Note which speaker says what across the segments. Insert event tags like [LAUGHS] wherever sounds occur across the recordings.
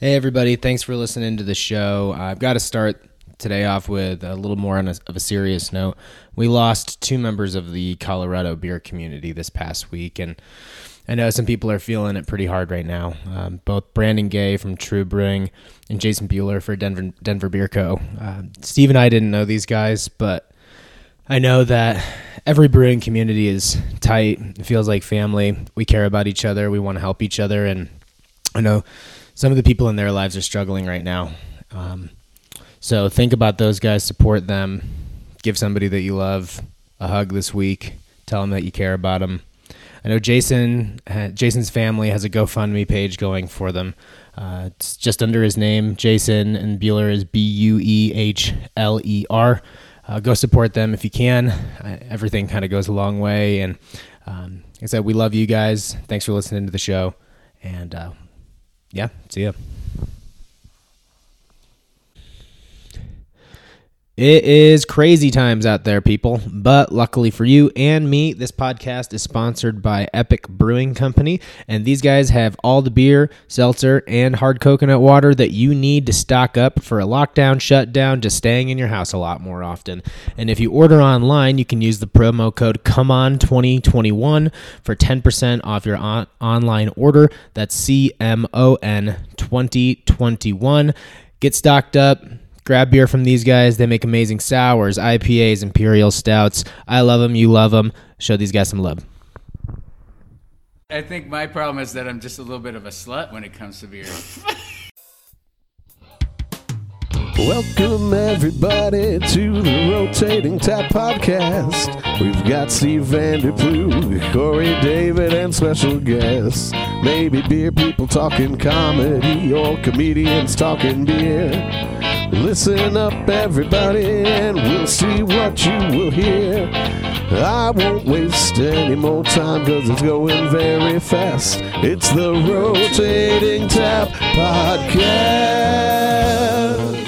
Speaker 1: Hey, everybody. Thanks for listening to the show. I've got to start today off with a little more on a, of a serious note. We lost two members of the Colorado beer community this past week, and I know some people are feeling it pretty hard right now. Um, both Brandon Gay from True Brewing and Jason Bueller for Denver, Denver Beer Co. Uh, Steve and I didn't know these guys, but I know that every brewing community is tight. It feels like family. We care about each other. We want to help each other. And I know some of the people in their lives are struggling right now. Um, so think about those guys, support them, give somebody that you love a hug this week, tell them that you care about them. I know Jason, uh, Jason's family has a GoFundMe page going for them. Uh, it's just under his name, Jason, and Bueller is B U E H L E R. Uh, go support them if you can. Uh, everything kind of goes a long way. And um, like I said, we love you guys. Thanks for listening to the show. And uh, yeah, see ya. It is crazy times out there, people. But luckily for you and me, this podcast is sponsored by Epic Brewing Company. And these guys have all the beer, seltzer, and hard coconut water that you need to stock up for a lockdown, shutdown, just staying in your house a lot more often. And if you order online, you can use the promo code COMEON2021 for 10% off your on- online order. That's CMON2021. Get stocked up grab beer from these guys. They make amazing sours, IPAs, imperial stouts. I love them. You love them. Show these guys some love.
Speaker 2: I think my problem is that I'm just a little bit of a slut when it comes to beer.
Speaker 3: Welcome, everybody, to the Rotating Tap Podcast. We've got Steve Vanderplug, Corey David, and special guests. Maybe beer people talking comedy or comedians talking beer. Listen up, everybody, and we'll see what you will hear. I won't waste any more time because it's going very fast. It's the Rotating Tap Podcast.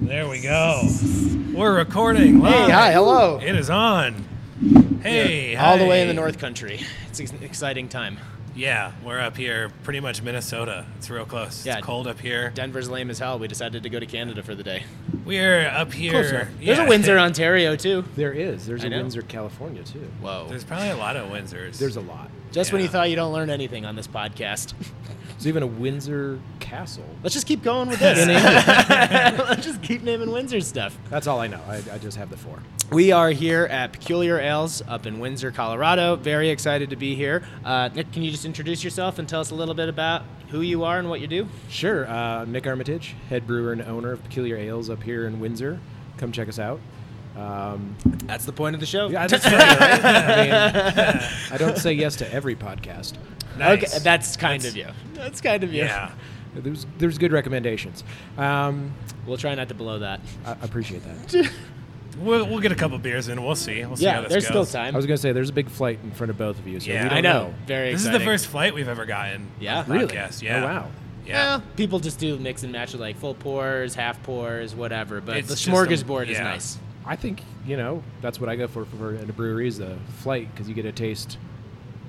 Speaker 4: There we go. We're recording live.
Speaker 1: hello.
Speaker 4: It is on. Hey,
Speaker 1: All the
Speaker 4: hi.
Speaker 1: way in the North Country. It's an exciting time.
Speaker 4: Yeah, we're up here, pretty much Minnesota. It's real close.
Speaker 1: Yeah.
Speaker 4: It's cold up here.
Speaker 1: Denver's lame as hell. We decided to go to Canada for the day.
Speaker 4: We're up here.
Speaker 1: There's
Speaker 4: yeah.
Speaker 1: a Windsor, Ontario, too.
Speaker 5: There is. There's
Speaker 1: I
Speaker 5: a
Speaker 1: know.
Speaker 5: Windsor, California too.
Speaker 1: Whoa.
Speaker 4: [LAUGHS] There's probably a lot of Windsors.
Speaker 5: There's a lot.
Speaker 1: Just when you
Speaker 4: yeah.
Speaker 1: thought you don't learn anything on this
Speaker 5: [LAUGHS]
Speaker 1: podcast.
Speaker 5: There's even a Windsor Castle.
Speaker 1: Let's just keep going with this. [LAUGHS] Let's just keep naming Windsor stuff.
Speaker 5: That's all I know. I, I just have the four.
Speaker 1: We are here at Peculiar Ales up in Windsor, Colorado. Very excited to be here. Uh, Nick, can you just introduce yourself and tell us a little bit about who you are and what you do?
Speaker 5: Sure. Uh, Nick Armitage, head brewer and owner of Peculiar Ales up here in Windsor. Come check us out. Um,
Speaker 1: That's the point of the show.
Speaker 5: yeah, that's right. [LAUGHS] right? I, mean, I don't say yes to every podcast.
Speaker 4: Nice.
Speaker 1: Okay, that's kind of you. That's kind of you.
Speaker 4: yeah.
Speaker 5: There's there's good recommendations. Um,
Speaker 1: We'll try not to blow that.
Speaker 5: I I appreciate that.
Speaker 4: We'll, we'll get a couple beers in. We'll see. We'll see how
Speaker 1: yeah,
Speaker 4: this
Speaker 1: there's
Speaker 4: goes.
Speaker 1: still
Speaker 5: I
Speaker 1: time.
Speaker 5: was gonna say there's a big flight in front of both of you. So
Speaker 4: Yeah.
Speaker 5: we don't
Speaker 1: I know. Very
Speaker 4: This
Speaker 1: exciting.
Speaker 4: is the first flight we've ever gotten.
Speaker 1: Yeah.
Speaker 5: Really?
Speaker 4: Podcast.
Speaker 5: Oh,
Speaker 4: Yeah.
Speaker 5: wow.
Speaker 4: Yeah.
Speaker 1: Well, people just do mix and match with like full pours, half pours, whatever. But
Speaker 4: It's
Speaker 1: the
Speaker 4: just a-
Speaker 1: smorgasbord is
Speaker 4: yeah.
Speaker 1: nice.
Speaker 5: I think you know that's what I go for for at a brewery is the flight because you get a taste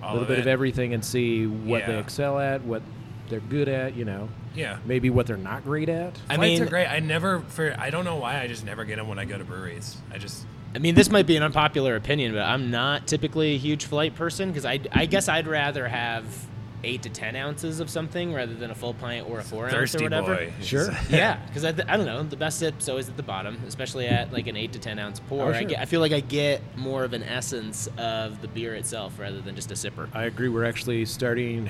Speaker 4: All
Speaker 5: a little bit of
Speaker 4: it.
Speaker 5: everything and see what they
Speaker 4: Yeah.
Speaker 5: excel at, what they're good at, you know,
Speaker 4: Yeah.
Speaker 5: maybe what they're not great at.
Speaker 1: I
Speaker 4: Flights
Speaker 1: mean,
Speaker 4: are great. I never, for I don't know why, I just never get them when I go to breweries. I just,
Speaker 1: I mean, this might be an unpopular opinion, but I'm not typically a huge flight person because I, I guess I'd rather have eight to ten ounces of something rather than a full pint or a four ounce or
Speaker 4: thirsty
Speaker 1: whatever.
Speaker 4: boy.
Speaker 5: [LAUGHS]
Speaker 4: [LAUGHS]
Speaker 5: Sure.
Speaker 1: [LAUGHS] Yeah, because I, th- I don't know. The best sip's always at the bottom, especially at like an eight to ten ounce pour.
Speaker 5: Oh,
Speaker 1: I,
Speaker 5: sure.
Speaker 1: get, I feel like I get more of an essence of the beer itself rather than just a sipper.
Speaker 5: I agree. We're actually starting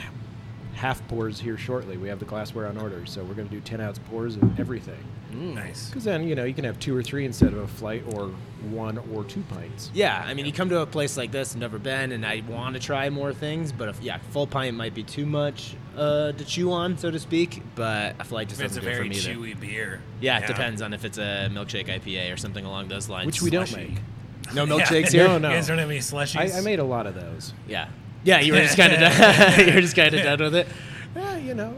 Speaker 5: half pours here shortly. We have the glassware on order, so we're going to do 10 ounce pours of everything.
Speaker 1: Mm.
Speaker 4: Nice.
Speaker 5: Because then, you know, you can have two or three instead of a flight or one or two pints.
Speaker 1: Yeah, I mean, you come to a place like this, never been, and I want to try more things, but if, yeah, full pint might be too much uh, to chew on, so to speak. But I feel like just
Speaker 4: It's a
Speaker 1: doesn't do it for
Speaker 4: very
Speaker 1: me either.
Speaker 4: chewy beer.
Speaker 1: Yeah, it depends on if it's a milkshake IPA or something along those lines.
Speaker 5: Which we don't
Speaker 4: slushy.
Speaker 5: make.
Speaker 1: No
Speaker 4: Yeah.
Speaker 6: [LAUGHS]
Speaker 1: milkshakes here.
Speaker 5: No, no.
Speaker 4: You guys don't have any slushies?
Speaker 5: I, I made a lot of those.
Speaker 1: Yeah, yeah. You were just kind of done. [LAUGHS] you were just kind of done with it.
Speaker 5: Yeah, you know,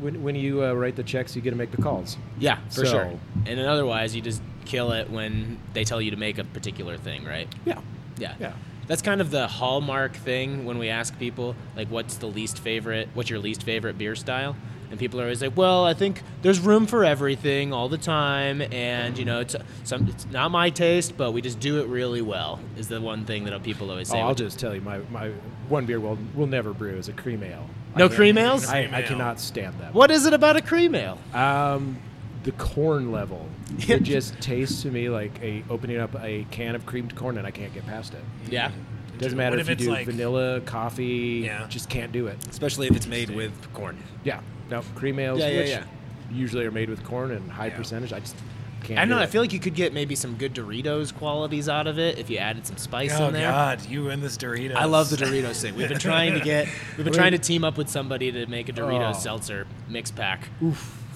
Speaker 5: when, when you uh, write the checks, you get to make the calls.
Speaker 1: Yeah, for
Speaker 5: So-
Speaker 1: sure. And then otherwise, you just kill it when they tell you to make a particular thing, right?
Speaker 5: Yeah.
Speaker 1: Yeah.
Speaker 5: Yeah.
Speaker 1: that's kind of the hallmark thing when we ask people like what's the least favorite what's your least favorite beer style and people are always like well i think there's room for everything all the time and you know it's some it's not my taste but we just do it really well is the one thing that people always
Speaker 5: Oh,
Speaker 1: say
Speaker 5: I'll just tell you, my, my one beer we'll, we'll never brew is a cream ale.
Speaker 1: no
Speaker 5: I can't-
Speaker 1: cream ales
Speaker 5: I, I
Speaker 6: ale.
Speaker 5: cannot stand that.
Speaker 1: what is it about a cream ale
Speaker 5: Um, the corn
Speaker 1: [LAUGHS]
Speaker 5: level. it just tastes to me like a opening up a can of creamed corn and I can't get past it.
Speaker 1: yeah
Speaker 5: Doesn't matter
Speaker 6: What if
Speaker 5: if, you
Speaker 6: it's
Speaker 5: do
Speaker 6: like-
Speaker 5: vanilla, coffee,
Speaker 6: Yeah.
Speaker 5: just can't do it.
Speaker 4: especially if it's made with corn.
Speaker 5: Yeah, no cream ales,
Speaker 1: Yeah, yeah,
Speaker 5: which
Speaker 1: yeah.
Speaker 5: usually are made with corn and high percentage. I just can't.
Speaker 1: I don't know.
Speaker 5: do
Speaker 1: I
Speaker 5: it.
Speaker 1: feel like you could get maybe some good Doritos qualities out of it if you added some spice
Speaker 6: Oh
Speaker 1: in there.
Speaker 6: God, you and this Doritos.
Speaker 1: I love the Doritos thing. We've been trying to get, we've been
Speaker 5: mean-
Speaker 1: trying to team up with somebody to make a Doritos
Speaker 5: Oh.
Speaker 1: seltzer mix pack.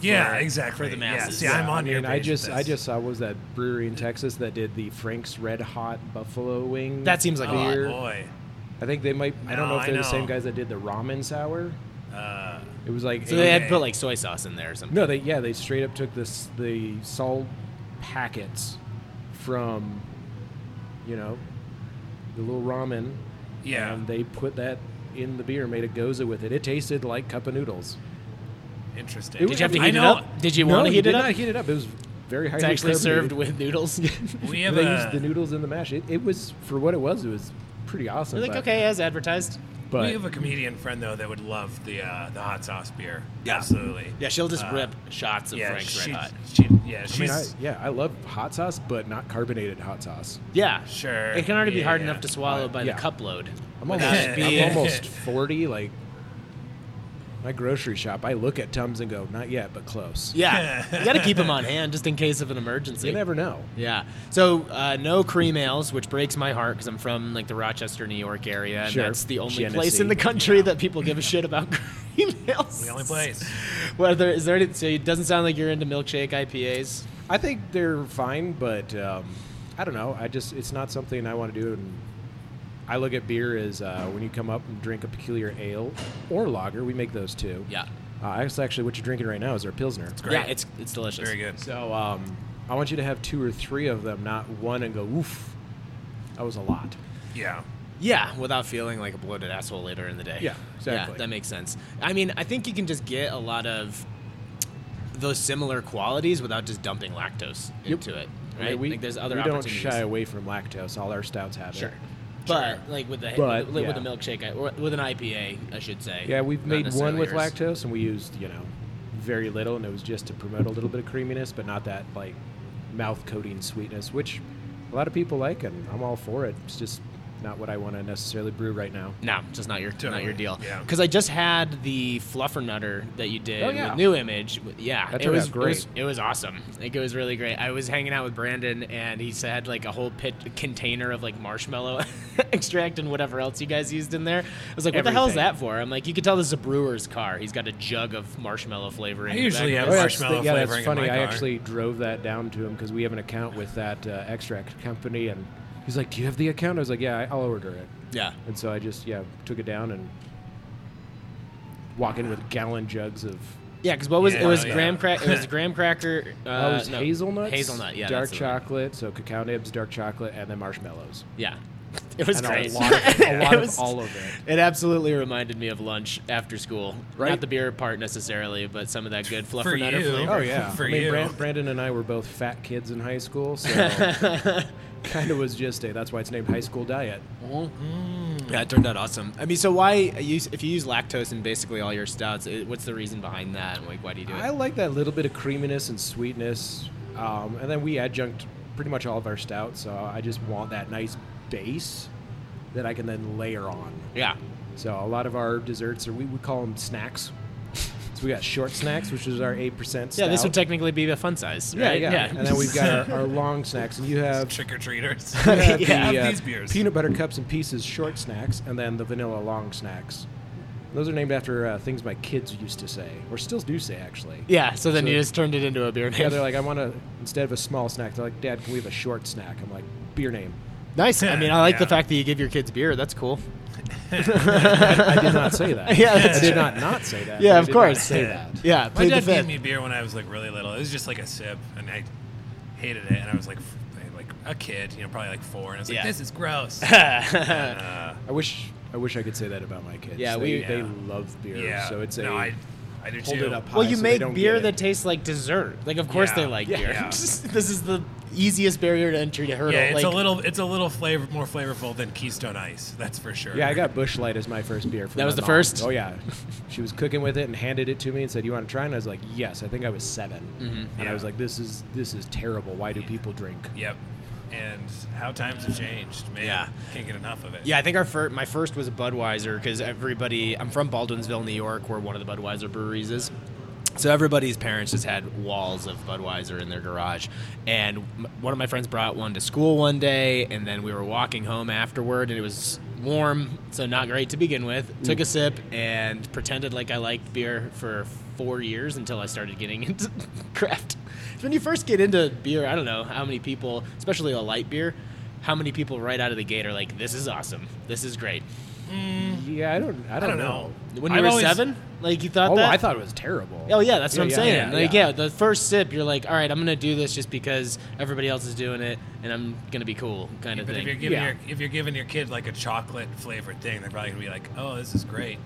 Speaker 6: Yeah,
Speaker 1: for-
Speaker 6: exactly.
Speaker 1: for the masses.
Speaker 6: Yes, yeah, I'm
Speaker 5: I
Speaker 6: on your
Speaker 5: mean, I
Speaker 6: page with
Speaker 5: just I
Speaker 6: this.
Speaker 5: just saw what was that brewery in Texas that did the Frank's Red Hot Buffalo Wing.
Speaker 1: That seems like a lot.
Speaker 5: beer.
Speaker 6: Oh, boy.
Speaker 5: I think they might. I don't
Speaker 6: No,
Speaker 5: know if
Speaker 6: I
Speaker 5: they're the same
Speaker 6: know.
Speaker 5: guys that did the ramen sour.
Speaker 6: Uh,
Speaker 5: It was like
Speaker 1: So
Speaker 5: eight-
Speaker 1: they had
Speaker 6: Okay.
Speaker 1: put like soy sauce in there or something.
Speaker 5: No, they yeah, they straight up took this the salt packets from you know the little ramen.
Speaker 6: Yeah.
Speaker 5: And they put that in the beer, made a goza with it. It tasted like cup of noodles.
Speaker 6: interesting.
Speaker 5: It
Speaker 1: Did
Speaker 5: was-
Speaker 1: you have to
Speaker 6: I
Speaker 1: heat it
Speaker 6: know-
Speaker 1: up? Did you
Speaker 5: no,
Speaker 1: want to
Speaker 5: you
Speaker 1: heat
Speaker 5: did
Speaker 1: it
Speaker 5: Not
Speaker 1: up?
Speaker 5: heat it up. It was very highly
Speaker 1: It's actually served
Speaker 5: carbonated.
Speaker 1: with noodles.
Speaker 6: We have
Speaker 5: they
Speaker 6: a,
Speaker 5: used the noodles in the mash. It, it was for what it was. It was pretty awesome.
Speaker 1: You're like,
Speaker 5: but,
Speaker 1: okay, as advertised.
Speaker 5: but
Speaker 6: we have a comedian friend though that would love the uh, the hot sauce beer.
Speaker 4: Yeah.
Speaker 6: Absolutely.
Speaker 1: Yeah, she'll just
Speaker 6: Uh,
Speaker 1: rip shots of
Speaker 6: yeah,
Speaker 1: Frank's
Speaker 6: she,
Speaker 1: Red Hot.
Speaker 6: She, yeah,
Speaker 5: I mean, I,
Speaker 6: she's
Speaker 5: yeah, I love hot sauce, but not carbonated hot sauce.
Speaker 1: Yeah,
Speaker 6: Sure,
Speaker 1: It can already be
Speaker 6: yeah,
Speaker 1: hard
Speaker 6: yeah.
Speaker 1: enough to swallow by
Speaker 5: Yeah.
Speaker 1: the cup load.
Speaker 5: I'm
Speaker 1: without
Speaker 5: almost,
Speaker 6: Without it being-
Speaker 1: [LAUGHS]
Speaker 5: I'm almost 40. Like, my grocery shop, I look at Tums and go, not yet, but close. [LAUGHS]
Speaker 1: Yeah, you got to keep them on hand just in case of an emergency.
Speaker 5: You never know.
Speaker 1: Yeah. So uh, no cream ales, which breaks my heart because I'm from like the Rochester, New York area, and
Speaker 5: Sure.
Speaker 1: that's the only
Speaker 5: Genesee.
Speaker 1: place in the country that people give a shit about [LAUGHS] cream ales.
Speaker 6: the only
Speaker 1: [LAUGHS]
Speaker 6: place.
Speaker 1: Whether is there? Any, so it doesn't sound like you're into milkshake IPAs.
Speaker 5: I think they're fine, but um, I don't know. I just, it's not something I want to do. And I look at beer as uh, when you come up and drink a peculiar ale or lager, we make those too.
Speaker 1: Yeah.
Speaker 5: Uh, that's actually what you're drinking right now is our Pilsner.
Speaker 6: Great.
Speaker 1: Yeah, it's it's delicious.
Speaker 6: Very good.
Speaker 5: So um, I want you to have two or three of them, not one and go, oof, that was a lot.
Speaker 6: Yeah.
Speaker 1: Yeah, without feeling like a bloated asshole later in the day.
Speaker 5: Yeah, exactly.
Speaker 1: Yeah, that makes sense. I mean, I think you can just get a lot of those similar qualities without just dumping lactose into it.
Speaker 5: I mean,
Speaker 1: Right?
Speaker 5: we
Speaker 1: like there's other
Speaker 5: we don't
Speaker 1: opportunities.
Speaker 5: shy away from lactose. All our stouts have
Speaker 1: Sure.
Speaker 5: it.
Speaker 1: But like with the
Speaker 5: But,
Speaker 1: with, with
Speaker 5: yeah.
Speaker 1: a milkshake I- or with an IPA, I should say.
Speaker 5: Yeah, we've
Speaker 1: Not
Speaker 5: made one
Speaker 1: necessarily
Speaker 5: with
Speaker 1: yours.
Speaker 5: lactose, and we used you know very little, and it was just to promote a little bit of creaminess, but not that like mouth coating sweetness, which a lot of people like, and I'm all for it. It's just not what I want to necessarily brew right now.
Speaker 1: No, just not your not your
Speaker 6: Totally,
Speaker 1: deal.
Speaker 6: yeah.
Speaker 1: Because I just had the fluffernutter that you did
Speaker 5: Oh, yeah.
Speaker 1: with New Image. W- Yeah,
Speaker 5: That
Speaker 1: it
Speaker 5: turned
Speaker 1: was
Speaker 5: out great.
Speaker 1: It was, it was awesome. Like it was really great. I was hanging out with Brandon, and he had like a whole pit container of like marshmallow [LAUGHS] extract and whatever else you guys used in there. I was like, what the hell is
Speaker 5: Everything.
Speaker 1: that for? I'm like, you could tell this is a brewer's car. He's got a jug of marshmallow flavoring.
Speaker 6: I
Speaker 1: in the
Speaker 6: usually
Speaker 1: back
Speaker 6: have
Speaker 1: of his-
Speaker 5: Oh, yeah,
Speaker 6: marshmallow
Speaker 5: that's, yeah, that's
Speaker 6: flavoring in
Speaker 5: funny.
Speaker 6: my
Speaker 5: I
Speaker 6: car.
Speaker 5: actually drove that down to him because we have an account with that uh, extract company, and he's like, "Do you have the account?" I was like, Oh, "Yeah, I- I'll order it."
Speaker 1: Yeah.
Speaker 5: And so I just yeah took it down and walk in with gallon jugs of
Speaker 1: Yeah, because what was
Speaker 6: Yeah,
Speaker 1: it was
Speaker 6: yeah.
Speaker 1: graham crack it [LAUGHS] was graham cracker. Uh,
Speaker 5: oh, it was
Speaker 1: no,
Speaker 5: hazelnuts,
Speaker 1: Hazelnut, yeah.
Speaker 5: dark
Speaker 1: that's the one.
Speaker 5: chocolate, so cacao nibs, dark chocolate, and then marshmallows.
Speaker 1: Yeah, [LAUGHS] it was
Speaker 5: and
Speaker 1: great.
Speaker 5: a
Speaker 1: [LAUGHS]
Speaker 5: lot, of, a
Speaker 1: It
Speaker 5: lot of
Speaker 1: was-
Speaker 5: all of
Speaker 1: [LAUGHS]
Speaker 5: it.
Speaker 1: It absolutely reminded me of lunch after school.
Speaker 5: Right?
Speaker 1: Not the beer part necessarily, but some of that good
Speaker 6: For
Speaker 1: fluffernutter
Speaker 6: you.
Speaker 1: flavor.
Speaker 5: Oh yeah,
Speaker 6: For
Speaker 5: I mean,
Speaker 6: you.
Speaker 5: Brand, Brandon and I were both fat kids in high
Speaker 1: [LAUGHS]
Speaker 5: school, so kind of was just a. That's why it's named high school diet.
Speaker 1: Oh, Yeah, it turned out awesome. I mean, so why use if you use lactose in basically all your stouts? It, what's the reason behind that? Like, why do you do it?
Speaker 5: I like that little bit of creaminess and sweetness, um, and then we adjunct pretty much all of our stouts. So I just want that nice base that I can then layer on.
Speaker 1: yeah,
Speaker 5: So a lot of our desserts, or we would call them snacks. so we got short snacks, which is our eight percent.
Speaker 1: yeah. This would technically be a fun size.
Speaker 5: Yeah,
Speaker 1: right?
Speaker 5: yeah, And then we've got our, our long snacks, and you have,
Speaker 6: Trick or
Speaker 5: you
Speaker 6: treaters. [LAUGHS]
Speaker 1: [LAUGHS]
Speaker 5: have
Speaker 1: Yeah.
Speaker 6: Have
Speaker 5: the uh,
Speaker 6: these beers.
Speaker 5: peanut butter cups and pieces short snacks, and then the vanilla long snacks. Those are named after uh, things my kids used to say, or still do say actually.
Speaker 1: [LAUGHS] Yeah, So then
Speaker 5: So-
Speaker 1: you just turned it into a beer name.
Speaker 5: Yeah, they're like, I want to, instead of a small snack, they're like, Dad, can we have a short snack? I'm like, beer name.
Speaker 1: [LAUGHS] nice. I mean, I like the
Speaker 6: Yeah.
Speaker 1: fact that you give your kids beer. That's cool.
Speaker 5: I did
Speaker 1: [LAUGHS]
Speaker 5: not say that.
Speaker 1: Yeah,
Speaker 5: I
Speaker 1: that's
Speaker 5: did not not say that.
Speaker 1: Yeah,
Speaker 5: I
Speaker 1: of
Speaker 5: did not
Speaker 1: course.
Speaker 5: say that.
Speaker 1: Yeah.
Speaker 6: My
Speaker 1: plead the
Speaker 6: dad
Speaker 1: fifth.
Speaker 6: gave me beer when I was like really little. It was just like a sip, and I hated it. And I was like, f- I, like
Speaker 4: a kid, you know, probably like four, and it's like,
Speaker 1: Yeah.
Speaker 4: this is
Speaker 5: [LAUGHS]
Speaker 4: gross. Uh,
Speaker 5: I wish I wish I could say that about my kids.
Speaker 1: Yeah,
Speaker 5: they,
Speaker 1: we-
Speaker 5: they
Speaker 4: Yeah.
Speaker 5: love beer,
Speaker 4: yeah.
Speaker 5: so it's a
Speaker 4: no, I, I do
Speaker 5: hold
Speaker 4: too.
Speaker 5: it up high.
Speaker 1: well, you
Speaker 5: so they
Speaker 1: make
Speaker 5: don't
Speaker 1: beer
Speaker 5: get it.
Speaker 1: that tastes like dessert. Like, of course
Speaker 4: Yeah.
Speaker 1: they like
Speaker 4: Yeah.
Speaker 1: beer. [LAUGHS]
Speaker 4: Yeah.
Speaker 1: this is the easiest barrier to entry to hurdle.
Speaker 4: Yeah, it's
Speaker 1: like,
Speaker 4: a little, it's a little flavor, more flavorful than Keystone Ice. That's for sure.
Speaker 5: Yeah, I got Bush Light as my first beer. From
Speaker 1: That
Speaker 5: my
Speaker 1: was the
Speaker 5: mom.
Speaker 1: first?
Speaker 5: Oh
Speaker 1: [LAUGHS]
Speaker 5: yeah, she was cooking with it and handed it to me and said, "You want to try?" And I was like, "Yes." I think I was 7
Speaker 1: Mm-hmm.
Speaker 5: and I
Speaker 4: Yeah.
Speaker 5: was like, "This is this is terrible. Why do people drink?"
Speaker 4: Yep. And how times have changed, man.
Speaker 1: Yeah.
Speaker 4: Can't get enough of it.
Speaker 1: Yeah, I think our fir- my first was a Budweiser because everybody. I'm from Baldwinsville, New York, where one of the Budweiser breweries is. So everybody's parents just had walls of Budweiser in their garage, and m- one of my friends brought one to school one day, and then we were walking home afterward, and it was warm, so not great to begin with. Took a sip and pretended like I liked beer for four years until I started getting [LAUGHS] into craft. When you first get into beer, I don't know how many people, especially a light beer, how many people right out of the gate are like, "This is awesome. This is great." Mm-hmm.
Speaker 5: Yeah, I don't. I don't,
Speaker 4: I don't know.
Speaker 1: When you
Speaker 4: I've
Speaker 1: were
Speaker 4: always-
Speaker 1: seven, like you thought
Speaker 5: Oh,
Speaker 1: that.
Speaker 5: I thought it was terrible.
Speaker 1: Oh yeah, that's what I'm saying.
Speaker 5: yeah,
Speaker 1: like yeah. the first sip, you're like, "All right, I'm gonna do this just because everybody else is doing it, and I'm gonna be cool," kind of
Speaker 4: But if
Speaker 1: thing.
Speaker 4: you're giving
Speaker 5: Yeah.
Speaker 4: your if you're giving your kid like a chocolate flavored thing, they're probably gonna be like, "Oh, this is great."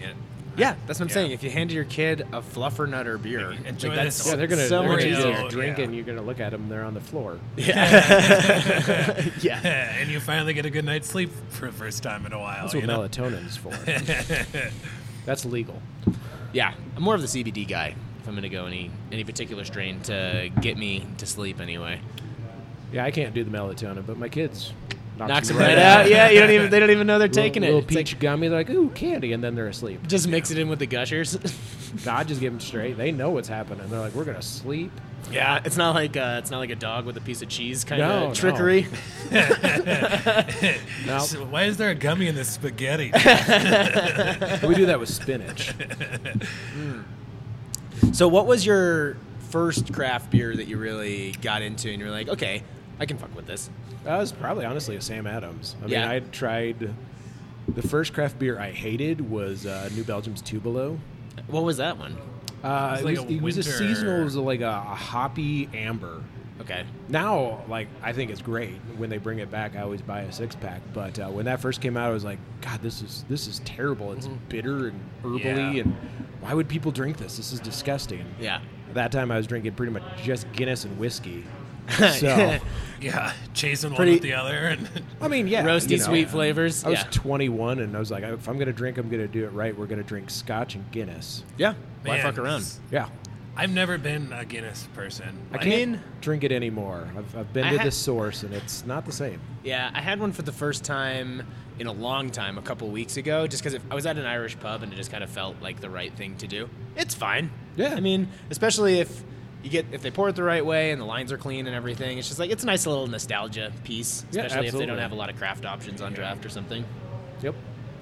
Speaker 4: Yeah.
Speaker 1: yeah, that's what I'm
Speaker 4: Yeah.
Speaker 1: saying. If you hand your kid a fluffer nutter beer,
Speaker 4: Enjoy
Speaker 1: like,
Speaker 4: this.
Speaker 1: that's
Speaker 5: Yeah, they're gonna.
Speaker 1: so
Speaker 5: they're
Speaker 1: much
Speaker 5: gonna
Speaker 4: Oreo,
Speaker 5: be
Speaker 1: easier.
Speaker 5: there drinking.
Speaker 4: yeah.
Speaker 5: You're gonna look at them. They're on the floor.
Speaker 1: yeah. [LAUGHS]
Speaker 4: [LAUGHS] and you finally get a good night's sleep for the first time in a while.
Speaker 5: That's
Speaker 4: you
Speaker 5: what
Speaker 4: know?
Speaker 5: melatonin's for. [LAUGHS] That's legal.
Speaker 1: Yeah, I'm more of the CBD guy. If I'm gonna go any any particular strain to get me to sleep anyway,
Speaker 5: Yeah, I can't do the melatonin, but my kids
Speaker 1: knocks them
Speaker 5: them
Speaker 1: right out. Yeah, you don't even they don't even know they're
Speaker 5: Little-
Speaker 1: taking
Speaker 5: little
Speaker 1: it. It's like-
Speaker 5: peach gummy. They're like, ooh, candy, and then they're [LAUGHS] asleep.
Speaker 1: just mix it in with the gushers. [LAUGHS]
Speaker 5: Nah, I just give them straight. They know what's happening. They're like, we're gonna [LAUGHS] sleep.
Speaker 1: yeah, it's not like uh, it's not like a dog with a piece of cheese kind
Speaker 5: No,
Speaker 1: of
Speaker 5: no.
Speaker 1: trickery.
Speaker 5: Now
Speaker 4: So why is there a gummy in this
Speaker 1: [LAUGHS]
Speaker 4: spaghetti? [LAUGHS]
Speaker 5: we do that with spinach.
Speaker 1: So, what was your first craft beer that you really got into, and you're like, okay, I can fuck with this?
Speaker 5: That was probably honestly a Sam Adams. I
Speaker 1: Yeah.
Speaker 5: mean, I tried. The first craft beer I hated was uh, New Belgium's Tubalo.
Speaker 1: What was that one?
Speaker 5: Uh, it,
Speaker 4: like
Speaker 5: was,
Speaker 4: a
Speaker 5: it was a
Speaker 4: winter-
Speaker 5: seasonal. It was like a, a hoppy amber.
Speaker 1: Okay.
Speaker 5: Now, like I think it's great when they bring it back. I always buy a six pack, but uh, when that first came out, I was like, "God, this is this is terrible. It's
Speaker 1: Mm-hmm.
Speaker 5: bitter and herbally,
Speaker 4: Yeah.
Speaker 5: and why would people drink this? This is disgusting."
Speaker 1: Yeah.
Speaker 5: At that time, I was drinking pretty much just Guinness
Speaker 1: [LAUGHS]
Speaker 5: and whiskey. So,
Speaker 4: yeah, chasing
Speaker 1: Pretty-
Speaker 4: one with the other, and [LAUGHS]
Speaker 5: I mean, yeah,
Speaker 1: Roasty
Speaker 5: you know,
Speaker 1: sweet flavors.
Speaker 5: I was
Speaker 1: yeah.
Speaker 5: 21, and I was like, "If I'm gonna drink, I'm gonna do it right. We're gonna drink Scotch and Guinness."
Speaker 1: yeah. Why
Speaker 4: Man,
Speaker 1: fuck around?
Speaker 4: s-
Speaker 5: Yeah,
Speaker 4: I've never been a Guinness person.
Speaker 5: I
Speaker 4: Like,
Speaker 5: can't drink it anymore. I've, I've been
Speaker 1: I
Speaker 5: to
Speaker 1: ha-
Speaker 5: the source, and it's not the same.
Speaker 1: Yeah, I had one for the first time in a long time a couple weeks ago, just because I was at an Irish pub and it just kind of felt like the right thing to do. It's fine.
Speaker 5: Yeah.
Speaker 1: I mean, especially if you get if they pour it the right way and the lines are clean and everything, it's just like it's a nice little nostalgia piece,
Speaker 5: Yeah,
Speaker 1: especially if they don't
Speaker 5: absolutely.
Speaker 1: have a lot of craft options on draft or something.
Speaker 5: Yep.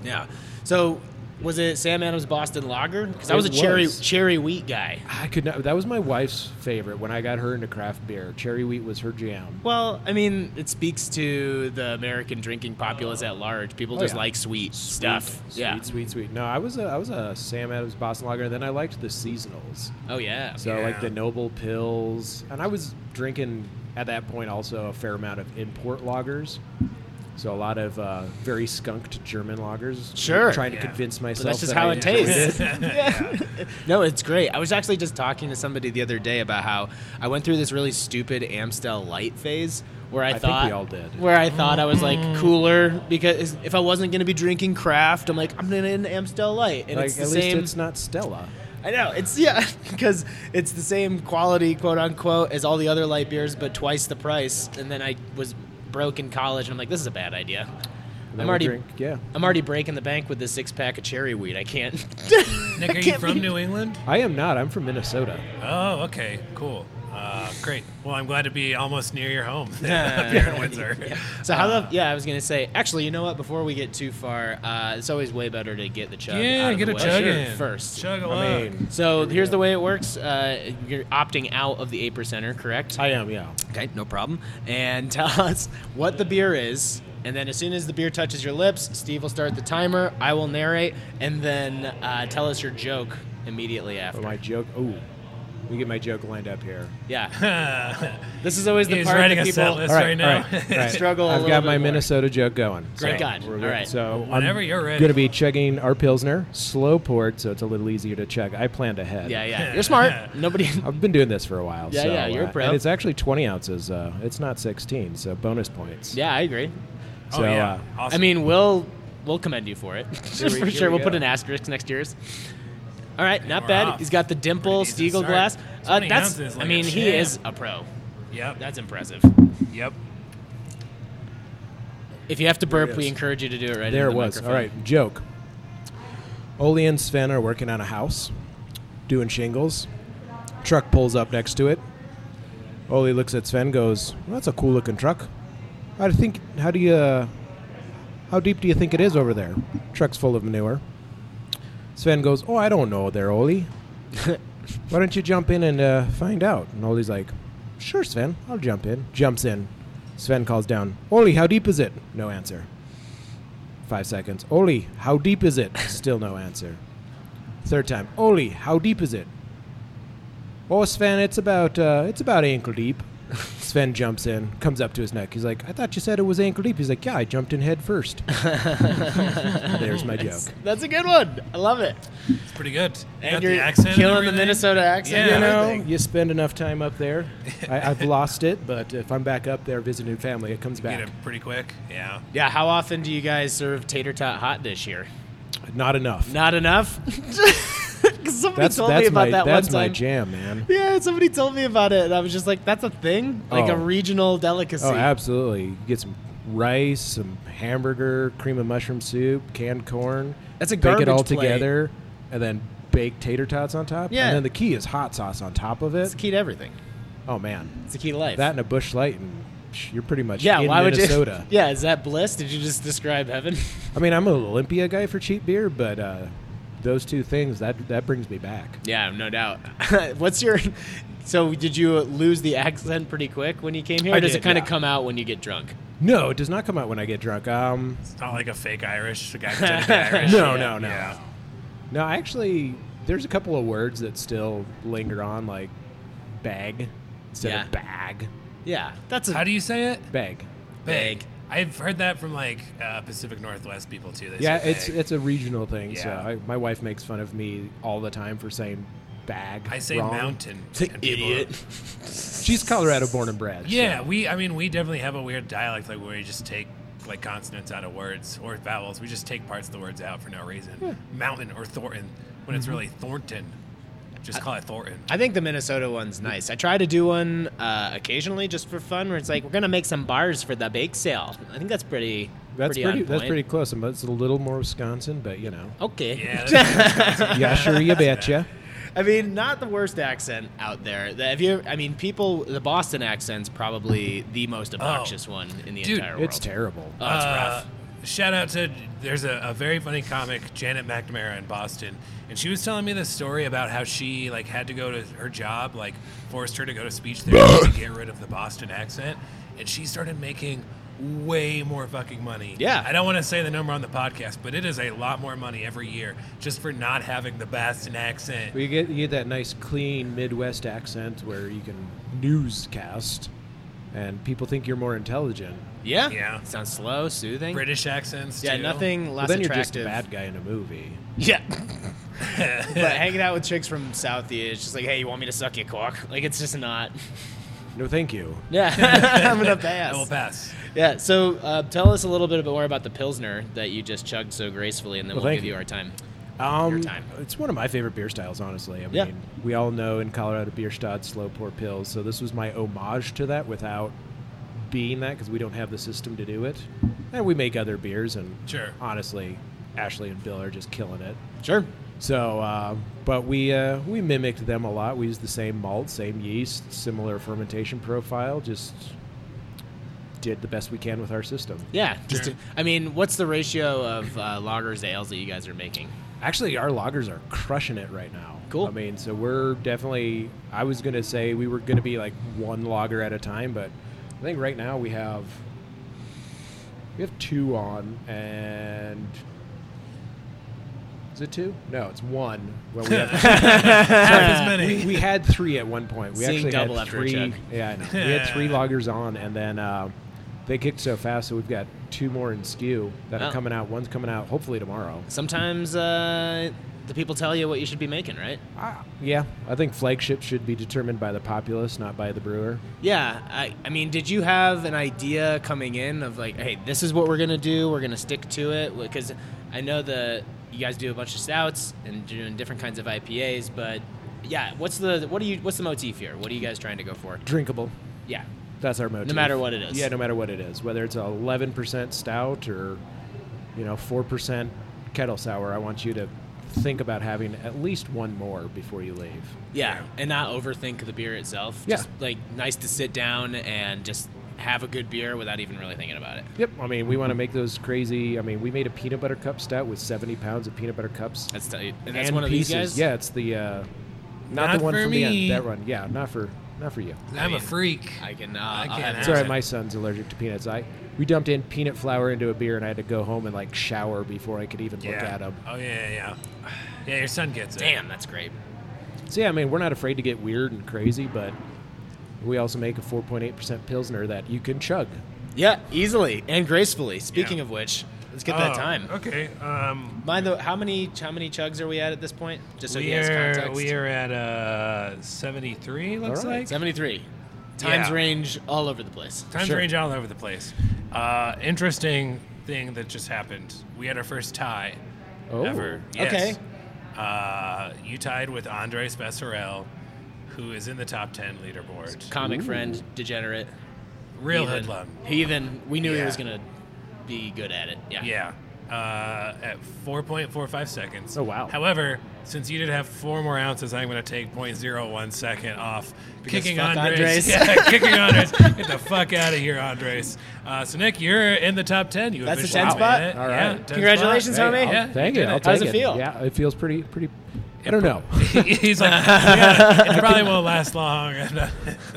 Speaker 1: Yeah. So was it Sam Adams Boston Lager? Because I
Speaker 5: It
Speaker 1: was a cherry
Speaker 5: was.
Speaker 1: cherry wheat guy.
Speaker 5: I could not. That was my wife's favorite when I got her into craft beer. Cherry wheat was her jam.
Speaker 1: Well, I mean, it speaks to the American drinking populace at large. People
Speaker 5: Oh,
Speaker 1: just
Speaker 5: yeah.
Speaker 1: like sweet, stuff.
Speaker 5: Sweet,
Speaker 1: yeah.
Speaker 5: Sweet, sweet, sweet. No, I was a I was a Sam Adams Boston Lager, and then I liked the seasonals.
Speaker 1: Oh yeah.
Speaker 5: So like
Speaker 4: Yeah.
Speaker 5: the Noble Pills, and I was drinking at that point also a fair amount of import lagers. So a lot of uh, very skunked German lagers.
Speaker 1: Sure.
Speaker 5: Trying to
Speaker 4: Yeah.
Speaker 5: convince myself.
Speaker 1: that's just
Speaker 5: that
Speaker 1: how
Speaker 5: [LAUGHS] I
Speaker 1: it
Speaker 5: enjoyed
Speaker 1: tastes. [LAUGHS] No, it's great. I was actually just talking to somebody the other day about how I went through this really stupid Amstel light phase where I,
Speaker 5: I think
Speaker 1: thought
Speaker 5: we all did.
Speaker 1: where I thought I was like cooler because if I wasn't going to be drinking craft, I'm like I'm going to an Amstel light and
Speaker 5: Like,
Speaker 1: it's the
Speaker 5: at
Speaker 1: same
Speaker 5: least it's not Stella.
Speaker 1: I know. It's yeah, [LAUGHS] because it's the same quality, quote unquote, as all the other light beers, but twice the price. And then I was broke in college, and I'm like, this is a bad idea.
Speaker 5: And then
Speaker 1: I'm
Speaker 5: we
Speaker 1: already,
Speaker 5: drink, yeah.
Speaker 1: I'm already breaking the bank with this six pack of cherry weed. I can't. [LAUGHS]
Speaker 4: Nick, are you
Speaker 1: can't
Speaker 4: from
Speaker 1: be-
Speaker 4: New England?
Speaker 5: I am not. I'm from Minnesota.
Speaker 4: Oh, okay, cool. Uh, great. Well, I'm glad to be almost near your
Speaker 1: [LAUGHS]
Speaker 4: home [LAUGHS] up here in Windsor.
Speaker 1: So how
Speaker 4: Ah.
Speaker 1: the yeah? I was gonna say actually, you know what? Before we get too far, uh, it's always way better to get the chug. out
Speaker 4: Yeah,
Speaker 1: of
Speaker 4: get
Speaker 1: the
Speaker 4: a
Speaker 1: way
Speaker 4: chug in
Speaker 1: first.
Speaker 4: Chug a
Speaker 5: I
Speaker 4: lug.
Speaker 5: mean,
Speaker 1: So here's the way it works. Uh, you're opting out of the Aper Center, correct?
Speaker 5: I am. Yeah.
Speaker 1: Okay, no problem. And [LAUGHS] tell us what the beer is. And then, as soon as the beer touches your lips, Steve will start the timer. I will narrate, and then uh, tell us your joke immediately
Speaker 5: But
Speaker 1: after.
Speaker 5: my joke. Oh, We get my joke lined up here.
Speaker 1: Yeah.
Speaker 4: [LAUGHS]
Speaker 1: This is always the
Speaker 4: He's
Speaker 1: part
Speaker 4: writing
Speaker 1: that
Speaker 4: a set
Speaker 1: people.
Speaker 4: list right, now.
Speaker 1: Struggle a
Speaker 5: I've
Speaker 1: little
Speaker 5: got
Speaker 1: bit
Speaker 5: my
Speaker 1: more.
Speaker 5: Minnesota joke going.
Speaker 4: Great.
Speaker 5: So
Speaker 1: God. All right.
Speaker 5: So
Speaker 4: Whenever
Speaker 5: I'm
Speaker 4: you're ready.
Speaker 5: Going to be chugging our pilsner, slow poured, so it's a little easier to chug. I planned
Speaker 1: [LAUGHS]
Speaker 5: ahead.
Speaker 1: Yeah,
Speaker 4: [LAUGHS]
Speaker 1: yeah. You're smart. Nobody. [LAUGHS]
Speaker 5: I've been doing this for a while.
Speaker 1: Yeah,
Speaker 5: so,
Speaker 1: yeah, you're a
Speaker 5: uh,
Speaker 1: pro.
Speaker 5: And it's actually 20 ounces. Uh, it's not 16, so bonus points.
Speaker 1: Yeah, I agree.
Speaker 5: So,
Speaker 4: oh, yeah.
Speaker 5: uh,
Speaker 4: Awesome.
Speaker 1: I mean, we'll we'll commend you for it. [LAUGHS]
Speaker 5: Here we-
Speaker 1: for
Speaker 5: here
Speaker 1: sure,
Speaker 5: we
Speaker 1: we'll
Speaker 5: go.
Speaker 1: put an asterisk next year's. All right, not
Speaker 4: we're
Speaker 1: bad.
Speaker 4: off.
Speaker 1: He's got the dimple,
Speaker 4: Pretty
Speaker 1: Stiegel
Speaker 4: decent start.
Speaker 1: glass. Uh,
Speaker 4: 20
Speaker 1: that's.
Speaker 4: ounces,
Speaker 1: I
Speaker 4: like a
Speaker 1: mean, he
Speaker 4: champ.
Speaker 1: is a pro.
Speaker 4: yep.
Speaker 1: That's impressive.
Speaker 4: yep.
Speaker 1: If you have to burp, we encourage you to do it right. into
Speaker 5: There it
Speaker 1: the
Speaker 5: was.
Speaker 1: Microphone.
Speaker 5: All right, joke. Oli and Sven are working on a house, doing shingles. Truck pulls up next to it. Oli looks at Sven, goes, well, "That's a cool looking truck. I think. How do you? Uh, how deep do you think it is over there? Truck's full of manure." Sven goes, "Oh, I don't know, there, Oli. Why don't you jump in and uh, find out?" And Oli's like, "Sure, Sven. I'll jump in." Jumps in. Sven calls down, "Oli, how deep is it?" No answer. Five seconds. Oli, how deep is it? [LAUGHS] Still no answer. Third time. Oli, how deep is it? Oh, Sven, it's about uh, it's about ankle deep. Sven jumps in, comes up to his neck. He's like, "I thought you said it was ankle deep." He's like, "Yeah, I jumped in head first. There's my joke.
Speaker 1: That's a good one. I love it.
Speaker 4: It's pretty good. You got
Speaker 1: And
Speaker 4: the
Speaker 1: you're
Speaker 4: accent and
Speaker 1: killing the
Speaker 4: everything.
Speaker 1: Minnesota accent.
Speaker 4: Yeah.
Speaker 5: You know,
Speaker 4: everything.
Speaker 5: you spend enough time up
Speaker 1: [LAUGHS]
Speaker 5: there. I, I've lost it, but if I'm back up there visiting family, it comes
Speaker 4: Get
Speaker 5: back.
Speaker 4: it pretty quick. Yeah.
Speaker 1: Yeah. How often do you guys serve tater tot hot dish here?
Speaker 5: Not enough.
Speaker 1: Not enough. [LAUGHS] 'Cause somebody
Speaker 5: that's
Speaker 1: told
Speaker 5: that's
Speaker 1: me about
Speaker 5: my
Speaker 1: that
Speaker 5: that's
Speaker 1: one
Speaker 5: my
Speaker 1: time.
Speaker 5: jam, man.
Speaker 1: [LAUGHS] Yeah, somebody told me about it, and I was just like, "That's a thing, like
Speaker 5: Oh.
Speaker 1: a regional delicacy."
Speaker 5: Oh, absolutely. You get some rice, some hamburger, cream and mushroom soup, canned corn.
Speaker 1: That's a
Speaker 5: Bake it all
Speaker 1: garbage plate.
Speaker 5: together and then bake tater tots on top.
Speaker 1: Yeah.
Speaker 5: And then the key is hot sauce on top of
Speaker 1: It's
Speaker 5: it.
Speaker 1: the key to everything.
Speaker 5: Oh, man.
Speaker 1: It's the key to life.
Speaker 5: That and a bush light, and psh, you're pretty much
Speaker 1: yeah,
Speaker 5: in
Speaker 1: why [LAUGHS]
Speaker 5: Minnesota.
Speaker 1: would you? Yeah, is that bliss? Did you just describe heaven?
Speaker 5: I mean, I'm an Olympia guy for cheap beer, but uh, those two things, that, that brings me back.
Speaker 1: Yeah, no doubt. [LAUGHS] What's your? So, did you lose the accent pretty quick when you came here?
Speaker 5: I
Speaker 1: or does
Speaker 5: did,
Speaker 1: it kind of
Speaker 5: yeah.
Speaker 1: come out when you get drunk?
Speaker 5: No, it does not come out when I get drunk. Um,
Speaker 4: It's not like a fake [LAUGHS] Irish. The guy pretending to be Irish. Oh,
Speaker 5: No, no, no.
Speaker 4: Yeah.
Speaker 5: No, I actually, there's a couple of words that still linger on, like bag instead
Speaker 1: Yeah.
Speaker 5: of bag.
Speaker 1: Yeah, that's a
Speaker 4: How do you say it?
Speaker 5: Bag.
Speaker 1: Bag.
Speaker 4: I've heard that from like uh, Pacific Northwest people too. They
Speaker 5: Yeah,
Speaker 4: say
Speaker 5: it's
Speaker 4: bag.
Speaker 5: it's a regional thing. So
Speaker 4: Yeah.
Speaker 5: I, my wife makes fun of me all the time for saying bag.
Speaker 4: I say
Speaker 5: wrong.
Speaker 4: mountain. and people-
Speaker 1: idiot.
Speaker 5: [LAUGHS] She's Colorado born and bred. so-
Speaker 4: Yeah, we. I mean, we definitely have a weird dialect, like where we just take like consonants out of words or vowels. We just take parts of the words out for no reason. Mountain or Thornton, when it's really Thornton. Just call it [LAUGHS] Thornton.
Speaker 1: I think the Minnesota one's nice. I try to do one uh, occasionally just for fun, where it's like we're gonna make some bars for the bake sale. I think that's pretty.
Speaker 5: That's
Speaker 1: pretty.
Speaker 5: pretty,
Speaker 1: on
Speaker 5: that's
Speaker 1: point.
Speaker 5: pretty close. But it's a little more Wisconsin, but you know.
Speaker 1: Okay. [LAUGHS]
Speaker 4: Yeah, that's-
Speaker 5: Yeah,
Speaker 4: [LAUGHS]
Speaker 5: sure you betcha.
Speaker 1: I mean, not the worst accent out there. The- Have you? I mean, people. The Boston accent's probably the most obnoxious one in the
Speaker 4: Dude,
Speaker 1: entire world.
Speaker 5: It's terrible.
Speaker 1: Oh, it's
Speaker 4: Uh,
Speaker 1: rough.
Speaker 4: Shout out to there's a, a very funny comic Janet McNamara in Boston, and she was telling me this story about how she like had to go to her job, like forced her to go to speech therapy
Speaker 1: [COUGHS]
Speaker 4: to get rid of the Boston accent, and she started making way more fucking money.
Speaker 1: Yeah.
Speaker 4: I don't want to say the number on the podcast, but it is a lot more money every year just for not having the Boston accent.
Speaker 5: Well, you get you get that nice clean Midwest accent where you can newscast, and people think you're more intelligent.
Speaker 1: Yeah.
Speaker 4: yeah.
Speaker 1: Sounds slow, soothing.
Speaker 4: British accents.
Speaker 1: Yeah.
Speaker 4: too. [LAUGHS]
Speaker 1: Nothing [LAUGHS]
Speaker 5: Well,
Speaker 1: less
Speaker 5: then you're just a
Speaker 1: attractive.
Speaker 5: bad guy in a movie.
Speaker 1: Yeah. [LAUGHS] but hanging out with chicks from Southie is just like, hey, you want me to suck your cock? Like, it's just not.
Speaker 5: No, thank you.
Speaker 1: [LAUGHS] Yeah. [LAUGHS] I'm gonna
Speaker 4: I will
Speaker 1: pass.
Speaker 4: pass.
Speaker 1: [LAUGHS] Yeah. So, uh, tell us a little bit more about the pilsner that you just chugged so gracefully, and then
Speaker 5: Well,
Speaker 1: we'll,
Speaker 5: thank
Speaker 1: give
Speaker 5: you.
Speaker 1: you our time.
Speaker 5: Um,
Speaker 1: Your time.
Speaker 5: It's one of my favorite beer styles, honestly. I
Speaker 1: Yeah.
Speaker 5: mean, we all know in Colorado beer style slow pour pills, so this was my homage to that without being that because we don't have the system to do it, and we make other beers. And
Speaker 4: Sure.
Speaker 5: honestly, Ashley and Bill are just killing it.
Speaker 1: Sure.
Speaker 5: So, uh, but we uh, we mimicked them a lot. We used the same malt, same yeast, similar fermentation profile. Just did the best we can with our system.
Speaker 1: Yeah. Just. To, I mean, what's the ratio of uh, lagers to ales that you guys are making?
Speaker 5: Actually, our loggers are crushing it right now.
Speaker 1: Cool.
Speaker 5: I mean, so we're definitely. I was gonna say we were gonna be like one logger at a time, but I think right now we have we have two on and Is it two? No, it's one. Well,
Speaker 4: [LAUGHS]
Speaker 5: we, have,
Speaker 4: as many.
Speaker 5: we, we had three at one point. We
Speaker 1: Seeing
Speaker 5: actually
Speaker 1: double
Speaker 5: had
Speaker 1: after a
Speaker 5: three.
Speaker 1: chug.
Speaker 5: Yeah,
Speaker 4: [LAUGHS]
Speaker 5: I know. we had three loggers on, and then uh, they kicked so fast that we've got two more in skew that
Speaker 1: Oh.
Speaker 5: are coming out. One's coming out hopefully tomorrow.
Speaker 1: Sometimes uh, the people tell you what you should be making, right?
Speaker 5: Yeah, I think flagship should be determined by the populace, not by the brewer.
Speaker 1: Yeah, I, I mean, did you have an idea coming in of like, hey, this is what we're gonna do. We're gonna stick to it because I know the you guys do a bunch of stouts and doing different kinds of IPAs, but yeah, what's the what do you what's the motif here? What are you guys trying to go for?
Speaker 5: Drinkable.
Speaker 1: Yeah,
Speaker 5: That's our motive.
Speaker 1: matter what it is.
Speaker 5: Yeah, no matter what it is, whether it's eleven percent stout or you know four percent kettle sour, I want you to think about having at least one more before you leave.
Speaker 1: yeah, and not overthink the beer itself.
Speaker 5: Yeah.
Speaker 1: Just like nice to sit down and just have a good beer without even really thinking about it.
Speaker 5: Yep. I mean, we want to make those crazy. I mean, we made a peanut butter cup stout with seventy pounds of peanut butter cups.
Speaker 1: That's and that's
Speaker 5: and
Speaker 1: one of
Speaker 5: pieces.
Speaker 1: these guys.
Speaker 5: Yeah, it's the uh, not,
Speaker 4: Not
Speaker 5: the one
Speaker 4: for
Speaker 5: from
Speaker 4: me.
Speaker 5: the end. That one. Yeah, not for not for you.
Speaker 4: I'm a freak.
Speaker 1: I can. Uh,
Speaker 4: I
Speaker 1: I'll
Speaker 4: can't
Speaker 1: have
Speaker 4: ask.
Speaker 5: It's all right. My son's allergic to peanuts. I we dumped in peanut flour into a beer, and I had to go home and like shower before I could even look at
Speaker 4: Yeah.
Speaker 5: them.
Speaker 4: Oh yeah, yeah, yeah. [SIGHS] Yeah, your son gets it.
Speaker 1: Damn, that's great.
Speaker 5: So yeah, I mean, we're not afraid to get weird and crazy, but we also make a 4.8% pilsner that you can chug.
Speaker 1: Yeah, easily and gracefully. Speaking
Speaker 4: Yeah.
Speaker 1: of which, let's get that
Speaker 4: Oh,
Speaker 1: time.
Speaker 4: Okay. Um,
Speaker 1: Mind the how many how many chugs are we at at this point? Just so he
Speaker 4: we
Speaker 1: has
Speaker 4: are
Speaker 1: context.
Speaker 4: we are at uh 73. Looks
Speaker 5: All right.
Speaker 4: like
Speaker 1: seventy three. Times
Speaker 4: Yeah.
Speaker 1: range all over the place.
Speaker 4: Times
Speaker 5: Sure.
Speaker 4: range all over the place. Uh, interesting thing that just happened. We had our first tie
Speaker 5: Oh.
Speaker 4: ever.
Speaker 1: Okay.
Speaker 4: Yes. Uh, you tied with Andres Besserel, who is in the top 10 leaderboard.
Speaker 1: Comic friend, degenerate,
Speaker 4: Real
Speaker 1: heathen.
Speaker 4: hoodlum.
Speaker 1: Heathen. We knew he
Speaker 4: Yeah.
Speaker 1: was gonna be good at it. Yeah.
Speaker 4: Yeah. Uh, at 4.45 seconds.
Speaker 5: Oh, wow.
Speaker 4: However, since you did have four more ounces, I'm going to take 0.01 second off. kicking
Speaker 1: fuck
Speaker 4: Andres.
Speaker 1: Andres.
Speaker 4: [LAUGHS] Yeah,
Speaker 5: [LAUGHS]
Speaker 4: kicking Andres. Get the fuck out of here, Andres. Uh, so, Nick, you're in the top 10. You
Speaker 1: That's the
Speaker 4: officially
Speaker 1: 10 spot?
Speaker 4: made it.
Speaker 5: All
Speaker 4: Yeah,
Speaker 5: right.
Speaker 4: 10 spot.
Speaker 1: Congratulations,
Speaker 5: Hey,
Speaker 1: homie.
Speaker 5: I'll
Speaker 4: Yeah,
Speaker 5: Thank
Speaker 4: you
Speaker 5: it.
Speaker 4: did
Speaker 5: I'll
Speaker 4: it.
Speaker 5: take
Speaker 1: How's it feel?
Speaker 5: Yeah, it feels pretty, pretty. I don't know.
Speaker 4: [LAUGHS] He's like, yeah,
Speaker 5: [LAUGHS]
Speaker 4: it probably won't last long. [LAUGHS] And, uh,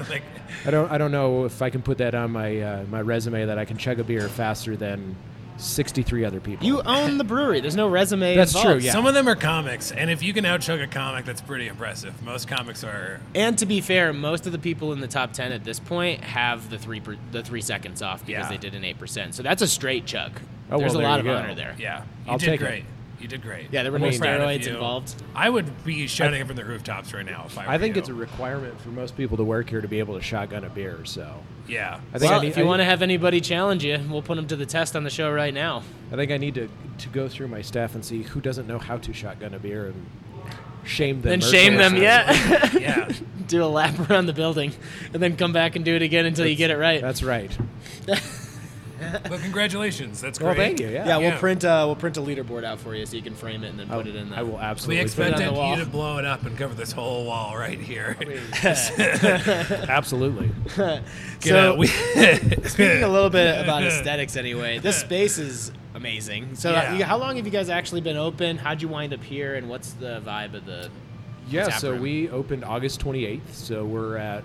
Speaker 4: like,
Speaker 5: I don't. I don't know if I can put that on my uh, my resume that I can chug a beer faster than 63 other people.
Speaker 1: You own the brewery. There's no resume.
Speaker 5: That's
Speaker 1: involved.
Speaker 5: true, yeah.
Speaker 4: Some of them are comics, and if you can out chug a comic, that's pretty impressive. Most comics are.
Speaker 1: And to be fair, most of the people in the top ten at this point have the three per, the three seconds off because
Speaker 4: Yeah.
Speaker 1: they did an eight percent. So that's a straight chug.
Speaker 5: Oh, well,
Speaker 1: There's a
Speaker 5: there
Speaker 1: lot
Speaker 5: you
Speaker 1: of
Speaker 5: go.
Speaker 1: honor there.
Speaker 4: Yeah, you
Speaker 5: I'll
Speaker 4: did
Speaker 5: take it.
Speaker 4: great. You did great.
Speaker 1: Yeah, there were
Speaker 4: I'm
Speaker 1: no
Speaker 4: proud of
Speaker 1: steroids
Speaker 4: you.
Speaker 1: involved.
Speaker 4: I would be shouting it from the rooftops right now if I. Were
Speaker 5: I think
Speaker 4: you.
Speaker 5: it's a requirement for most people to work here to be able to shotgun a beer. So
Speaker 4: yeah.
Speaker 5: [LAUGHS] I think
Speaker 1: Well,
Speaker 5: I need,
Speaker 1: if you
Speaker 5: I-
Speaker 1: want to have anybody challenge you, we'll put them to the test on the show right now.
Speaker 5: I think I need to to go through my staff and see who doesn't know how to shotgun a beer and shame them.
Speaker 1: Then shame them,
Speaker 5: mercilessly.
Speaker 1: yeah.
Speaker 4: yeah.
Speaker 1: [LAUGHS] do a lap around the building, and then come back and do it again until you get it right.
Speaker 5: That's right.
Speaker 4: Well, congratulations. That's great.
Speaker 5: Well, thank you. Yeah.
Speaker 1: yeah,
Speaker 4: yeah.
Speaker 1: we'll print uh, we'll print a leaderboard out for you so you can frame it and then put it in there.
Speaker 5: I will
Speaker 4: We
Speaker 5: absolutely. put
Speaker 1: it
Speaker 4: expected
Speaker 1: on the wall.
Speaker 4: you to blow it up and cover this whole wall right here.
Speaker 5: it-
Speaker 1: [LAUGHS]
Speaker 5: absolutely.
Speaker 4: Get out.
Speaker 5: [LAUGHS]
Speaker 4: We- [LAUGHS]
Speaker 1: speaking a little bit about aesthetics anyway, this space is amazing. So, uh,
Speaker 4: Yeah.
Speaker 1: you- how long have you guys actually been open? How'd you wind up here, and what's the vibe of the?
Speaker 5: Yeah.
Speaker 1: tap
Speaker 5: So
Speaker 1: room?
Speaker 5: we opened August 28th. So we're at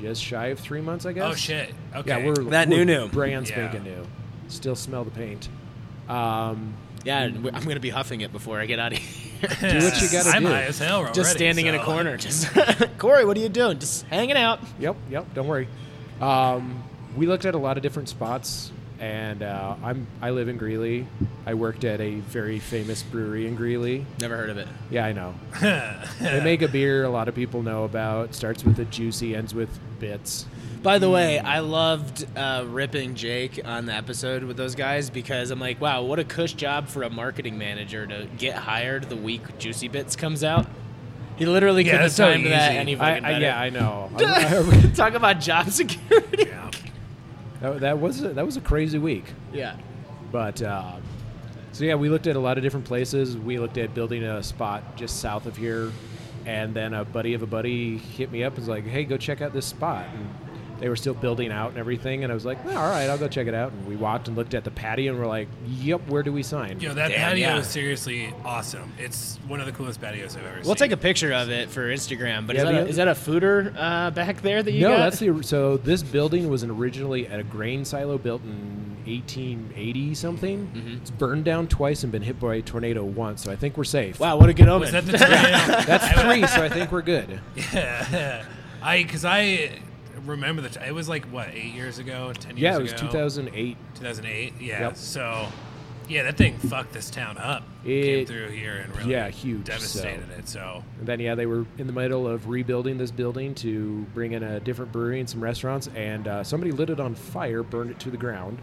Speaker 5: just shy of three months, I guess.
Speaker 4: oh shit. Okay.
Speaker 5: Yeah, we're
Speaker 1: That new,
Speaker 5: we're
Speaker 1: new.
Speaker 5: brand
Speaker 4: Yeah.
Speaker 5: spanking new. Still smell the paint. Um,
Speaker 1: yeah, and we- I'm gonna be huffing it before I get out of [LAUGHS] here.
Speaker 4: do
Speaker 1: [LAUGHS]
Speaker 5: what you gotta
Speaker 4: I'm
Speaker 5: do.
Speaker 4: high as hell already.
Speaker 1: just standing in a
Speaker 4: so-
Speaker 1: corner. Just [LAUGHS] Corey, what are you doing? Just hanging out.
Speaker 5: yep, yep. Don't worry. Um, we looked at a lot of different spots, and uh, I'm I live in Greeley. I worked at a very famous brewery in Greeley.
Speaker 1: Never heard of it.
Speaker 5: Yeah, I know. they make a beer a lot of people know about. Starts with a juicy, ends with bits.
Speaker 1: By the way, I loved uh, ripping Jake on the episode with those guys because I'm like, wow, what a cush job for a marketing manager to get hired the week Juicy Bits comes out. He literally
Speaker 4: Yeah,
Speaker 1: could have
Speaker 4: that's so
Speaker 1: timed that
Speaker 4: easy.
Speaker 1: any
Speaker 5: I,
Speaker 1: fucking
Speaker 5: I,
Speaker 1: better. [LAUGHS]
Speaker 5: yeah, I know. I- I-
Speaker 1: Talk about job security.
Speaker 4: Yeah.
Speaker 5: that, that was a, that was a crazy week,
Speaker 1: Yeah.
Speaker 5: but uh, so yeah, we looked at a lot of different places. We looked at building a spot just south of here, and then a buddy of a buddy hit me up and was like, "Hey, go check out this spot." And they were still building out and everything, and I was like, "Well, "All right, I'll go check it out." And we walked and looked at the patio, and we're like, "Yep, where do we sign?"
Speaker 4: Yo, that
Speaker 1: Damn,
Speaker 4: patio
Speaker 1: yeah.
Speaker 4: is seriously awesome. It's one of the coolest patios I've ever seen.
Speaker 1: We'll
Speaker 4: [LAUGHS]
Speaker 1: take a picture of it for Instagram, but
Speaker 5: Yeah,
Speaker 1: is, that
Speaker 5: the
Speaker 1: a,
Speaker 5: other-
Speaker 1: is that a fooder uh, back there that you
Speaker 5: no,
Speaker 1: got?
Speaker 5: that's the so this building was originally at a grain silo built in 1880 something.
Speaker 1: Mm-hmm.
Speaker 5: It's burned down twice and been hit by a tornado once, so I think we're safe.
Speaker 1: Wow, what a good
Speaker 4: Was
Speaker 1: omen.
Speaker 5: [LAUGHS]
Speaker 4: that the tornado? [LAUGHS]
Speaker 1: [LAUGHS]
Speaker 5: That's three, so I think we're good.
Speaker 4: Yeah, I because I remember the t- it was like what eight years ago, ten years
Speaker 5: Yeah,
Speaker 4: ago.
Speaker 5: it was 2008.
Speaker 4: 2008. Yeah,
Speaker 5: Yep.
Speaker 4: so yeah, that thing fucked this town up. Came
Speaker 5: It-
Speaker 4: through here and really
Speaker 5: yeah, huge,
Speaker 4: devastated
Speaker 5: so-
Speaker 4: it. So
Speaker 5: And then yeah, they were in the middle of rebuilding this building to bring in a different brewery and some restaurants, and uh, somebody lit it on fire, burned it to the ground.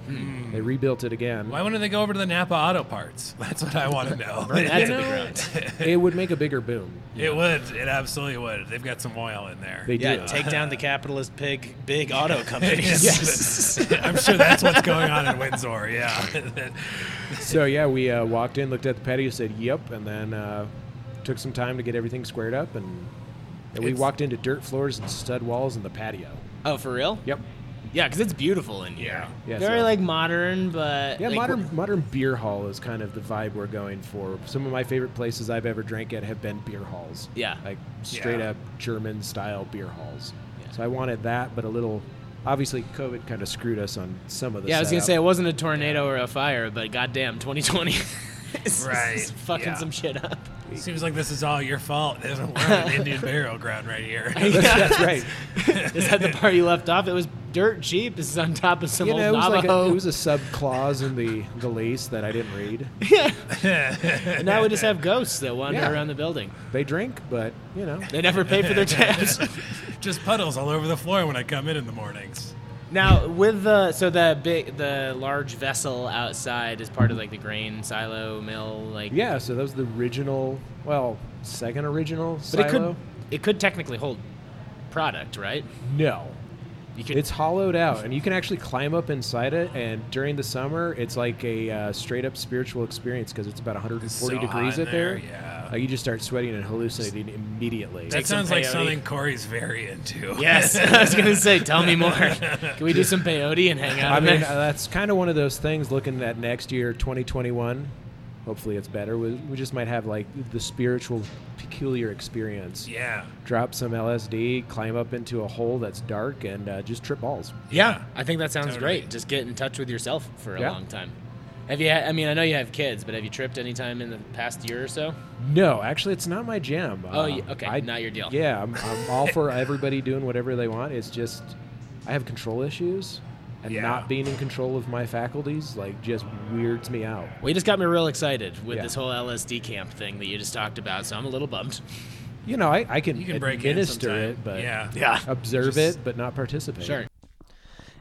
Speaker 5: They rebuilt it again.
Speaker 4: why wouldn't they go over to the Napa Auto Parts? [LAUGHS] That's what I want to know.
Speaker 1: That's
Speaker 4: [LAUGHS] it
Speaker 5: It would make a bigger boom.
Speaker 4: would. It absolutely would. They've got some oil in there.
Speaker 5: They
Speaker 1: yeah,
Speaker 5: do.
Speaker 1: take down the capitalist pig,
Speaker 5: [LAUGHS]
Speaker 1: big auto companies.
Speaker 4: [LAUGHS] I'm sure that's what's going on in Windsor. Yeah.
Speaker 5: So yeah, we uh, walked in, looked at the patio, said "yep," and then uh, took some time to get everything squared up, and, and we
Speaker 4: It's-
Speaker 5: walked into dirt floors and stud walls in the patio.
Speaker 1: Oh, for real?
Speaker 5: Yep.
Speaker 1: Yeah, because it's beautiful in here.
Speaker 5: [LAUGHS] Yeah,
Speaker 1: Very
Speaker 5: so-
Speaker 1: like modern, but
Speaker 5: Yeah,
Speaker 1: like,
Speaker 5: modern modern beer hall is kind of the vibe we're going for. Some of my favorite places I've ever drank at have been beer halls.
Speaker 1: Yeah.
Speaker 5: like straight
Speaker 4: Yeah.
Speaker 5: up German style beer halls.
Speaker 1: Yeah.
Speaker 5: So I wanted that, but a little. Obviously, COVID kind of screwed us on some of the.
Speaker 1: Yeah, I was gonna say it
Speaker 5: setup.
Speaker 1: wasn't a tornado or a fire, but goddamn, 2020 [LAUGHS] is
Speaker 4: Right,
Speaker 1: is fucking
Speaker 4: yeah.
Speaker 1: some shit up.
Speaker 4: [LAUGHS] Seems like this is all your fault. We're on an Indian
Speaker 5: [LAUGHS]
Speaker 4: burial ground right here.
Speaker 1: [LAUGHS]
Speaker 5: That's right.
Speaker 1: Is that the part you left off? It was dirt cheap. This is on top of some
Speaker 5: You know, it
Speaker 1: old
Speaker 5: was, like a,
Speaker 1: Navajo.
Speaker 5: it was a sub clause in the, the lease that I didn't read.
Speaker 1: [LAUGHS] and now we just have ghosts that wander
Speaker 5: Yeah.
Speaker 1: around the building.
Speaker 5: They drink, but
Speaker 1: [LAUGHS]
Speaker 5: you know,
Speaker 1: They never pay for their tabs.
Speaker 4: [LAUGHS] Just puddles all over the floor when I come in in the mornings.
Speaker 1: now with the so the big the large vessel outside is part of like the grain silo mill like
Speaker 5: yeah. So that was the original, well, second original
Speaker 1: but
Speaker 5: silo.
Speaker 1: it could it could technically hold product right
Speaker 5: no,
Speaker 1: you could
Speaker 5: it's hollowed out, and you can actually climb up inside it. And during the summer, it's like a uh, straight up spiritual experience because it's about 140
Speaker 4: It's so hot
Speaker 5: degrees up
Speaker 4: in
Speaker 5: there.
Speaker 4: there, yeah.
Speaker 5: Like, you just start sweating and hallucinating immediately.
Speaker 4: That
Speaker 1: Take some
Speaker 4: sounds like
Speaker 1: peyote.
Speaker 4: something Corey's very into.
Speaker 1: yes [LAUGHS] I was gonna say tell me more can we do some peyote and hang out
Speaker 5: I
Speaker 1: in
Speaker 5: mean,
Speaker 1: there?
Speaker 5: uh, that's kind of one of those things. Looking at next year, 2021. Hopefully, it's better. We, we just might have like the spiritual peculiar
Speaker 4: [LAUGHS]
Speaker 5: experience.
Speaker 4: Yeah.
Speaker 5: drop some LSD, climb up into a hole that's dark, and uh, just trip balls.
Speaker 4: Yeah.
Speaker 1: I think that sounds
Speaker 4: Totally.
Speaker 1: great. Just get in touch with yourself for a
Speaker 5: Yeah.
Speaker 1: long time. Have you? I mean, I know you have kids, but have you tripped any time in the past year or so?
Speaker 5: No, actually, it's not my jam. Um,
Speaker 1: Oh, y- okay, not your deal.
Speaker 5: Yeah, I'm, I'm all for everybody doing whatever they want. It's just I have control issues, and
Speaker 4: Yeah.
Speaker 5: not being in control of my faculties like just weirds me out.
Speaker 1: Well, you just got me real excited with
Speaker 5: Yeah.
Speaker 1: this whole LSD camp thing that you just talked about, so I'm a little bummed.
Speaker 5: You know, I, I can,
Speaker 4: You can break in
Speaker 5: administer
Speaker 4: sometime.
Speaker 5: it, but
Speaker 4: yeah.
Speaker 1: Yeah.
Speaker 5: observe it, but not participate.
Speaker 1: Sure.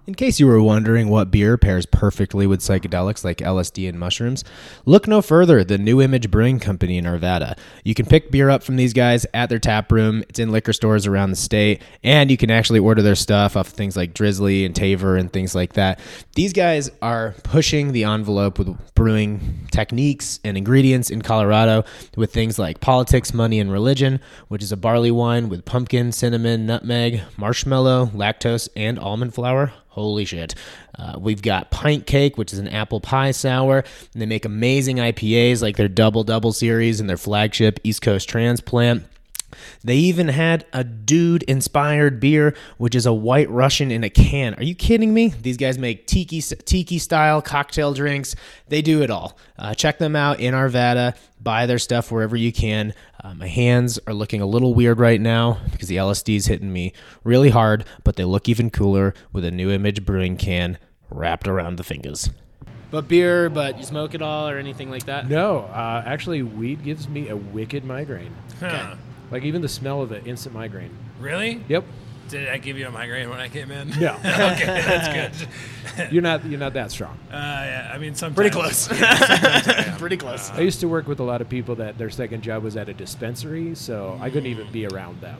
Speaker 7: In case you were wondering what beer pairs perfectly with psychedelics like LSD and mushrooms, look no further than New Image Brewing Company in Arvada. You can pick beer up from these guys at their tap room. It's in liquor stores around the state, and you can actually order their stuff off things like Drizzly and Taver and things like that. These guys are pushing the envelope with brewing techniques and ingredients in Colorado with things like politics, money, and religion, which is a barley wine with pumpkin, cinnamon, nutmeg, marshmallow, lactose, and almond flour. Holy shit. Uh, we've got Pint Cake, which is an apple pie sour. And they make amazing IPAs like their Double Double series and their flagship East Coast Transplant. They even had a dude inspired beer, which is a white Russian in a can. Are you kidding me? These guys make tiki tiki style cocktail drinks. They do it all. Uh, check them out in Arvada. Buy their stuff wherever you can. Uh, my hands are looking a little weird right now because the LSD is hitting me really hard, but they look even cooler with a new image brewing can wrapped around the fingers.
Speaker 1: But beer, but you smoke it all or anything like that?
Speaker 5: No, uh, actually, weed gives me a
Speaker 4: [LAUGHS]
Speaker 5: wicked migraine.
Speaker 4: Huh.
Speaker 5: Like even the smell of it, instant migraine.
Speaker 4: Really? [LAUGHS]
Speaker 5: Yep.
Speaker 4: Did I give you a migraine when I came in?
Speaker 5: No.
Speaker 4: [LAUGHS] okay, that's good.
Speaker 5: You're not. You're not that strong.
Speaker 4: Uh, yeah, I mean, sometimes.
Speaker 1: Pretty close. [LAUGHS] Pretty close.
Speaker 5: I used to work with a lot of people that their second job was at a dispensary, so I couldn't even be around them.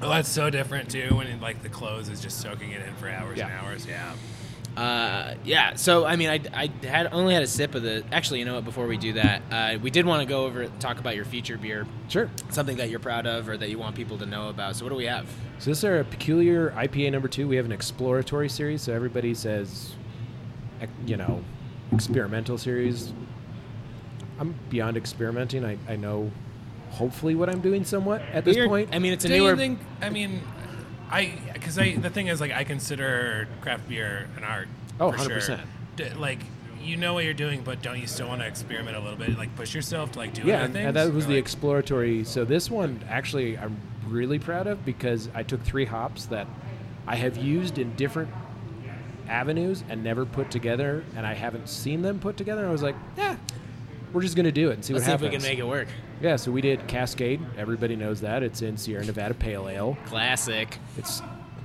Speaker 4: Oh, that's so different too. When like the clothes is just soaking it in for hours and
Speaker 5: Yeah.
Speaker 4: hours. Yeah.
Speaker 1: Uh, yeah. So I mean, I, I had only had a sip of the. Actually, you know what? Before we do that, uh, we did want to go over talk about your feature beer,
Speaker 5: Sure.
Speaker 1: something that you're proud of or that you want people to know about. So what do we have?
Speaker 5: So this is our peculiar IPA number two. We have an exploratory series, so everybody says, ec- you know, experimental series. I'm beyond experimenting. I, I know, hopefully, what I'm doing somewhat at this
Speaker 1: Beer-
Speaker 5: point.
Speaker 1: I mean, it's a
Speaker 4: Do
Speaker 1: newer.
Speaker 4: you think? I mean, I because I the thing is like I consider craft beer an art.
Speaker 5: Oh,
Speaker 4: for sure.
Speaker 5: 100%.
Speaker 4: d- like you know what you're doing, but don't you still want to experiment a little bit, like push yourself to like do
Speaker 5: yeah,
Speaker 4: other
Speaker 5: and,
Speaker 4: things?
Speaker 5: and that was
Speaker 4: Or,
Speaker 5: the
Speaker 4: like-
Speaker 5: exploratory. So this one, actually, I'm really proud of because I took three hops that I have used in different avenues and never put together, and I haven't seen them put together. I was like, yeah, we're just gonna do it and see
Speaker 1: Let's
Speaker 5: what
Speaker 1: see if
Speaker 5: happens.
Speaker 1: we can make it work.
Speaker 5: Yeah, so we did Cascade. Everybody knows that it's in Sierra Nevada Pale Ale.
Speaker 1: Classic.
Speaker 5: It's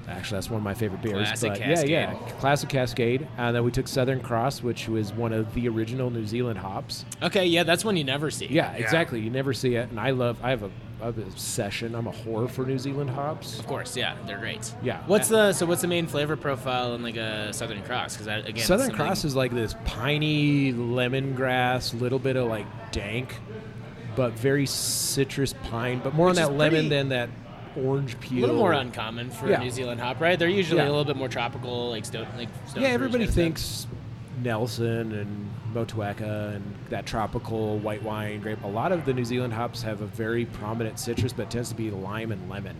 Speaker 5: actually that's one of my favorite beers.
Speaker 1: Classic
Speaker 5: but
Speaker 1: Cascade.
Speaker 5: Yeah, yeah, classic Cascade. And then we took Southern Cross, which was one of the original New Zealand hops.
Speaker 1: Okay, yeah, that's one you never see.
Speaker 5: Yeah, exactly. You never see it, and I love. I have a I have an obsession. I'm a whore for New Zealand hops.
Speaker 1: Of course, yeah, they're great.
Speaker 5: Yeah.
Speaker 1: What's the so? What's the main flavor profile in like a Southern Cross? Because again, it's
Speaker 5: Southern
Speaker 1: something-
Speaker 5: Cross is like this piney lemongrass, little bit of like dank, but very citrus pine, but more
Speaker 1: Which
Speaker 5: on
Speaker 1: is
Speaker 5: that lemon
Speaker 1: pretty-
Speaker 5: than that orange peel.
Speaker 1: a little more uncommon for
Speaker 5: Yeah.
Speaker 1: a New Zealand hop, right? They're usually
Speaker 5: Yeah.
Speaker 1: a little bit more tropical, like stone. Like Stonehenge
Speaker 5: Yeah, everybody
Speaker 1: kind of stuff.
Speaker 5: thinks Nelson and Motueka and that tropical white wine grape. A lot of the New Zealand hops have a very prominent citrus, but it tends to be lime and lemon.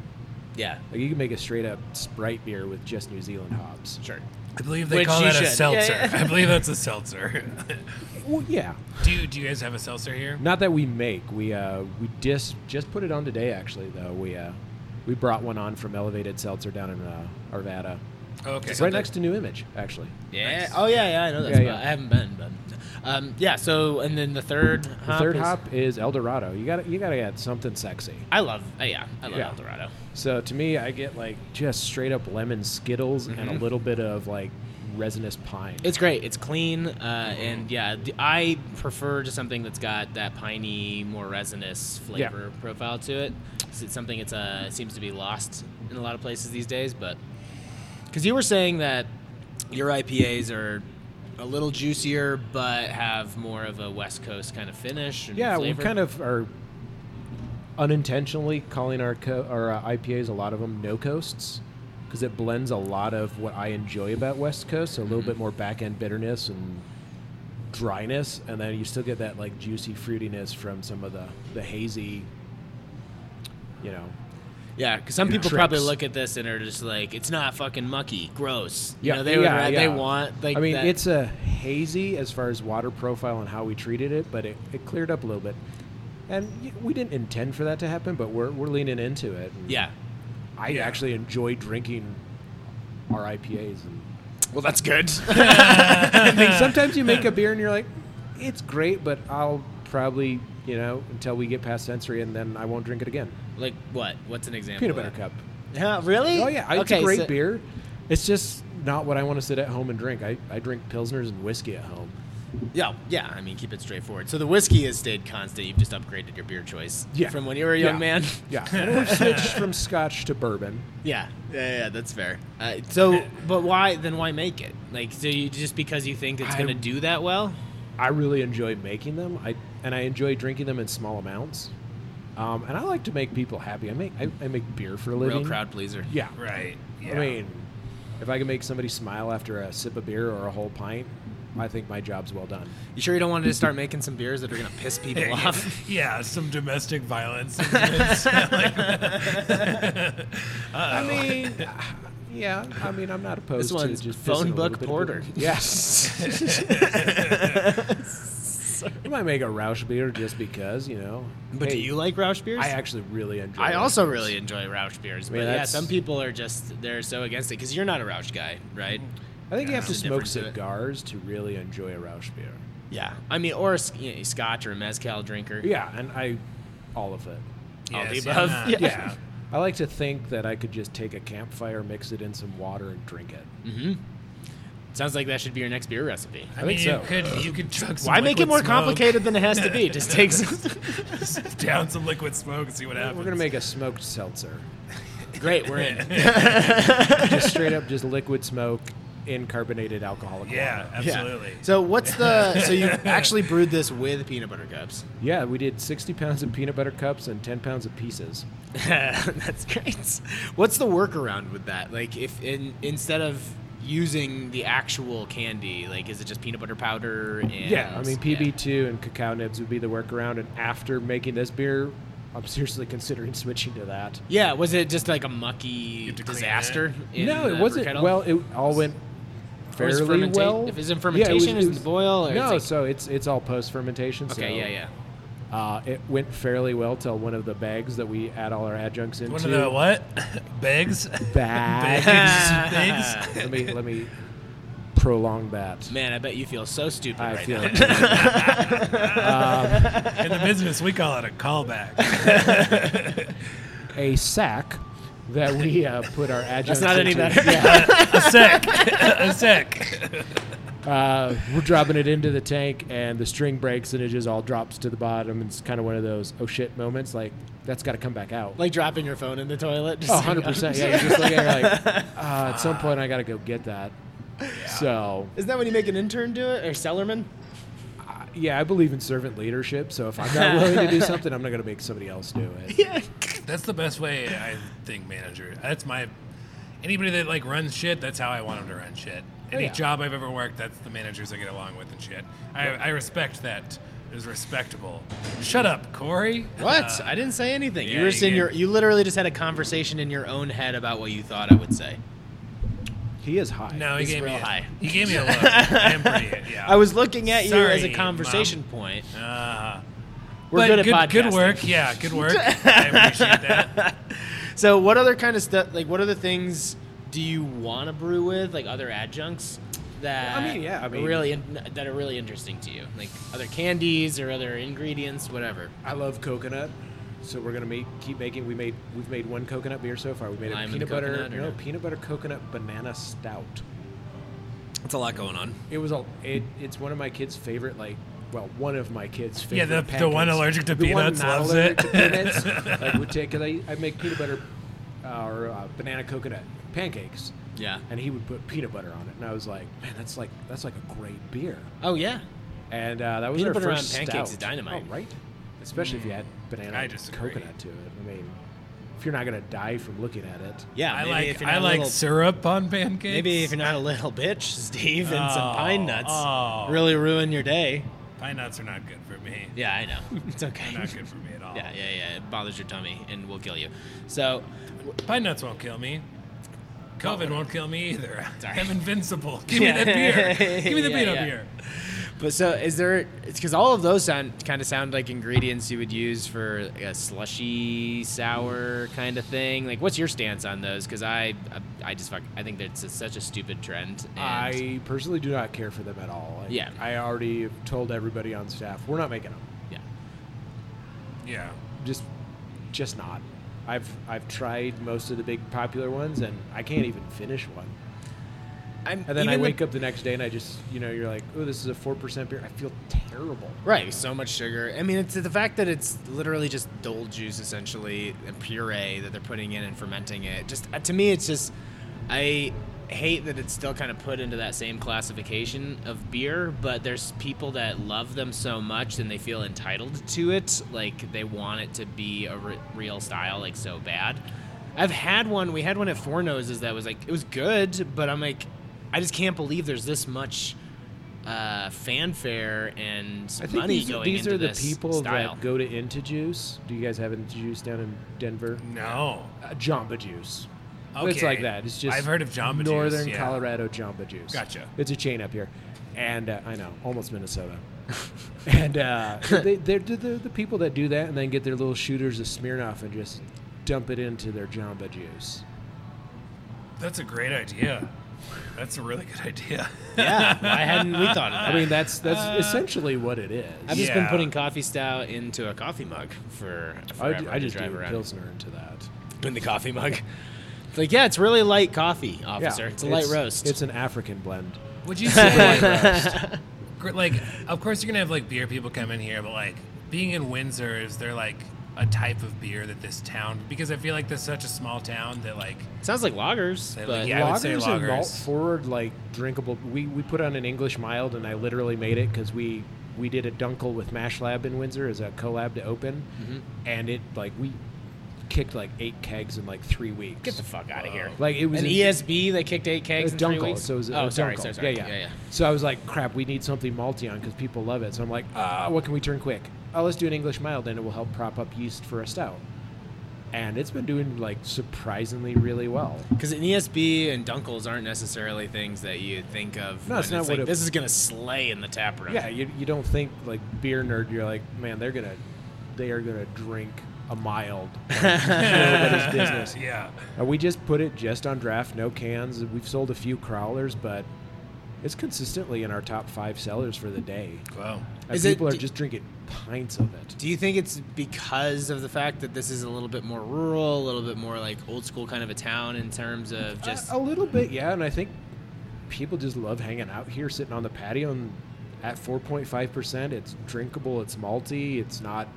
Speaker 1: Yeah,
Speaker 5: Like you can make a straight up Sprite beer with just New Zealand hops.
Speaker 1: sure.
Speaker 4: I believe they
Speaker 1: Which
Speaker 4: call
Speaker 1: you
Speaker 4: that a
Speaker 1: should. Yeah,
Speaker 4: seltzer.
Speaker 1: yeah.
Speaker 4: [LAUGHS] I believe that's a seltzer. [LAUGHS]
Speaker 5: Well, yeah.
Speaker 4: do you, do you guys have a seltzer here?
Speaker 5: Not that we make. We uh, we just just put it on today. Actually, though we uh, we brought one on from Elevated Seltzer down in uh, Arvada.
Speaker 4: Oh, Okay.
Speaker 5: It's right next to New Image, actually.
Speaker 1: Yeah. Oh yeah, yeah. I know that
Speaker 5: Yeah,
Speaker 1: spot.
Speaker 5: yeah.
Speaker 1: I haven't been, but um, yeah. So and then the third
Speaker 5: The
Speaker 1: hop
Speaker 5: third
Speaker 1: is-
Speaker 5: hop is El Dorado. You got to you got to add something sexy.
Speaker 1: I love. Uh, yeah, I love
Speaker 5: Yeah.
Speaker 1: El Dorado.
Speaker 5: So to me, I get like just straight up lemon Skittles and a little bit of like resinous pine.
Speaker 1: Mm-hmm. It's great. It's clean, uh, and yeah, d- I prefer to something that's got that piney, more resinous flavor profile to it. It's, it's something that's uh, seems to be lost in a lot of places these days. But because you were saying that your IPAs are a little juicier, but have more of a West Coast kind of finish. And
Speaker 5: yeah,
Speaker 1: flavor.
Speaker 5: we kind of are unintentionally calling our co- our uh, IPAs a lot of them no coasts because it blends a lot of what I enjoy about West Coast, so a little
Speaker 1: Mm-hmm.
Speaker 5: bit more back end bitterness and dryness, and then you still get that like juicy fruitiness from some of the the hazy, you know.
Speaker 1: Yeah, because some people probably
Speaker 5: Tricks.
Speaker 1: look at this and are just like, it's not fucking mucky, gross. You
Speaker 5: Yeah,
Speaker 1: know, they would,
Speaker 5: yeah,
Speaker 1: ra-
Speaker 5: yeah.
Speaker 1: they want like.
Speaker 5: I mean,
Speaker 1: that-
Speaker 5: it's a hazy as far as water profile and how we treated it, but it, it cleared up a little bit. And y- we didn't intend for that to happen, but we're, we're leaning into it. And
Speaker 1: yeah.
Speaker 5: I actually enjoy drinking our IPAs.
Speaker 1: [LAUGHS]
Speaker 5: And
Speaker 1: Well, that's good.
Speaker 5: sometimes you make a beer and you're like, it's great, but I'll probably, you know, until we get past sensory and then I won't drink it again.
Speaker 1: like what? What's an example?
Speaker 5: Peanut
Speaker 1: of
Speaker 5: butter
Speaker 1: that? Yeah,
Speaker 5: cup.
Speaker 1: really?
Speaker 5: Oh, yeah. It's a great
Speaker 1: so-
Speaker 5: beer. It's just not what I want to sit at home and drink. I, I drink Pilsners and whiskey at home.
Speaker 1: Yeah, yeah. I mean, keep it straightforward. So the whiskey has stayed constant. You've just upgraded your beer choice.
Speaker 5: Yeah.
Speaker 1: From when you were a young
Speaker 5: Yeah.
Speaker 1: man. [LAUGHS]
Speaker 5: Yeah, and we've switched from Scotch to bourbon.
Speaker 1: Yeah. Yeah, yeah. That's fair. Uh, so,
Speaker 5: [LAUGHS]
Speaker 1: but why then? Why make it? Like, so you just because you think it's
Speaker 5: I-
Speaker 1: gonna do that well?
Speaker 5: I really enjoy making them. I and I enjoy drinking them in small amounts. Um, and I like to make people happy. I make I, I make beer for a living.
Speaker 1: Real crowd pleaser.
Speaker 5: Yeah.
Speaker 4: [LAUGHS]
Speaker 1: [LAUGHS]
Speaker 4: Right.
Speaker 5: I
Speaker 4: Yeah.
Speaker 5: mean, if I can make somebody smile after a sip of beer or a whole pint, I think my job's well done.
Speaker 1: You sure you don't want to just start making some beers that are gonna piss
Speaker 5: [LAUGHS]
Speaker 1: people off?
Speaker 4: [LAUGHS] yeah, some
Speaker 1: [LAUGHS]
Speaker 4: domestic violence.
Speaker 5: I mean, [LAUGHS] yeah. I mean, I'm not opposed
Speaker 1: This one's
Speaker 5: to just
Speaker 1: phone
Speaker 5: pissing a little
Speaker 1: book
Speaker 5: bit of beer.
Speaker 1: porter.
Speaker 5: Yes.
Speaker 1: [LAUGHS]
Speaker 5: [LAUGHS] I might make a Roush beer just because you know.
Speaker 1: But do
Speaker 5: Hey,
Speaker 1: you like Roush beers?
Speaker 5: I actually really enjoy.
Speaker 1: I
Speaker 5: Roush
Speaker 1: also
Speaker 5: beers.
Speaker 1: really enjoy Roush beers, but
Speaker 5: mean,
Speaker 1: yeah,
Speaker 5: that's-
Speaker 1: some people are just they're so against it because you're not a Roush guy, right?
Speaker 5: I think you have to
Speaker 1: There's a
Speaker 5: smoke
Speaker 1: difference to it.
Speaker 5: cigars to really enjoy a Roush beer.
Speaker 1: Yeah, I mean, or a sc- you know, Scotch or a mezcal drinker.
Speaker 5: Yeah, and I, all [LAUGHS] of it.
Speaker 1: All the
Speaker 4: Yes,
Speaker 1: above.
Speaker 4: [LAUGHS] yeah.
Speaker 1: Yeah.
Speaker 5: Yeah. I like to think that I could just take a campfire, mix it in some water, and drink it.
Speaker 1: Sounds like that should be your next beer recipe.
Speaker 4: I,
Speaker 5: think
Speaker 4: mean,
Speaker 5: so.
Speaker 4: you could you could chuck some
Speaker 1: Why make it
Speaker 4: liquid
Speaker 1: more
Speaker 4: smoke-
Speaker 1: complicated
Speaker 4: [LAUGHS]
Speaker 1: than it has to be? Just take some.
Speaker 4: down some liquid smoke and see what happens.
Speaker 5: We're gonna make a smoked seltzer,
Speaker 1: Great, we're in.
Speaker 5: just straight up, just liquid smoke in carbonated alcoholic
Speaker 4: Yeah,
Speaker 5: water.
Speaker 4: absolutely.
Speaker 1: So what's the? So [LAUGHS] you actually brewed this with peanut butter cups?
Speaker 5: Yeah, we did 60 pounds of peanut butter cups and 10 pounds of pieces.
Speaker 1: [LAUGHS] That's great. What's the workaround with that? Like, if in instead of using the actual candy, like, is it just peanut butter powder? And,
Speaker 5: I mean PB2 and cacao nibs would be the workaround. And after making this beer, I'm seriously considering switching to that.
Speaker 1: Yeah, was it just like a
Speaker 4: You
Speaker 1: mucky
Speaker 4: have to clean
Speaker 1: disaster? in
Speaker 5: no,
Speaker 1: the
Speaker 5: it wasn't.
Speaker 1: Brickettle?
Speaker 5: Well, it all went
Speaker 1: Or is
Speaker 5: fairly
Speaker 1: fermenta-
Speaker 5: well.
Speaker 1: If is it
Speaker 5: Yeah,
Speaker 1: fermentation,
Speaker 5: was-
Speaker 1: is it
Speaker 5: was-
Speaker 1: the boil? Or is
Speaker 5: no,
Speaker 1: it-
Speaker 5: so it's it's all post fermentation.
Speaker 1: okay, yeah, yeah.
Speaker 5: Uh, it went fairly well till one of the bags that we add all our adjuncts into.
Speaker 4: One of the what?
Speaker 1: [LAUGHS]
Speaker 4: [LAUGHS] Bags?
Speaker 5: bags.
Speaker 4: Bags? Bags?
Speaker 5: [LAUGHS] let me let me prolong that.
Speaker 1: Man, I bet you feel so stupid
Speaker 5: I
Speaker 1: right
Speaker 5: feel [LAUGHS]
Speaker 1: now.
Speaker 4: In the business, we call it a callback.
Speaker 1: [LAUGHS]
Speaker 5: a sack that we
Speaker 1: [LAUGHS]
Speaker 5: uh, put our adjuncts.
Speaker 1: That's not any
Speaker 5: into.
Speaker 1: better.
Speaker 4: a sec. [LAUGHS] a sec.
Speaker 5: Uh, we're dropping it into the tank, and the string breaks, and it just all drops to the bottom. It's kind of one of those oh shit moments. Like that's got to come back out.
Speaker 1: like dropping your phone in the toilet. Just [LAUGHS]
Speaker 5: Oh, 100 percent. Yeah, you just look at it like uh, at some point I got to go get that. So
Speaker 1: Isn't that when you make an intern do it or Sellerman?
Speaker 5: yeah, I believe in servant leadership. So if I'm not willing to do something, I'm not going to make somebody else do it.
Speaker 4: That's the best way, I think, manager. That's my. Anybody that like runs shit, that's how I want them to run shit. Any
Speaker 1: Oh,
Speaker 5: yeah.
Speaker 4: job I've ever worked, that's the managers I get along with and shit. I, I respect that. It was respectable. Shut up, Corey.
Speaker 1: [LAUGHS] What? I didn't say anything.
Speaker 4: yeah,
Speaker 1: you were
Speaker 4: you
Speaker 1: in
Speaker 4: did.
Speaker 1: your. You literally just had a conversation in your own head about what you thought I would say.
Speaker 5: He is high.
Speaker 4: No, he
Speaker 1: He's
Speaker 4: gave me.
Speaker 1: real
Speaker 4: a-
Speaker 1: high.
Speaker 4: He gave me
Speaker 1: [LAUGHS]
Speaker 4: a look. I am pretty. Yeah.
Speaker 1: I was looking at you as
Speaker 4: Sorry,
Speaker 1: a
Speaker 4: Mom.
Speaker 1: conversation point.
Speaker 4: Uh,
Speaker 1: We're
Speaker 4: but
Speaker 1: good at
Speaker 4: good,
Speaker 1: podcasting.
Speaker 4: good work. Yeah, good
Speaker 1: [LAUGHS]
Speaker 4: work. I appreciate that.
Speaker 1: So, what other kind of stuff? Like, what other things do you want to brew with? Like other adjuncts that
Speaker 5: I mean, yeah, I
Speaker 1: are
Speaker 5: mean-
Speaker 1: really in, that are really interesting to you, like other candies or other ingredients, whatever.
Speaker 5: I love coconut. So we're gonna make keep making. We made we've made one coconut beer so far. We made
Speaker 1: Lime
Speaker 5: a
Speaker 1: and
Speaker 5: peanut butter
Speaker 1: coconut or
Speaker 5: no,
Speaker 1: no?
Speaker 5: peanut butter coconut banana stout.
Speaker 4: That's a lot going on.
Speaker 5: It was a it, it's one of my kids' favorite like well one of my kids'
Speaker 4: Yeah,
Speaker 5: favorite.
Speaker 4: the- the one
Speaker 5: pancakes.
Speaker 4: allergic to
Speaker 5: The one
Speaker 4: peanuts
Speaker 5: not
Speaker 4: loves
Speaker 5: allergic
Speaker 4: it.
Speaker 5: To
Speaker 4: [LAUGHS]
Speaker 5: peanuts. like would take 'cause I, I make peanut butter uh, or uh, banana coconut pancakes,
Speaker 1: Yeah.
Speaker 5: and he would put peanut butter on it, and I was like, man, that's like that's like a great beer.
Speaker 1: Oh yeah.
Speaker 5: And uh, that was
Speaker 1: Peanut
Speaker 5: our
Speaker 1: butter on
Speaker 5: first
Speaker 1: pancakes
Speaker 5: stout.
Speaker 1: is dynamite.
Speaker 5: Oh, right? Especially if you add banana
Speaker 4: Mm. I
Speaker 5: and
Speaker 4: disagree.
Speaker 5: coconut to it. I mean, if you're not gonna die from looking at it,
Speaker 1: Yeah.
Speaker 4: I
Speaker 1: maybe
Speaker 4: like
Speaker 1: if you're
Speaker 4: I
Speaker 1: not a
Speaker 4: like
Speaker 1: little-
Speaker 4: syrup on pancakes.
Speaker 1: Maybe if you're not a little bitch, Steve, and some
Speaker 4: Oh,
Speaker 1: pine nuts
Speaker 4: oh.
Speaker 1: really ruin your day.
Speaker 4: pine nuts are not good for me.
Speaker 1: Yeah,
Speaker 4: [LAUGHS]
Speaker 1: I know. It's okay.
Speaker 4: They're not good for me at all.
Speaker 1: [LAUGHS] Yeah, yeah, yeah. It bothers your tummy and will kill you. So,
Speaker 4: Pine nuts won't kill me. COVID won't kill me either.
Speaker 1: [LAUGHS] Sorry. [LAUGHS]
Speaker 4: I'm invincible. Give
Speaker 1: Yeah.
Speaker 4: me that beer. Give me the
Speaker 1: Yeah,
Speaker 4: peanut
Speaker 1: yeah.
Speaker 4: beer.
Speaker 1: but so is there? It's because all of those sound kind of sound like ingredients you would use for a slushy sour kind of thing. Like, what's your stance on those? Because I, I, I just fuck. I think that's such a stupid trend. And
Speaker 5: I personally do not care for them at all. Like,
Speaker 1: Yeah.
Speaker 5: I already have told everybody on staff we're not making them.
Speaker 1: yeah.
Speaker 4: Yeah.
Speaker 5: Just, just not. I've I've tried most of the big popular ones, and I can't even finish one.
Speaker 1: I'm,
Speaker 5: And then I
Speaker 1: even the-
Speaker 5: wake up the next day, and I just you know you're like, oh, this is a four percent beer. I feel terrible.
Speaker 1: Right, so much sugar. I mean, it's the fact that it's literally just dole juice, essentially, a puree that they're putting in and fermenting it. Just uh, to me, it's just I hate that it's still kind of put into that same classification of beer. But there's people that love them so much and they feel entitled to it, like they want it to be a re- real style, like so bad. I've had one. We had one at Four Noses that was like it was good, but I'm like, I just can't believe there's this much uh, fanfare and
Speaker 5: I think
Speaker 1: money
Speaker 5: these,
Speaker 1: going
Speaker 5: these
Speaker 1: into
Speaker 5: are the
Speaker 1: this
Speaker 5: people
Speaker 1: style.
Speaker 5: that go to Into Juice. Do you guys have Into Juice down in Denver?
Speaker 4: No.
Speaker 5: Uh, Jamba Juice. It's like
Speaker 4: Okay.
Speaker 5: that. It's just
Speaker 4: I've heard of Jamba Juice,
Speaker 5: Northern
Speaker 4: yeah.
Speaker 5: Colorado Jamba Juice.
Speaker 4: Gotcha.
Speaker 5: It's a chain up here, and uh, I know
Speaker 1: [LAUGHS]
Speaker 5: almost Minnesota. and uh, they, they're, they're the people that do that, and then get their little shooters of Smirnoff and just dump it into their Jamba Juice.
Speaker 4: That's a great idea. That's a really good
Speaker 1: [LAUGHS]
Speaker 4: idea.
Speaker 1: yeah, why hadn't we [LAUGHS] thought of that?
Speaker 5: I mean, that's that's
Speaker 1: uh,
Speaker 5: essentially what it is.
Speaker 1: I've
Speaker 4: mean,
Speaker 1: just been
Speaker 4: yeah.
Speaker 1: putting coffee stout into a coffee mug for
Speaker 5: I,
Speaker 1: forever.
Speaker 5: ju- I
Speaker 1: to
Speaker 5: just do
Speaker 1: drive
Speaker 5: a
Speaker 1: around
Speaker 5: Pilsner into that.
Speaker 1: in the coffee mug. It's like, yeah, it's really light coffee, officer. it's a light roast.
Speaker 5: It's an African blend.
Speaker 4: Would you say like,
Speaker 1: [LAUGHS]
Speaker 4: gr- like of course you're gonna have like beer people come in here, but like being in Windsor is there like a type of beer that this town because I feel like there's such a small town that like
Speaker 1: sounds like lagers,
Speaker 4: They
Speaker 1: but
Speaker 4: like- yeah. I would say
Speaker 5: Lagers are malt
Speaker 4: lagers.
Speaker 5: forward, like drinkable. We we put on an English mild, and I literally made it because we we did a Dunkel with Mash Lab in Windsor as a collab to open,
Speaker 1: Mm-hmm.
Speaker 5: and it like we kicked like eight kegs in like three weeks.
Speaker 1: get the fuck out of here.
Speaker 5: like it was
Speaker 1: an
Speaker 5: a-
Speaker 1: ESB that kicked eight
Speaker 5: a
Speaker 1: kegs in three
Speaker 5: Dunkel.
Speaker 1: weeks.
Speaker 5: So it was a
Speaker 1: oh, sorry,
Speaker 5: Dunkel.
Speaker 1: sorry, sorry.
Speaker 5: Yeah, yeah, So I was like, crap, we need something malty on because people love it. So I'm "Uh, like, ah, what can we turn quick? Oh, let's do an English mild, and it will help prop up yeast for a stout. and it's been doing like surprisingly really well.
Speaker 1: Because an ESB and Dunkels aren't necessarily things that you think of.
Speaker 5: No,
Speaker 1: when
Speaker 5: it's not what
Speaker 1: like,
Speaker 5: it-
Speaker 1: this is gonna slay in the tap room.
Speaker 5: Yeah, you, you don't think like beer nerd. You're like, man, they're gonna, they are gonna drink
Speaker 1: [LAUGHS]
Speaker 5: a mild. Like, nobody's business.
Speaker 4: yeah.
Speaker 5: Uh, we just put it just on draft, no cans. We've sold a few crowlers, but it's consistently in our top five sellers for the day.
Speaker 4: Wow.
Speaker 5: And
Speaker 1: Is it-
Speaker 5: people are
Speaker 1: d-
Speaker 5: just drinking pints of it.
Speaker 1: Do you think it's because of the fact that this is a little bit more rural, a little bit more like old school kind of a town in terms of just
Speaker 5: Uh, a, a little bit, yeah. And I think people just love hanging out here, sitting on the patio. And at 4.5%, it's drinkable, it's malty, it's not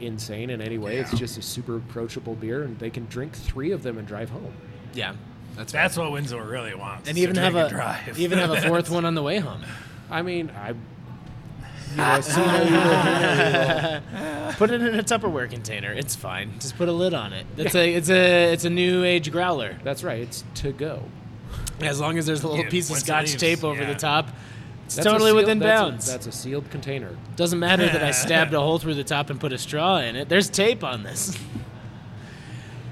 Speaker 5: insane in any way. It's just a super approachable beer, and they can drink three of them and drive home.
Speaker 1: yeah,
Speaker 4: That's, That's what Windsor really wants.
Speaker 1: and
Speaker 4: is to
Speaker 1: even have
Speaker 4: drink
Speaker 1: a
Speaker 4: and drive.
Speaker 1: even
Speaker 4: [LAUGHS]
Speaker 1: have a fourth one on the way home.
Speaker 5: I mean, I. You know, sooner you will
Speaker 1: Put it in a Tupperware container. It's fine. Just put a lid on it. It's a it's a it's a new age growler.
Speaker 5: That's right. It's to go.
Speaker 1: As long as there's a little
Speaker 4: Yeah,
Speaker 1: piece of
Speaker 4: once it
Speaker 1: scotch
Speaker 4: leaves,
Speaker 1: tape over
Speaker 4: yeah.
Speaker 1: the top, it's
Speaker 5: That's a
Speaker 1: totally
Speaker 5: sealed-
Speaker 1: within
Speaker 5: that's a-
Speaker 1: bounds.
Speaker 5: that's a sealed container.
Speaker 1: Doesn't matter that I stabbed a hole through the top and put a straw in it. There's tape on this.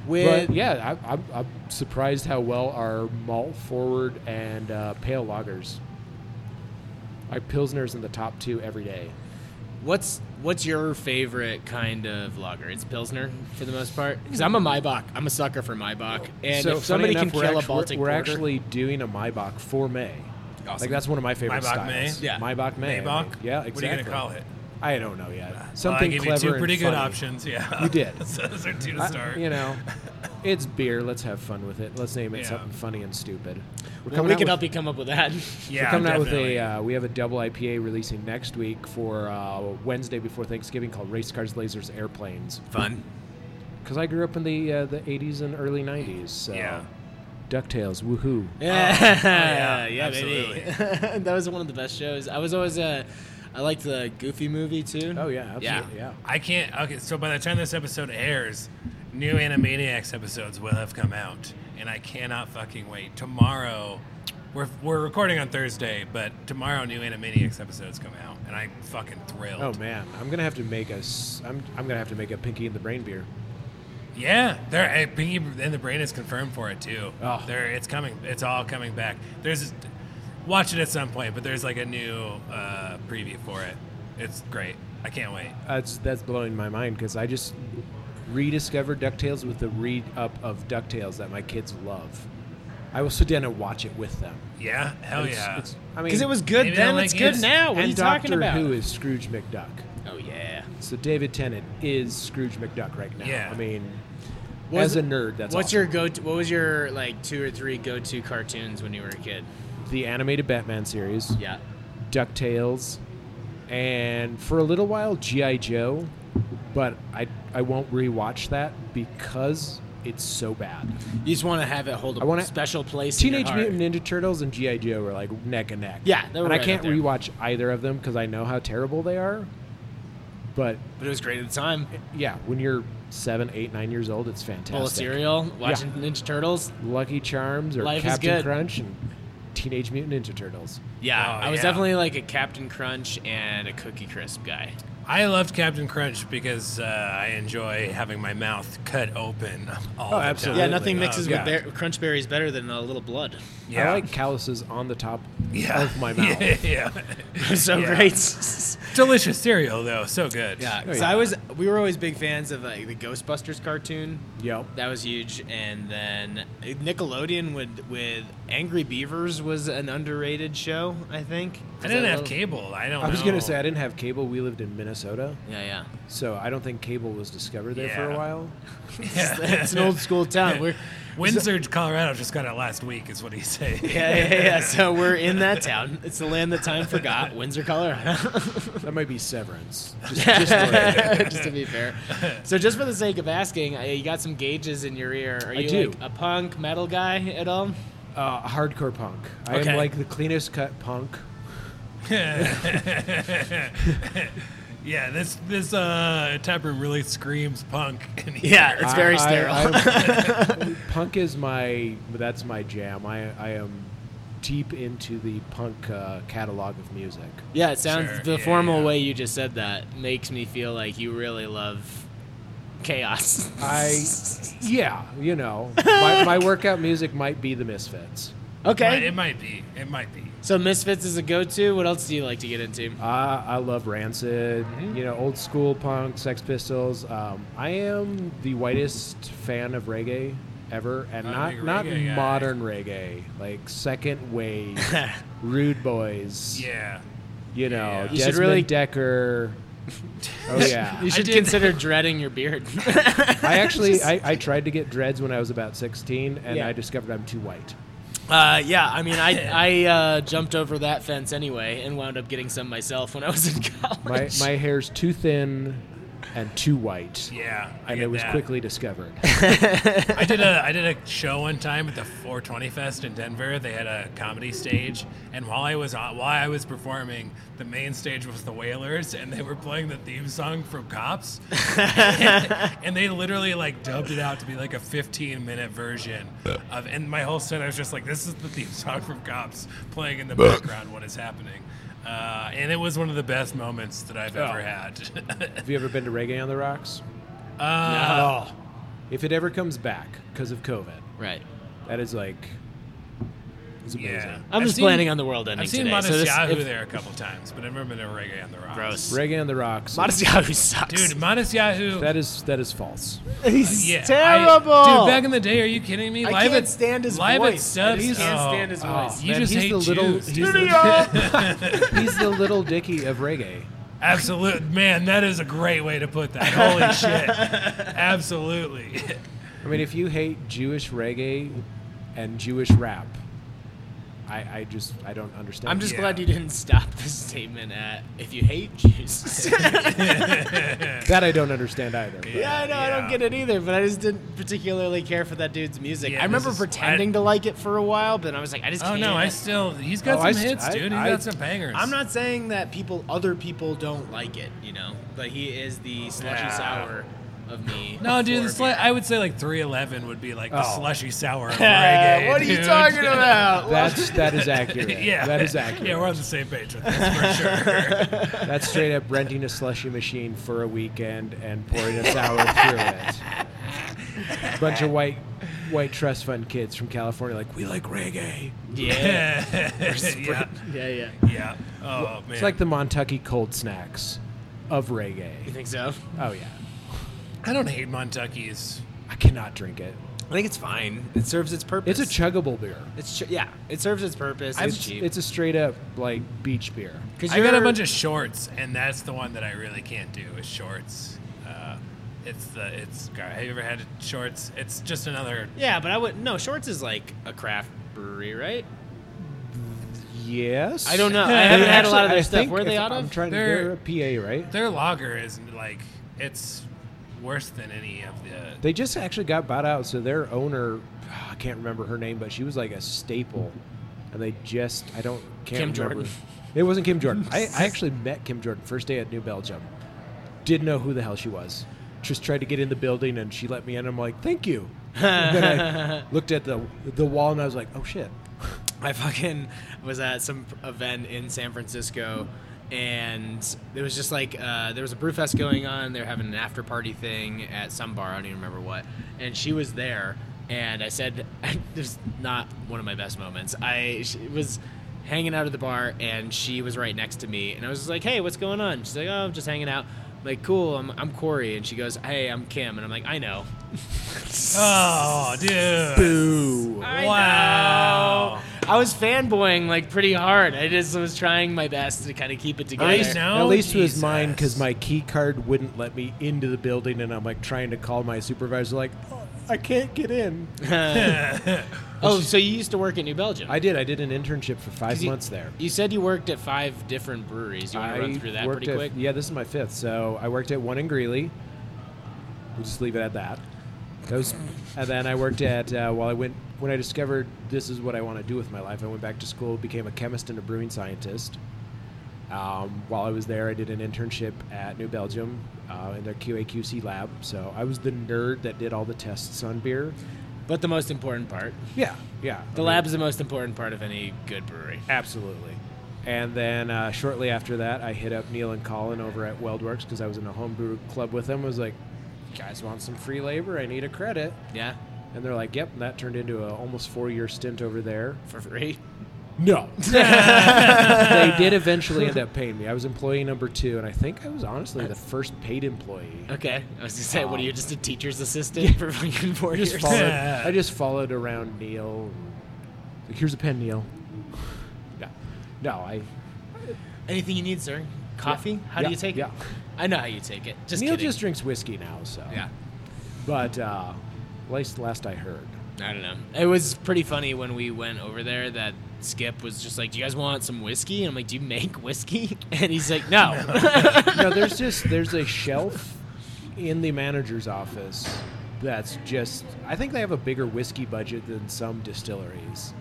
Speaker 1: With
Speaker 5: But yeah, I, I'm, I'm surprised how well our malt forward and uh, pale lagers. Our pilsners in the top two every day.
Speaker 1: what's what's your favorite kind of lager? It's pilsner for the most part. Because I'm a Maibach. I'm a sucker for Maibach. And
Speaker 5: so
Speaker 1: if somebody
Speaker 5: funny
Speaker 1: can
Speaker 5: enough, we're
Speaker 1: kill a
Speaker 5: actu-
Speaker 1: Baltic
Speaker 5: we're
Speaker 1: porter,
Speaker 5: actually doing a Maybach for May. Like that's one of my favorite
Speaker 4: Maybach
Speaker 5: styles.
Speaker 4: May?
Speaker 1: Yeah.
Speaker 5: Maybach May.
Speaker 4: Maybach?
Speaker 5: Like, yeah, exactly.
Speaker 4: What are you going to call it?
Speaker 5: I don't know yet.
Speaker 4: Well,
Speaker 5: Something
Speaker 4: I gave
Speaker 5: clever
Speaker 4: you two
Speaker 5: and
Speaker 4: pretty good
Speaker 5: funny.
Speaker 4: options. Yeah,
Speaker 5: You
Speaker 4: [LAUGHS]
Speaker 5: did.
Speaker 4: so those are two to
Speaker 5: I-
Speaker 4: start. [LAUGHS]
Speaker 5: you know, it's beer. Let's have fun with it. Let's name it
Speaker 4: Yeah.
Speaker 5: something funny and stupid. We're
Speaker 1: well, we
Speaker 5: out
Speaker 1: can
Speaker 5: with-
Speaker 1: help you come up with
Speaker 5: [LAUGHS]
Speaker 1: that.
Speaker 4: yeah,
Speaker 5: We're coming out with
Speaker 4: definitely.
Speaker 5: a uh, we have a double IPA releasing next week for uh, Wednesday before Thanksgiving called Race Cars, Lasers, Airplanes.
Speaker 1: Fun.
Speaker 5: Because I grew up in the uh, the 80s and early 90s. So.
Speaker 4: Yeah.
Speaker 5: Ducktales, woohoo!
Speaker 1: [LAUGHS] Yeah,
Speaker 5: Oh,
Speaker 4: yeah,
Speaker 1: yeah, baby. [LAUGHS] that was one of the best shows. I was always uh, I liked the Goofy movie too.
Speaker 5: Oh yeah, absolutely, yeah.
Speaker 4: I can't. Okay, so by the time this episode airs, new Animaniacs episodes will have come out, and I cannot fucking wait. Tomorrow, we're we're recording on Thursday, but tomorrow new Animaniacs episodes come out, and I'm fucking thrilled.
Speaker 5: Oh man, I'm gonna have to make a s- I'm I'm gonna have to make a Pinky and the Brain beer.
Speaker 4: Yeah, they're eh, Pinky and the Brain is confirmed for it too.
Speaker 5: Oh.
Speaker 4: They're, it's coming. It's all coming back. There's watch it at some point, but there's like a new uh, preview for it. It's great. I can't wait.
Speaker 5: That's that's blowing my mind because I just rediscovered Ducktales with the read up of Ducktales that my kids love. I will sit down and watch it with them.
Speaker 4: Yeah, hell
Speaker 5: It's-
Speaker 4: Oh, yeah.
Speaker 5: it's- I mean,
Speaker 1: Because it was good
Speaker 4: Maybe
Speaker 1: then,
Speaker 4: they'll
Speaker 1: it's
Speaker 4: like
Speaker 1: good
Speaker 4: it.
Speaker 1: now. What
Speaker 5: and
Speaker 1: are you
Speaker 5: Doctor
Speaker 1: talking about?
Speaker 5: Who is Scrooge McDuck.
Speaker 1: oh yeah.
Speaker 5: So David Tennant is Scrooge McDuck right now.
Speaker 4: Yeah.
Speaker 5: I mean,
Speaker 1: Was-
Speaker 5: as a nerd, that's
Speaker 1: What's
Speaker 5: awesome.
Speaker 1: your go? To, what was your like two or three go to cartoons when you were a kid?
Speaker 5: the animated Batman series,
Speaker 1: Yeah.
Speaker 5: Ducktales, and for a little while GI Joe, but I I won't rewatch that because it's so bad.
Speaker 1: You just want to have it hold a
Speaker 5: I wanna-
Speaker 1: special place.
Speaker 5: Teenage
Speaker 1: in your heart.
Speaker 5: Mutant Ninja Turtles and GI Joe were like neck and neck.
Speaker 1: Yeah, they were
Speaker 5: and
Speaker 1: right
Speaker 5: I
Speaker 1: up
Speaker 5: can't
Speaker 1: there.
Speaker 5: rewatch either of them because I know how terrible they are. But
Speaker 1: But it was great at the time.
Speaker 5: yeah, when you're seven, eight, nine years old, it's fantastic.
Speaker 1: Bowl of cereal, watching Ninja Turtles.
Speaker 5: Lucky Charms or
Speaker 1: Life is
Speaker 5: Captain
Speaker 1: good.
Speaker 5: Crunch and Teenage Mutant Ninja Turtles.
Speaker 1: Yeah,
Speaker 4: Oh,
Speaker 1: I was
Speaker 4: yeah.
Speaker 1: definitely like a Captain Crunch and a Cookie Crisp guy.
Speaker 4: I loved Captain Crunch because uh, I enjoy having my mouth cut open [LAUGHS] all
Speaker 5: Oh,
Speaker 4: the
Speaker 5: absolutely.
Speaker 1: Yeah,
Speaker 4: time.
Speaker 1: nothing mixes
Speaker 4: Oh, yeah.
Speaker 1: with bear- Crunch Berries better than a little blood. [LAUGHS]
Speaker 4: Yeah.
Speaker 5: I like calluses on the top
Speaker 4: yeah.
Speaker 5: of
Speaker 1: [LAUGHS]
Speaker 5: my mouth.
Speaker 4: Yeah, [LAUGHS] yeah.
Speaker 1: so
Speaker 4: Yeah.
Speaker 1: great.
Speaker 4: [LAUGHS] Delicious cereal though, so good.
Speaker 1: Yeah,
Speaker 5: Oh,
Speaker 1: because
Speaker 5: yeah.
Speaker 1: I was. We were always big fans of like the Ghostbusters cartoon.
Speaker 5: Yep.
Speaker 1: That was huge, and then Nickelodeon with with Angry Beavers was an underrated show. I think
Speaker 4: I didn't have
Speaker 1: cable.
Speaker 4: cable. I don't.
Speaker 5: I was
Speaker 4: know.
Speaker 5: gonna
Speaker 1: Oh,
Speaker 5: say I didn't have cable. We lived in Minnesota,
Speaker 1: Yeah, yeah.
Speaker 5: so I don't think cable was discovered there for a
Speaker 4: Yeah.
Speaker 5: while.
Speaker 1: [LAUGHS] it's an old school town. We're
Speaker 4: Windsor, Colorado, just got it last week, is what [LAUGHS] he's saying.
Speaker 1: yeah, yeah, yeah. So we're in that town. It's the land that time forgot, Windsor, Colorado. [LAUGHS]
Speaker 5: That might be Severance. Just, just for-
Speaker 1: just to be fair. So just for the sake of asking, I- you got some gauges in your ear. Are you
Speaker 5: do.
Speaker 1: like a punk metal guy at all?
Speaker 5: uh, hardcore punk. I
Speaker 1: Okay.
Speaker 5: am like the cleanest cut punk.
Speaker 4: [LAUGHS] Yeah, this this uh, tap room really screams punk. in here.
Speaker 1: it's
Speaker 5: I-
Speaker 1: very
Speaker 5: I-
Speaker 1: sterile.
Speaker 5: I- punk is my that's my jam. I I am deep into the punk uh, catalog of music.
Speaker 1: [LAUGHS] Yeah, it sounds
Speaker 4: Sure,
Speaker 1: the
Speaker 4: yeah,
Speaker 1: formal
Speaker 4: yeah.
Speaker 1: way you just said that makes me feel like you really love chaos.
Speaker 5: I, yeah, you know, my, my workout music might be the
Speaker 4: Might-
Speaker 5: Misfits.
Speaker 1: [LAUGHS] okay.
Speaker 4: It might be. It might be.
Speaker 1: So Misfits is a go-to. What else do you like to get into?
Speaker 4: Uh,
Speaker 5: I, I love Rancid,
Speaker 4: Mm-hmm.
Speaker 5: you know, old school punk, Sex Pistols. Um, I am the whitest fan of reggae ever, and
Speaker 4: I'm a
Speaker 5: not
Speaker 4: big
Speaker 5: not
Speaker 4: reggae guy.
Speaker 5: modern reggae, like
Speaker 4: [LAUGHS]
Speaker 5: second wave, Rude Boys.
Speaker 4: Yeah.
Speaker 5: You know,
Speaker 4: Yeah.
Speaker 5: Desmond
Speaker 1: You should really- [LAUGHS]
Speaker 5: Decker. Oh yeah,
Speaker 1: You should
Speaker 4: did- [LAUGHS]
Speaker 1: consider dreading your beard.
Speaker 5: I actually I, I tried to get dreads when I was about 16, and
Speaker 1: Yeah.
Speaker 5: I discovered I'm
Speaker 4: [LAUGHS]
Speaker 5: too white.
Speaker 1: Uh, yeah, I mean, I I uh, jumped over that fence anyway and wound up getting some myself when I was in [LAUGHS] college.
Speaker 5: My my hair's too thin and too white,
Speaker 4: Yeah. I
Speaker 5: and
Speaker 4: get
Speaker 5: it was
Speaker 4: that. [LAUGHS]
Speaker 5: quickly discovered.
Speaker 4: I did a I did a show one time at the 420 Fest in Denver. They had a comedy stage, and while I was on, while I was performing, the main stage was the Wailers, and they were playing the theme song
Speaker 1: [LAUGHS]
Speaker 4: from Cops, and they literally like dubbed it out to be like a 15 minute version of. And my whole set, I was just like, "This is the theme song from Cops playing in the background. What is happening?" Uh, and it was one of the best moments that
Speaker 1: Oh.
Speaker 4: I've ever had. [LAUGHS]
Speaker 5: Have you ever been to Reggae on the Rocks?
Speaker 4: uh,
Speaker 5: If it ever comes back because of COVID,
Speaker 1: Right.
Speaker 5: that is like, it's amazing.
Speaker 4: Yeah.
Speaker 1: I'm
Speaker 4: I've
Speaker 1: just
Speaker 4: seen-
Speaker 1: planning on the world ending
Speaker 4: I've seen
Speaker 1: today.
Speaker 4: Modest
Speaker 1: so this,
Speaker 4: Yahoo
Speaker 1: if-
Speaker 4: there a couple times, but I've never been to Reggae on the Rocks.
Speaker 1: Gross.
Speaker 5: Reggae on the Rocks. is-
Speaker 1: Modest Yahoo sucks.
Speaker 4: Dude, Modest Yahoo.
Speaker 5: that is that is false.
Speaker 1: [LAUGHS] he's
Speaker 4: yeah, I-
Speaker 1: terrible.
Speaker 4: dude, back in the day, are you kidding me?
Speaker 1: I
Speaker 4: live
Speaker 1: can't
Speaker 4: at,
Speaker 1: stand his
Speaker 4: live
Speaker 1: voice.
Speaker 4: At Stubbs,
Speaker 1: I just can't
Speaker 4: oh,
Speaker 1: stand his voice.
Speaker 4: You
Speaker 5: Man,
Speaker 4: just
Speaker 5: he's
Speaker 4: hate
Speaker 5: the little
Speaker 4: Jews,
Speaker 5: he's
Speaker 4: dude.
Speaker 5: the, [LAUGHS] he's the little Dicky of reggae.
Speaker 4: Absolute man, that is a great way to put
Speaker 1: [LAUGHS]
Speaker 4: that. Holy shit! Absolutely.
Speaker 5: I mean, if you hate Jewish reggae and Jewish rap, I, I just I don't understand.
Speaker 1: I'm just
Speaker 4: Yeah.
Speaker 1: glad you didn't stop [LAUGHS] the statement at if you hate [LAUGHS]
Speaker 4: [LAUGHS]
Speaker 1: Jews.
Speaker 5: that I don't understand either. but-
Speaker 1: Yeah, I know. I don't get it either, but I just didn't particularly care for that dude's music.
Speaker 4: Yeah,
Speaker 1: I
Speaker 4: this
Speaker 1: remember
Speaker 4: is-
Speaker 1: pretending
Speaker 4: I-
Speaker 1: to like it for a while, but I was like, I just
Speaker 4: Oh
Speaker 1: can't.
Speaker 4: no, I still. He's got
Speaker 5: Oh,
Speaker 4: some
Speaker 5: I st-
Speaker 4: hits,
Speaker 5: I-
Speaker 4: dude. He's
Speaker 5: I-
Speaker 4: got some bangers.
Speaker 1: I'm not saying that people, other people, don't like it, you know, but he is the slushy
Speaker 4: Yeah.
Speaker 1: sour of me.
Speaker 4: No, dude,
Speaker 1: for
Speaker 4: the sli-
Speaker 1: beer.
Speaker 4: I would say like 311 would be like the
Speaker 5: Oh.
Speaker 1: [LAUGHS]
Speaker 4: slushy sour of
Speaker 1: Yeah,
Speaker 4: reggae.
Speaker 1: what are you
Speaker 4: dude. [LAUGHS]
Speaker 1: talking
Speaker 5: [LAUGHS]
Speaker 1: about?
Speaker 5: That's that is accurate.
Speaker 4: Yeah,
Speaker 5: that is
Speaker 4: [LAUGHS]
Speaker 5: accurate.
Speaker 4: Yeah, we're on the same page with this
Speaker 1: [LAUGHS]
Speaker 4: for sure.
Speaker 5: That's straight up renting a slushy machine for a weekend and pouring a sour through it. Bunch of white white trust fund kids from California, like we like reggae.
Speaker 1: yeah,
Speaker 4: [LAUGHS] yeah,
Speaker 1: yeah, yeah.
Speaker 4: yeah. Oh man,
Speaker 5: It's like the Montucky cold snacks of reggae.
Speaker 1: You think so?
Speaker 5: Oh yeah,
Speaker 4: I don't hate Montuckies.
Speaker 5: I cannot drink it.
Speaker 1: I think it's fine. It serves its purpose.
Speaker 5: It's a chuggable beer.
Speaker 1: It's ch- yeah. It serves its purpose.
Speaker 5: It's,
Speaker 1: it's cheap.
Speaker 5: it's a straight up like beach beer.
Speaker 1: Cause
Speaker 4: I got a
Speaker 1: you're-
Speaker 4: bunch of shorts, and that's the one that I really can't do is shorts. Uh, it's the it's. God, have you ever had shorts? It's just another.
Speaker 1: Yeah, but I would no. Shorts is like a craft brewery, right?
Speaker 5: Yes.
Speaker 1: I don't
Speaker 5: [LAUGHS]
Speaker 1: know. I haven't had a lot of their
Speaker 5: Actually, I
Speaker 1: stuff.
Speaker 5: think
Speaker 1: Where are they
Speaker 5: if
Speaker 1: out
Speaker 5: I'm
Speaker 1: of?
Speaker 5: trying to.
Speaker 4: They're-
Speaker 5: They're a PA, right?
Speaker 4: Their lager is like it's worse than any of the.
Speaker 5: They just actually got bought out. So their owner, ah, I can't remember her name, but she was like a staple. And they just, I don't,
Speaker 1: Kim
Speaker 5: can't remember.
Speaker 1: Jordan.
Speaker 5: It wasn't Kim Jordan. I, I actually met Kim Jordan first day at New Belgium. Didn't know who the hell she was. Just tried to get in the building and she let me in. I'm like, thank you.
Speaker 1: [LAUGHS]
Speaker 5: And then I looked at the the wall and I was like, oh shit.
Speaker 1: I fucking was at some event in San Francisco, and there was just like uh, there was a brewfest going on. They were having an after party thing at some bar. I don't even remember what. And she was there, and I said, [LAUGHS] "This is not one of my best moments." I she was hanging out at the bar, and she was right next to me, and I was just like, "Hey, what's going on?" She's like, "Oh, I'm just hanging out." I'm like, cool. I'm I'm Corey, and she goes, "Hey, I'm Kim," and I'm like, "I know."
Speaker 4: Oh, dude.
Speaker 5: Ooh.
Speaker 4: Wow. [LAUGHS]
Speaker 1: I was fanboying like pretty hard. I just was trying my best to kind of keep it together.
Speaker 4: I know.
Speaker 5: At least it was mine
Speaker 4: Jesus.
Speaker 5: because my key card wouldn't let me into the building, and I'm like trying to call my supervisor, like, "Oh, I can't get in.
Speaker 1: [LAUGHS] Oh, so you used to work at New Belgium?
Speaker 5: I did. I did an internship for five
Speaker 1: 'Cause you-
Speaker 5: months there.
Speaker 1: You said you worked at five different breweries. You want
Speaker 5: I
Speaker 1: to run through that
Speaker 5: worked
Speaker 1: pretty
Speaker 5: at-
Speaker 1: quick?
Speaker 5: Yeah, this is my fifth. So I worked at one in Greeley. We'll just leave it at that. That was- and then I worked at uh, while I went when I discovered this is what I want to do with my life. I went back to school, became a chemist and a brewing scientist. Um, while I was there, I did an internship at New Belgium uh, in their QA/QC lab. So I was the nerd that did all the tests on beer.
Speaker 1: But the most important part,
Speaker 5: Yeah, yeah.
Speaker 1: the
Speaker 5: I mean-
Speaker 1: lab's the most important part of any good brewery.
Speaker 5: Absolutely. And then uh, shortly after that, I hit up Neil and Colin over at Weldworks because I was in a homebrew club with them. I was like, guys want some free labor? I need a credit.
Speaker 1: Yeah,
Speaker 5: And they're like, yep. And that turned into a almost four year stint over there.
Speaker 1: for free.
Speaker 5: [LAUGHS] No. they did eventually end up paying me. I was employee number two, and I think I was honestly the first paid employee.
Speaker 1: Okay, I was gonna say, what are you, just a teacher's assistant for fucking four
Speaker 5: I just
Speaker 1: years?
Speaker 5: [LAUGHS] followed,
Speaker 4: Yeah.
Speaker 5: I just followed around Neil. Like, here's a pen, Neil. Yeah. No, I.
Speaker 1: [LAUGHS] Anything you need, sir? Coffee? How
Speaker 5: Yeah,
Speaker 1: do you take
Speaker 5: yeah.
Speaker 1: it? I know how you take it. Just
Speaker 5: Neil
Speaker 1: kidding.
Speaker 5: just drinks whiskey now, so.
Speaker 1: yeah.
Speaker 5: But uh, last, last I heard.
Speaker 1: I don't know. It was pretty funny when we went over there that Skip was just like, "Do you guys want some whiskey?" And I'm like, "Do you make [LAUGHS] whiskey?" And he's like,
Speaker 5: [LAUGHS]
Speaker 1: "No." [LAUGHS]
Speaker 5: no, there's just there's a shelf in the manager's office that's just. I think they have a bigger whiskey budget than some distilleries.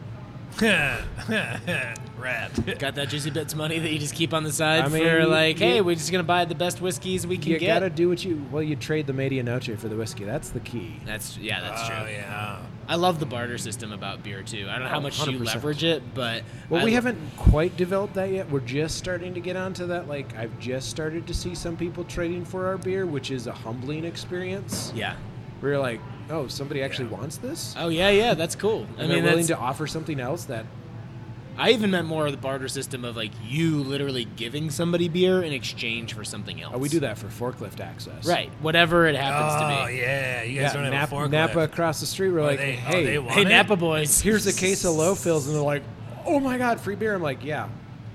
Speaker 4: Rat.
Speaker 1: Got that juicy bits money that you just keep on the side
Speaker 5: I mean,
Speaker 1: for like,
Speaker 5: you-
Speaker 1: "Hey, we're just gonna buy the best whiskeys we can
Speaker 5: You
Speaker 1: get."
Speaker 5: gotta do what you. Well, you trade the medianoche for the whiskey. That's the key.
Speaker 1: That's yeah, that's
Speaker 4: Oh
Speaker 1: true.
Speaker 4: yeah.
Speaker 1: I love the barter system about beer too. I don't know how
Speaker 5: Oh,
Speaker 1: much you
Speaker 5: 100%.
Speaker 1: leverage it, but
Speaker 5: Well,
Speaker 1: I
Speaker 5: we
Speaker 1: lo-
Speaker 5: haven't quite developed that yet. We're just starting to get onto that. Like, I've just started to see some people trading for our beer, which is a humbling experience.
Speaker 1: Yeah.
Speaker 5: Where you're like, oh, somebody actually wants this?
Speaker 1: Oh yeah, yeah, that's cool. I mean,
Speaker 5: and they're willing
Speaker 1: that's,
Speaker 5: to offer something else that
Speaker 1: I even meant more of the barter system of like you literally giving somebody beer in exchange for something else.
Speaker 5: oh, we do that for forklift access.
Speaker 1: Right, whatever it happens
Speaker 4: Oh
Speaker 1: to be.
Speaker 4: yeah. You
Speaker 5: Yeah,
Speaker 4: guys don't have a
Speaker 5: Napa,
Speaker 4: forklift.
Speaker 5: Napa across the street, we're
Speaker 4: Oh,
Speaker 5: like,
Speaker 4: they, oh,
Speaker 5: hey,
Speaker 4: they want
Speaker 1: Hey,
Speaker 4: it?
Speaker 1: Napa boys,
Speaker 5: here's a case of low fills. And they're like, oh my God, free beer. I'm like, yeah.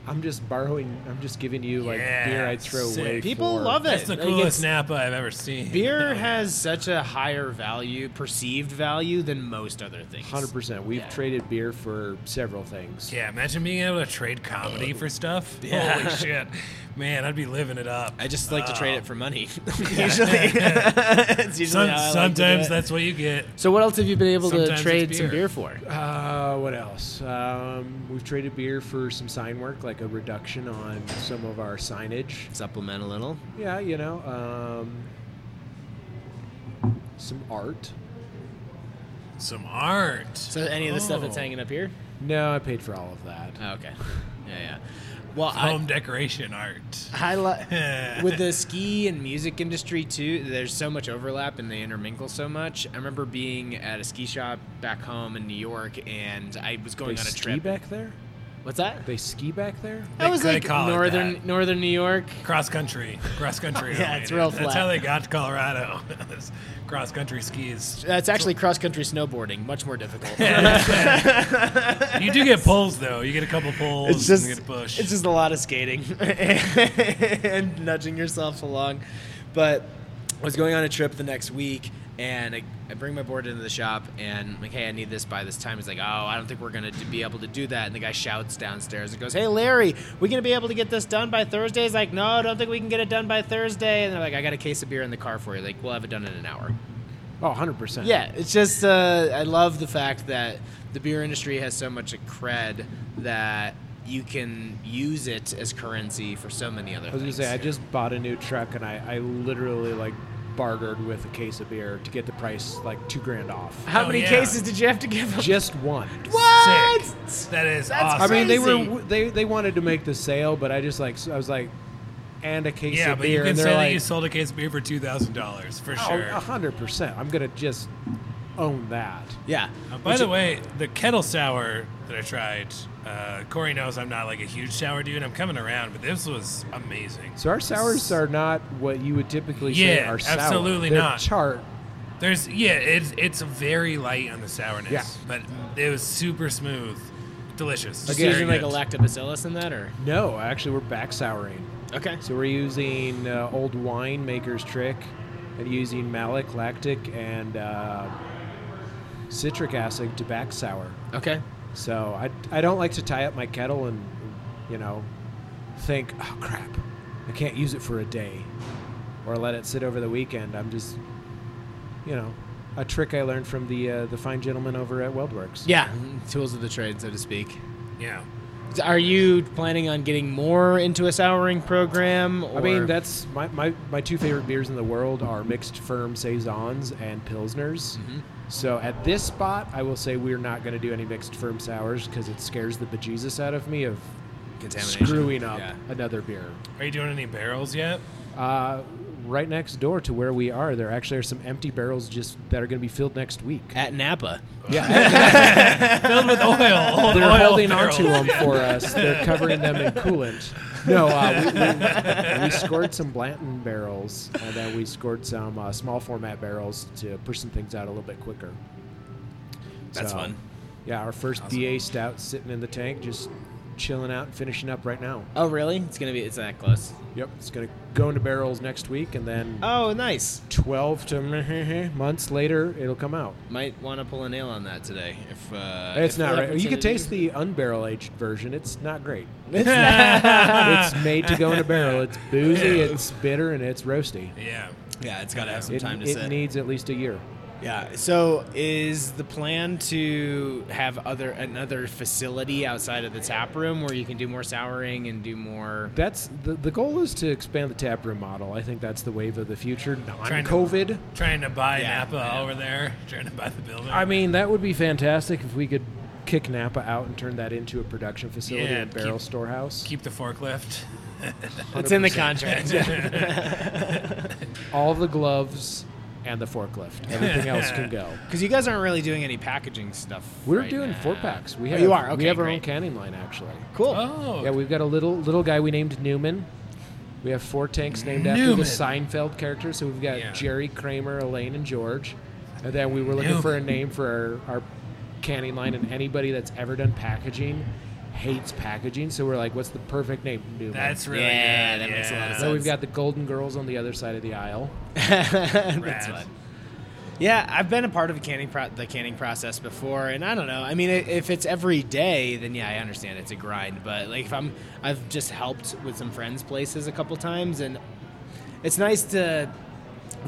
Speaker 5: I'm just borrowing, I'm just giving you like
Speaker 4: Yeah,
Speaker 5: beer I throw away.
Speaker 4: sick.
Speaker 1: People
Speaker 5: for-
Speaker 1: love it.
Speaker 4: That's the
Speaker 1: Like,
Speaker 4: coolest
Speaker 1: it's-
Speaker 4: Napa I've ever seen. Oh,
Speaker 1: Beer has such a higher value, perceived value, than most other things.
Speaker 5: 100%. We've
Speaker 1: Yeah.
Speaker 5: traded beer for several things.
Speaker 4: Yeah, imagine being able to trade comedy for stuff. Holy
Speaker 1: [LAUGHS]
Speaker 4: shit. Man, I'd be living it up.
Speaker 1: I just like to trade it for money. [LAUGHS] usually, It's usually
Speaker 4: Some,
Speaker 1: how I like to do
Speaker 4: sometimes
Speaker 1: it.
Speaker 4: that's what you get.
Speaker 1: So, what else have you been able to
Speaker 4: Sometimes it's
Speaker 1: trade some beer
Speaker 4: beer.
Speaker 1: for?
Speaker 5: Uh, what else? Um, we've traded beer for some sign work, like a reduction on some of our signage.
Speaker 1: Supplement a little.
Speaker 5: Yeah, you know, um, some art.
Speaker 4: Some art.
Speaker 1: So, any of the stuff that's
Speaker 4: Oh.
Speaker 1: hanging up here?
Speaker 5: No, I paid for all of that.
Speaker 1: Oh, okay. Yeah, yeah. Well,
Speaker 4: Home decoration art.
Speaker 1: I li- with the ski and music industry too. There's so much overlap and they intermingle so much. I remember being at a ski shop back home in New York, and I was
Speaker 5: They
Speaker 1: going on a
Speaker 5: ski
Speaker 1: trip.
Speaker 5: back there?
Speaker 1: What's that?
Speaker 5: They ski back there?
Speaker 1: I was
Speaker 4: they
Speaker 1: like
Speaker 4: call it
Speaker 1: northern
Speaker 4: that.
Speaker 1: northern New York.
Speaker 4: Cross country. Cross country.
Speaker 1: [LAUGHS] Yeah, it's
Speaker 4: related.
Speaker 1: real
Speaker 4: That's
Speaker 1: flat.
Speaker 4: how they got to Colorado. [LAUGHS] Cross
Speaker 1: [LAUGHS]
Speaker 4: country skis.
Speaker 1: That's actually cross country snowboarding, much more difficult.
Speaker 4: You do get pulls though. You get a couple pulls.
Speaker 1: it's just
Speaker 4: and you get a push.
Speaker 1: it's just a lot of skating [LAUGHS] and nudging yourself along but i was going on a trip the next week and I, I bring my board into the shop and I'm like hey i need this by this time he's like oh i don't think we're gonna d- be able to do that and the guy shouts downstairs and goes hey larry we gonna be able to get this done by thursday he's like no i don't think we can get it done by thursday and they're like i got a case of beer in the car for you like we'll have it done in an hour
Speaker 5: Oh, 100%.
Speaker 1: yeah, it's just uh, I love the fact that the beer industry has so much a cred that you can use it as currency for so many other
Speaker 5: I was gonna
Speaker 1: things.
Speaker 5: say I just bought a new truck and I, I literally like bartered with a case of beer to get the price like two grand off.
Speaker 1: How
Speaker 4: Oh,
Speaker 1: many
Speaker 4: yeah.
Speaker 1: cases did you have to give up?
Speaker 5: Just one.
Speaker 1: what?
Speaker 4: Sick. That is
Speaker 1: That's
Speaker 5: I
Speaker 4: awesome.
Speaker 5: mean, they
Speaker 1: Crazy.
Speaker 5: were they they wanted to make the sale, but I just like I was like, and a case
Speaker 4: yeah,
Speaker 5: of
Speaker 4: but
Speaker 5: beer,
Speaker 4: you can
Speaker 5: and
Speaker 4: say
Speaker 5: they're
Speaker 4: that
Speaker 5: like,
Speaker 4: you sold a case of beer for two thousand dollars for
Speaker 5: "Oh,
Speaker 4: sure.
Speaker 5: a hundred percent. I'm gonna just own that.
Speaker 1: Yeah.
Speaker 4: Uh, by the way, the kettle sour that I tried, uh, Corey knows I'm not like a huge sour dude. I'm coming around, but this was amazing.
Speaker 5: So our sours are not what you would typically say
Speaker 4: Yeah,
Speaker 5: are sour.
Speaker 4: absolutely
Speaker 5: They're
Speaker 4: not.
Speaker 5: Chart.
Speaker 4: There's yeah, it's it's very light on the sourness,
Speaker 5: Yeah.
Speaker 4: but it was super smooth, delicious.
Speaker 1: Just
Speaker 4: Very
Speaker 1: using like a
Speaker 4: good.
Speaker 1: lactobacillus in that, or
Speaker 5: No, actually, we're back souring.
Speaker 1: okay.
Speaker 5: So we're using uh, old winemaker's trick and using malic, lactic, and uh, citric acid to back sour.
Speaker 1: Okay.
Speaker 5: So I, I don't like to tie up my kettle and, you know, think, oh crap, I can't use it for a day or let it sit over the weekend. I'm just, you know, a trick I learned from the uh, the fine gentleman over at Weldworks.
Speaker 1: Yeah, tools of the trade, so to speak.
Speaker 4: yeah.
Speaker 1: Are you planning on getting more into a souring program? Or
Speaker 5: I mean, that's my, my, my two favorite beers in the world are mixed firm saisons and pilsners.
Speaker 1: Mm-hmm.
Speaker 5: So at this spot, I will say we're not going to do any mixed firm sours because it scares the bejesus out of me of
Speaker 1: contamination.
Speaker 5: screwing up
Speaker 1: Yeah.
Speaker 5: another beer.
Speaker 1: [LAUGHS]
Speaker 4: Are you doing any barrels yet?
Speaker 5: Uh, right next door to where we are. There actually are some empty barrels just that are going to be filled next week.
Speaker 1: At Napa.
Speaker 4: filled with oil. old
Speaker 5: They're
Speaker 4: oil
Speaker 5: holding
Speaker 4: barrels.
Speaker 5: onto them for us. They're covering them in coolant. No, uh, we, we, we scored some Blanton barrels, and then we scored some uh, small format barrels to push some things out a little bit quicker.
Speaker 1: That's
Speaker 5: So,
Speaker 1: fun.
Speaker 5: Yeah, our first BA stout sitting in the tank, just chilling out and finishing up right now.
Speaker 1: Oh, really? It's gonna be. It's that close.
Speaker 5: Yep, it's gonna go into barrels next week, and then
Speaker 1: Oh, nice.
Speaker 5: 12 to [LAUGHS] months later, it'll come out.
Speaker 1: Might want to pull a nail on that today. If uh,
Speaker 5: It's
Speaker 1: if
Speaker 5: not
Speaker 1: the
Speaker 5: right. You can
Speaker 1: opportunity-
Speaker 5: taste the unbarrel aged version. It's not great. [LAUGHS] It's, not- it's made to go in a barrel. It's boozy, it's bitter, and it's roasty.
Speaker 4: Yeah.
Speaker 1: Yeah, it's gotta have some
Speaker 5: It,
Speaker 1: time to
Speaker 5: it
Speaker 1: sit.
Speaker 5: needs at least a year.
Speaker 1: Yeah. So, is the plan to have other another facility outside of the tap room where you can do more souring and do more?
Speaker 5: That's the, the goal is to expand the tap room model. I think that's the wave of the future.
Speaker 4: Trying
Speaker 5: Non
Speaker 4: to-
Speaker 5: COVID.
Speaker 4: Trying to buy
Speaker 1: Yeah,
Speaker 4: Napa
Speaker 1: yeah.
Speaker 4: over there. [LAUGHS] Trying to buy the building.
Speaker 5: I mean, that would be fantastic if we could kick Napa out and turn that into a production facility
Speaker 4: Yeah,
Speaker 5: and barrel
Speaker 4: keep-
Speaker 5: storehouse.
Speaker 4: keep the forklift.
Speaker 1: It's in the contract. [LAUGHS]
Speaker 5: all the gloves and the forklift. Everything else can go.
Speaker 1: Because you guys aren't really doing any packaging stuff.
Speaker 5: We're
Speaker 1: right
Speaker 5: doing
Speaker 1: now.
Speaker 5: four packs. We
Speaker 1: Oh,
Speaker 5: have
Speaker 1: you are?
Speaker 5: we
Speaker 1: Okay,
Speaker 5: have our own
Speaker 1: great.
Speaker 5: canning line actually.
Speaker 1: Cool.
Speaker 4: Oh.
Speaker 5: Yeah, we've got a little little guy we named Newman. We have four tanks named after the
Speaker 4: Newman.
Speaker 5: Seinfeld characters. So we've got
Speaker 4: Yeah.
Speaker 5: Jerry, Kramer, Elaine, and George. And then we were looking for a name for our, our canning line, and anybody that's ever done packaging hates packaging. So we're like, what's the perfect name? Newman.
Speaker 4: That's really
Speaker 1: Yeah,
Speaker 4: good.
Speaker 1: that makes a lot of
Speaker 5: so
Speaker 4: Yeah.
Speaker 5: we've got the Golden Girls on the other side of the aisle.
Speaker 1: [LAUGHS] That's
Speaker 4: Rad.
Speaker 1: fun. Yeah, I've been a part of a canning pro- the canning process before, and I don't know. I mean, i- if it's every day, then yeah, I understand it's a grind. But like, if I'm, I've just helped with some friends' places a couple times, and it's nice to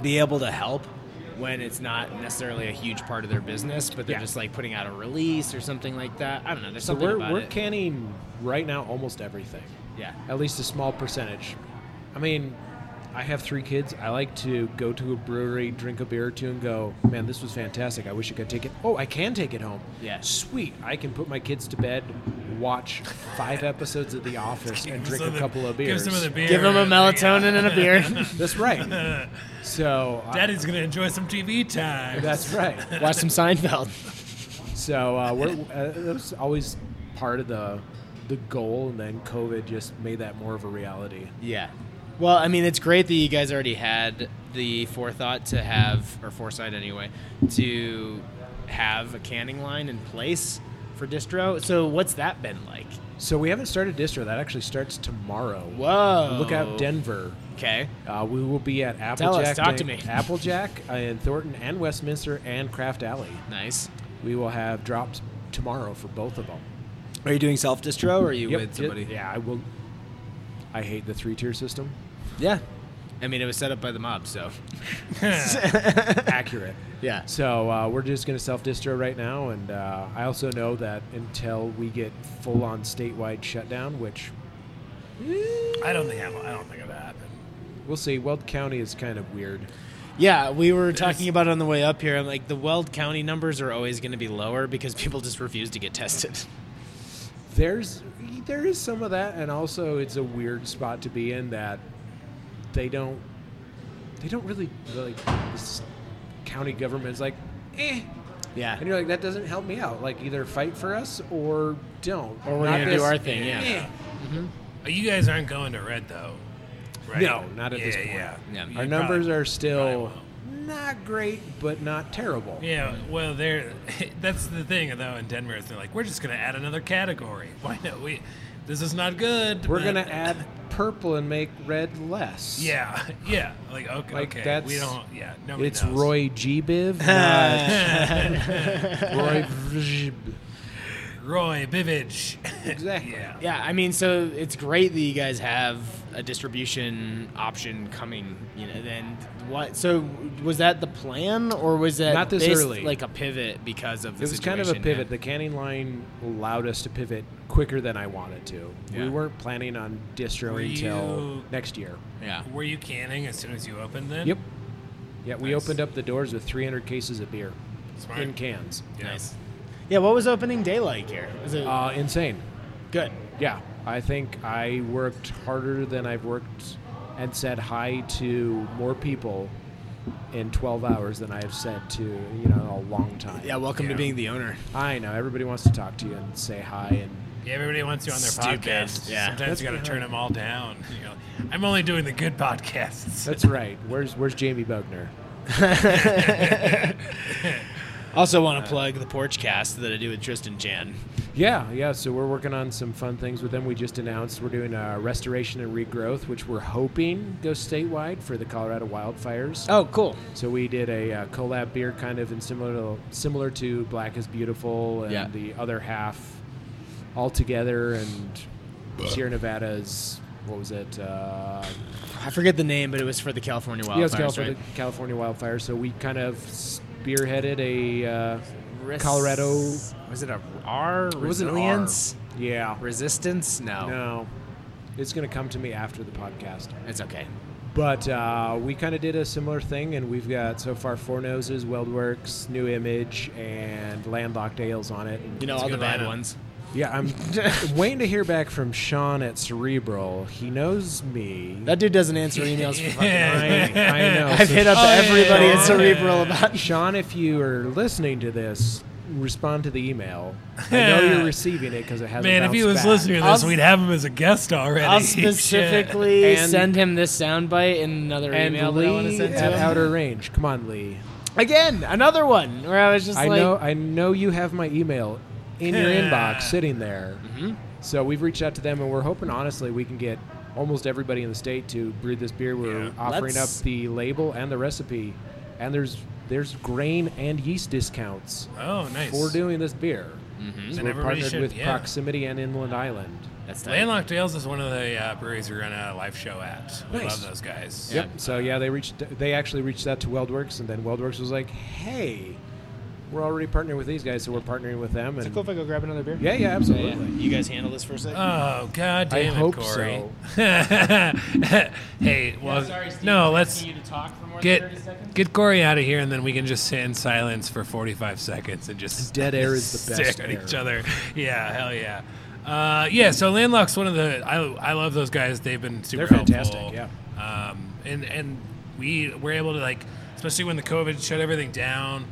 Speaker 1: be able to help when it's not necessarily a huge part of their business, but they're
Speaker 5: Yeah.
Speaker 1: just like putting out a release or something like that. I don't know. There's
Speaker 5: So
Speaker 1: something
Speaker 5: we're,
Speaker 1: about
Speaker 5: we're
Speaker 1: it.
Speaker 5: canning right now almost everything.
Speaker 1: yeah.
Speaker 5: at least a small percentage. I mean, I have three kids. I like to go to a brewery, drink a beer or two, and go, man, this was fantastic. I wish I could take it. Oh, I can take it home.
Speaker 1: Yeah.
Speaker 5: Sweet. I can put my kids to bed, watch five episodes of The Office, and drink a couple of
Speaker 4: Give
Speaker 5: beers.
Speaker 4: some of the beer.
Speaker 1: Give them a
Speaker 4: Yeah.
Speaker 1: melatonin and a beer. [LAUGHS]
Speaker 4: [LAUGHS]
Speaker 5: That's right. So, I-
Speaker 4: Daddy's gonna enjoy some TV time. [LAUGHS]
Speaker 5: that's right.
Speaker 1: Watch some Seinfeld.
Speaker 5: So uh, we're, uh, that was always part of the the goal, and then COVID just made that more of a reality.
Speaker 1: Yeah. Well, I mean, it's great that you guys already had the forethought to have, or foresight anyway, to have a canning line in place for distro. So, what's that been like?
Speaker 5: So we haven't started distro. That actually starts tomorrow.
Speaker 1: Whoa.
Speaker 5: Look out, Denver.
Speaker 1: Okay.
Speaker 5: Uh, we will be at Applejack.
Speaker 1: Oh. Tell us, talk to
Speaker 5: Day-
Speaker 1: me.
Speaker 5: Applejack uh, in Thornton and Westminster and Craft Alley.
Speaker 1: Nice.
Speaker 5: We will have drops tomorrow for both of them.
Speaker 1: Are you doing self distro or are you
Speaker 5: Yep, Yeah, I will. I hate the three
Speaker 1: [LAUGHS]
Speaker 5: tier system.
Speaker 1: Yeah. I mean, it was set up by the mob, [LAUGHS] so.
Speaker 5: Accurate.
Speaker 1: Yeah.
Speaker 5: So uh, we're just going to self distro right now, and uh, I also know that until we get full on statewide shutdown, which
Speaker 4: I don't think I'm, I don't think it'll happen.
Speaker 5: we'll see. Weld County is kind of weird.
Speaker 1: Yeah, we were talking about it on the way up here. I'm like, the Weld County numbers are always going to be lower because people just refuse to get tested.
Speaker 5: there's there is some of that and also it's a weird spot to be in that they don't they don't really like this county government's like eh
Speaker 1: [LAUGHS] Yeah.
Speaker 5: and you're like that doesn't help me out like either fight for us or don't
Speaker 1: Or we're
Speaker 5: Not
Speaker 1: going to
Speaker 5: this-
Speaker 1: do our thing, yeah.
Speaker 5: eh.
Speaker 4: Uh, You guys aren't going to red though, right?
Speaker 5: No, not at
Speaker 4: yeah,
Speaker 5: this point.
Speaker 4: Yeah,
Speaker 1: Yeah.
Speaker 4: You
Speaker 5: our
Speaker 4: probably-
Speaker 5: numbers are still
Speaker 4: probably
Speaker 5: not great but not terrible
Speaker 4: Yeah, well, they're [LAUGHS] that's the thing though in Denver is they're like we're just gonna add another category. [LAUGHS] Why not? We this is not good.
Speaker 5: we're
Speaker 4: but- [LAUGHS]
Speaker 5: gonna add purple and make red less
Speaker 4: Yeah, [LAUGHS] yeah. Like okay,
Speaker 5: Like,
Speaker 4: okay.
Speaker 5: that's-
Speaker 4: we don't. Yeah, nobody
Speaker 5: it's
Speaker 4: knows.
Speaker 5: Roy G. [LAUGHS] Biv, not [LAUGHS] Roy Vjib.
Speaker 4: Roy Bivage. [LAUGHS]
Speaker 5: Exactly.
Speaker 4: yeah.
Speaker 1: Yeah, I mean, so it's great that you guys have a distribution option coming. You know, then what? So was that the plan, or was that
Speaker 5: Not this
Speaker 1: based,
Speaker 5: early.
Speaker 1: Like a pivot because of the
Speaker 5: It was kind of a
Speaker 1: situation?
Speaker 5: pivot. The canning line allowed us to pivot quicker than I wanted to.
Speaker 1: Yeah.
Speaker 5: We weren't planning on distro
Speaker 4: Were
Speaker 5: until
Speaker 4: you-
Speaker 5: next year.
Speaker 1: Yeah.
Speaker 4: Were you canning as soon as you opened then?
Speaker 5: Yep. Yeah, we
Speaker 4: Nice.
Speaker 5: opened up the doors with 300 cases of beer
Speaker 4: Smart.
Speaker 5: in cans.
Speaker 4: Yeah.
Speaker 1: Nice. Yeah. What was opening day like here? Was it
Speaker 5: Uh, insane.
Speaker 1: good?
Speaker 5: Yeah, I think I worked harder than I've worked and said hi to more people in 12 hours than I have said to you know a long time.
Speaker 1: Yeah, welcome to being the owner.
Speaker 5: I know everybody wants to talk to you and say hi and
Speaker 4: Yeah, everybody wants you on their
Speaker 1: Stupid.
Speaker 4: podcast.
Speaker 1: Yeah.
Speaker 4: Sometimes you got to turn them all down. You know, I'm only doing the good
Speaker 5: [LAUGHS]
Speaker 4: podcasts.
Speaker 5: that's right. Where's where's Jamie Bogner?
Speaker 1: Also, want to plug the Porch Cast that I do with Tristan Jan.
Speaker 5: Yeah, yeah. So we're working on some fun things with them. We just announced we're doing a restoration and regrowth, which we're hoping goes statewide for the Colorado wildfires.
Speaker 1: Oh, cool.
Speaker 5: So we did a uh, collab beer, kind of, and similar to, similar to Black is Beautiful and
Speaker 7: Yeah.
Speaker 5: the other half all together, and Sierra Nevada's what was it? Uh,
Speaker 1: I forget the name, but it was for the California wildfires.
Speaker 5: yeah, it's California,
Speaker 1: right?
Speaker 5: California wildfire. So we kind of spearheaded a. Uh, Colorado-
Speaker 1: Res- Was it a R?
Speaker 5: it was an R.
Speaker 1: Resilience?
Speaker 5: yeah.
Speaker 1: Resistance? No.
Speaker 5: No, it's going to come to me after the podcast.
Speaker 1: It's okay.
Speaker 5: But uh, we kind of did a similar thing, and we've got so far Four Noses, Weldworks, New Image, and Landlocked Ales on it.
Speaker 1: You know
Speaker 4: It's a
Speaker 1: all the
Speaker 4: good
Speaker 1: bad
Speaker 4: lineup.
Speaker 1: ones.
Speaker 5: Yeah,
Speaker 1: [LAUGHS]
Speaker 5: I'm waiting to hear back from Sean at Cerebral. He knows me.
Speaker 1: That dude doesn't answer emails for [LAUGHS] fucking
Speaker 5: I,
Speaker 1: yeah.
Speaker 5: I know.
Speaker 1: [LAUGHS] I've
Speaker 5: So
Speaker 1: hit up everybody at
Speaker 5: Sean-
Speaker 1: Cerebral about.
Speaker 5: Sean, if you are listening to this, respond to the
Speaker 1: [LAUGHS]
Speaker 5: email. I know you're receiving it because it hasn't.
Speaker 4: Man, if he
Speaker 5: bounced
Speaker 4: was
Speaker 5: back.
Speaker 4: listening to
Speaker 1: I'll
Speaker 4: this,
Speaker 1: s-
Speaker 4: we'd have him as a guest already.
Speaker 1: I'll
Speaker 4: [LAUGHS] Shit.
Speaker 1: specifically
Speaker 5: And-
Speaker 1: send him this soundbite in another
Speaker 5: and
Speaker 1: email that I want to
Speaker 5: Lee
Speaker 1: send
Speaker 5: at
Speaker 1: to him.
Speaker 5: Outer Range. Come on, Lee.
Speaker 1: Again, another one where I was just
Speaker 5: I
Speaker 1: like,
Speaker 5: know I know you have my email in your
Speaker 4: Yeah.
Speaker 5: inbox sitting there.
Speaker 1: Mm-hmm.
Speaker 5: So we've reached out to them and we're hoping honestly we can get almost everybody in the state to brew this beer. We're
Speaker 4: Yeah.
Speaker 5: offering
Speaker 1: Let's-
Speaker 5: up the label and the recipe and there's there's grain and yeast discounts
Speaker 4: Oh, nice.
Speaker 5: for doing this beer.
Speaker 1: Mm-hmm.
Speaker 4: And
Speaker 5: So we're
Speaker 4: everybody
Speaker 5: partnered
Speaker 4: should-
Speaker 5: with
Speaker 4: yeah.
Speaker 5: Proximity and Inland Island.
Speaker 1: that's not
Speaker 4: Landlocked Ales is one of the uh, breweries we run a live show at. We
Speaker 5: Nice.
Speaker 4: love those guys.
Speaker 5: Yep. So yeah, they reached they actually reached out to Weldworks and then Weldworks was like, "Hey, we're already partnering with these guys, so we're partnering with them." And
Speaker 1: if I go grab another beer? Oh,
Speaker 5: yeah, yeah, absolutely.
Speaker 1: You guys handle this for a second.
Speaker 4: Oh God
Speaker 5: I
Speaker 4: damn it,
Speaker 5: hope
Speaker 4: Corey. [LAUGHS]
Speaker 5: so.
Speaker 4: hey,
Speaker 1: Uh,
Speaker 4: well, no, let's get get Corey out of here, and then we can just sit in silence for 45 seconds and just
Speaker 5: Dead air is the
Speaker 4: [LAUGHS]
Speaker 5: best
Speaker 4: stare at
Speaker 5: air.
Speaker 4: each other. Yeah, hell yeah. Uh, yeah, so Landlock's one of the I, I love those guys. They've been super
Speaker 5: They're fantastic,
Speaker 4: helpful. Yeah, um, and and we were able to like, especially when the COVID shut everything down,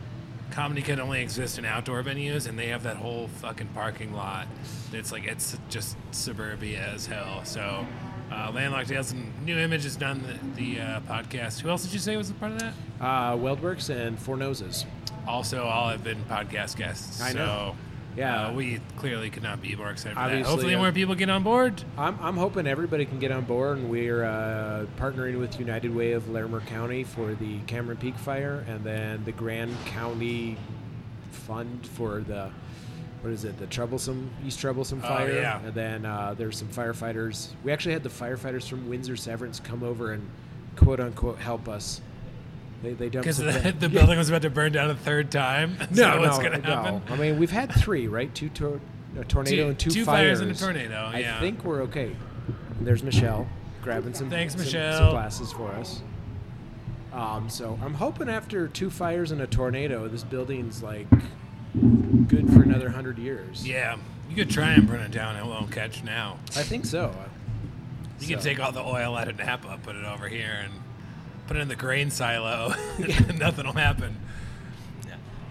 Speaker 4: comedy can only exist in outdoor venues, and they have that whole fucking parking lot. It's like it's just suburbia as hell. So. Uh, Landlocked Ales and New Image has done the, the uh, podcast. Who else did you say was a part of that?
Speaker 5: Uh, Weldworks and Four Noses.
Speaker 4: Also, all have been podcast guests.
Speaker 5: I know.
Speaker 4: So,
Speaker 5: Yeah.
Speaker 4: uh, we clearly could not be more excited. For that.
Speaker 5: Obviously,
Speaker 4: Hopefully,
Speaker 5: uh,
Speaker 4: more people get on board.
Speaker 5: I'm, I'm hoping everybody can get on board, and we're uh, partnering with United Way of Larimer County for the Cameron Peak Fire, and then the Grand County Fund for the what is it? The troublesome East Troublesome
Speaker 4: Oh,
Speaker 5: Fire,
Speaker 4: yeah.
Speaker 5: and then uh, there's some firefighters. We actually had the firefighters from Windsor Severance come over and quote unquote help us. They they dumped
Speaker 4: Because
Speaker 5: some
Speaker 4: the,
Speaker 5: gas-
Speaker 4: [LAUGHS]
Speaker 5: [LAUGHS]
Speaker 4: the building was about to burn down a third time. [LAUGHS] Is that what's going to happen?
Speaker 5: I mean, we've had three, right? Two tor- a tornado
Speaker 4: Two-
Speaker 5: and two,
Speaker 4: two
Speaker 5: fires.
Speaker 4: fires and a tornado,
Speaker 5: I
Speaker 4: yeah.
Speaker 5: think we're okay. And there's Michelle grabbing some
Speaker 4: Thanks,
Speaker 5: some- some
Speaker 4: Michelle.
Speaker 5: glasses for us. Um, so I'm hoping after two fires and a tornado, this building's like good for another hundred years.
Speaker 4: Yeah, you could try and burn it down. It won't catch now.
Speaker 5: I think so.
Speaker 4: You can
Speaker 5: So-
Speaker 4: take all the oil out of Napa, put it over here, and put it in the grain silo. [LAUGHS] Nothing will happen.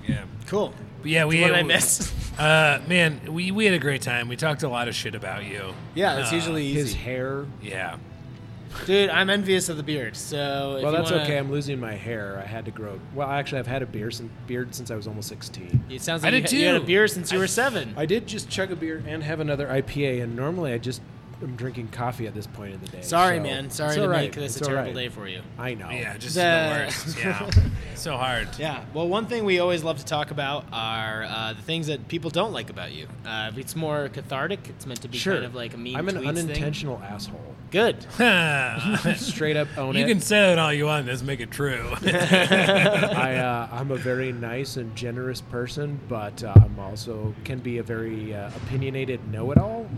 Speaker 4: Yeah.
Speaker 1: cool.
Speaker 4: But yeah, we.
Speaker 1: What did I
Speaker 4: we-
Speaker 1: [LAUGHS] miss?
Speaker 4: [LAUGHS] Uh, man, we, we had a great time. We talked a lot of shit about you.
Speaker 1: Yeah, that's
Speaker 4: Uh,
Speaker 1: usually
Speaker 5: His
Speaker 1: easy.
Speaker 5: hair.
Speaker 4: Yeah.
Speaker 1: [LAUGHS] Dude, I'm envious of the beard. So if
Speaker 5: Well,
Speaker 1: you
Speaker 5: that's
Speaker 1: wanna-
Speaker 5: okay. I'm losing my hair. I had to grow. Well, actually, I've had a beard since, beard since I was almost 16.
Speaker 1: It sounds
Speaker 4: I
Speaker 1: like you,
Speaker 4: did
Speaker 1: had- you had a
Speaker 4: too.
Speaker 1: beer since you were seven.
Speaker 5: I did just chug a beer and have another IPA, and normally I just am drinking coffee at this point in the day.
Speaker 1: Sorry,
Speaker 5: so
Speaker 1: man.
Speaker 5: it's
Speaker 1: Sorry to
Speaker 5: all right,
Speaker 1: make this a
Speaker 5: it's all
Speaker 1: terrible
Speaker 5: right.
Speaker 1: day for you.
Speaker 5: I know.
Speaker 4: Yeah, just
Speaker 1: The-
Speaker 4: the worst. Yeah. so hard.
Speaker 1: Yeah. Well, one thing we always love to talk about are uh, the things that people don't like about you. Uh, it's more cathartic. It's meant to be
Speaker 5: sure.
Speaker 1: kind of like a mean.
Speaker 5: I'm an
Speaker 1: tweets
Speaker 5: unintentional asshole.
Speaker 1: Thing. Good.
Speaker 5: Straight up
Speaker 1: [LAUGHS]
Speaker 4: [LAUGHS]
Speaker 5: own
Speaker 4: you
Speaker 5: it.
Speaker 4: can say that all you want, just make it true.
Speaker 5: I, uh, I'm a very nice and generous person, but uh, I'm also can be a very uh, opinionated know-it-all.
Speaker 1: Hmm.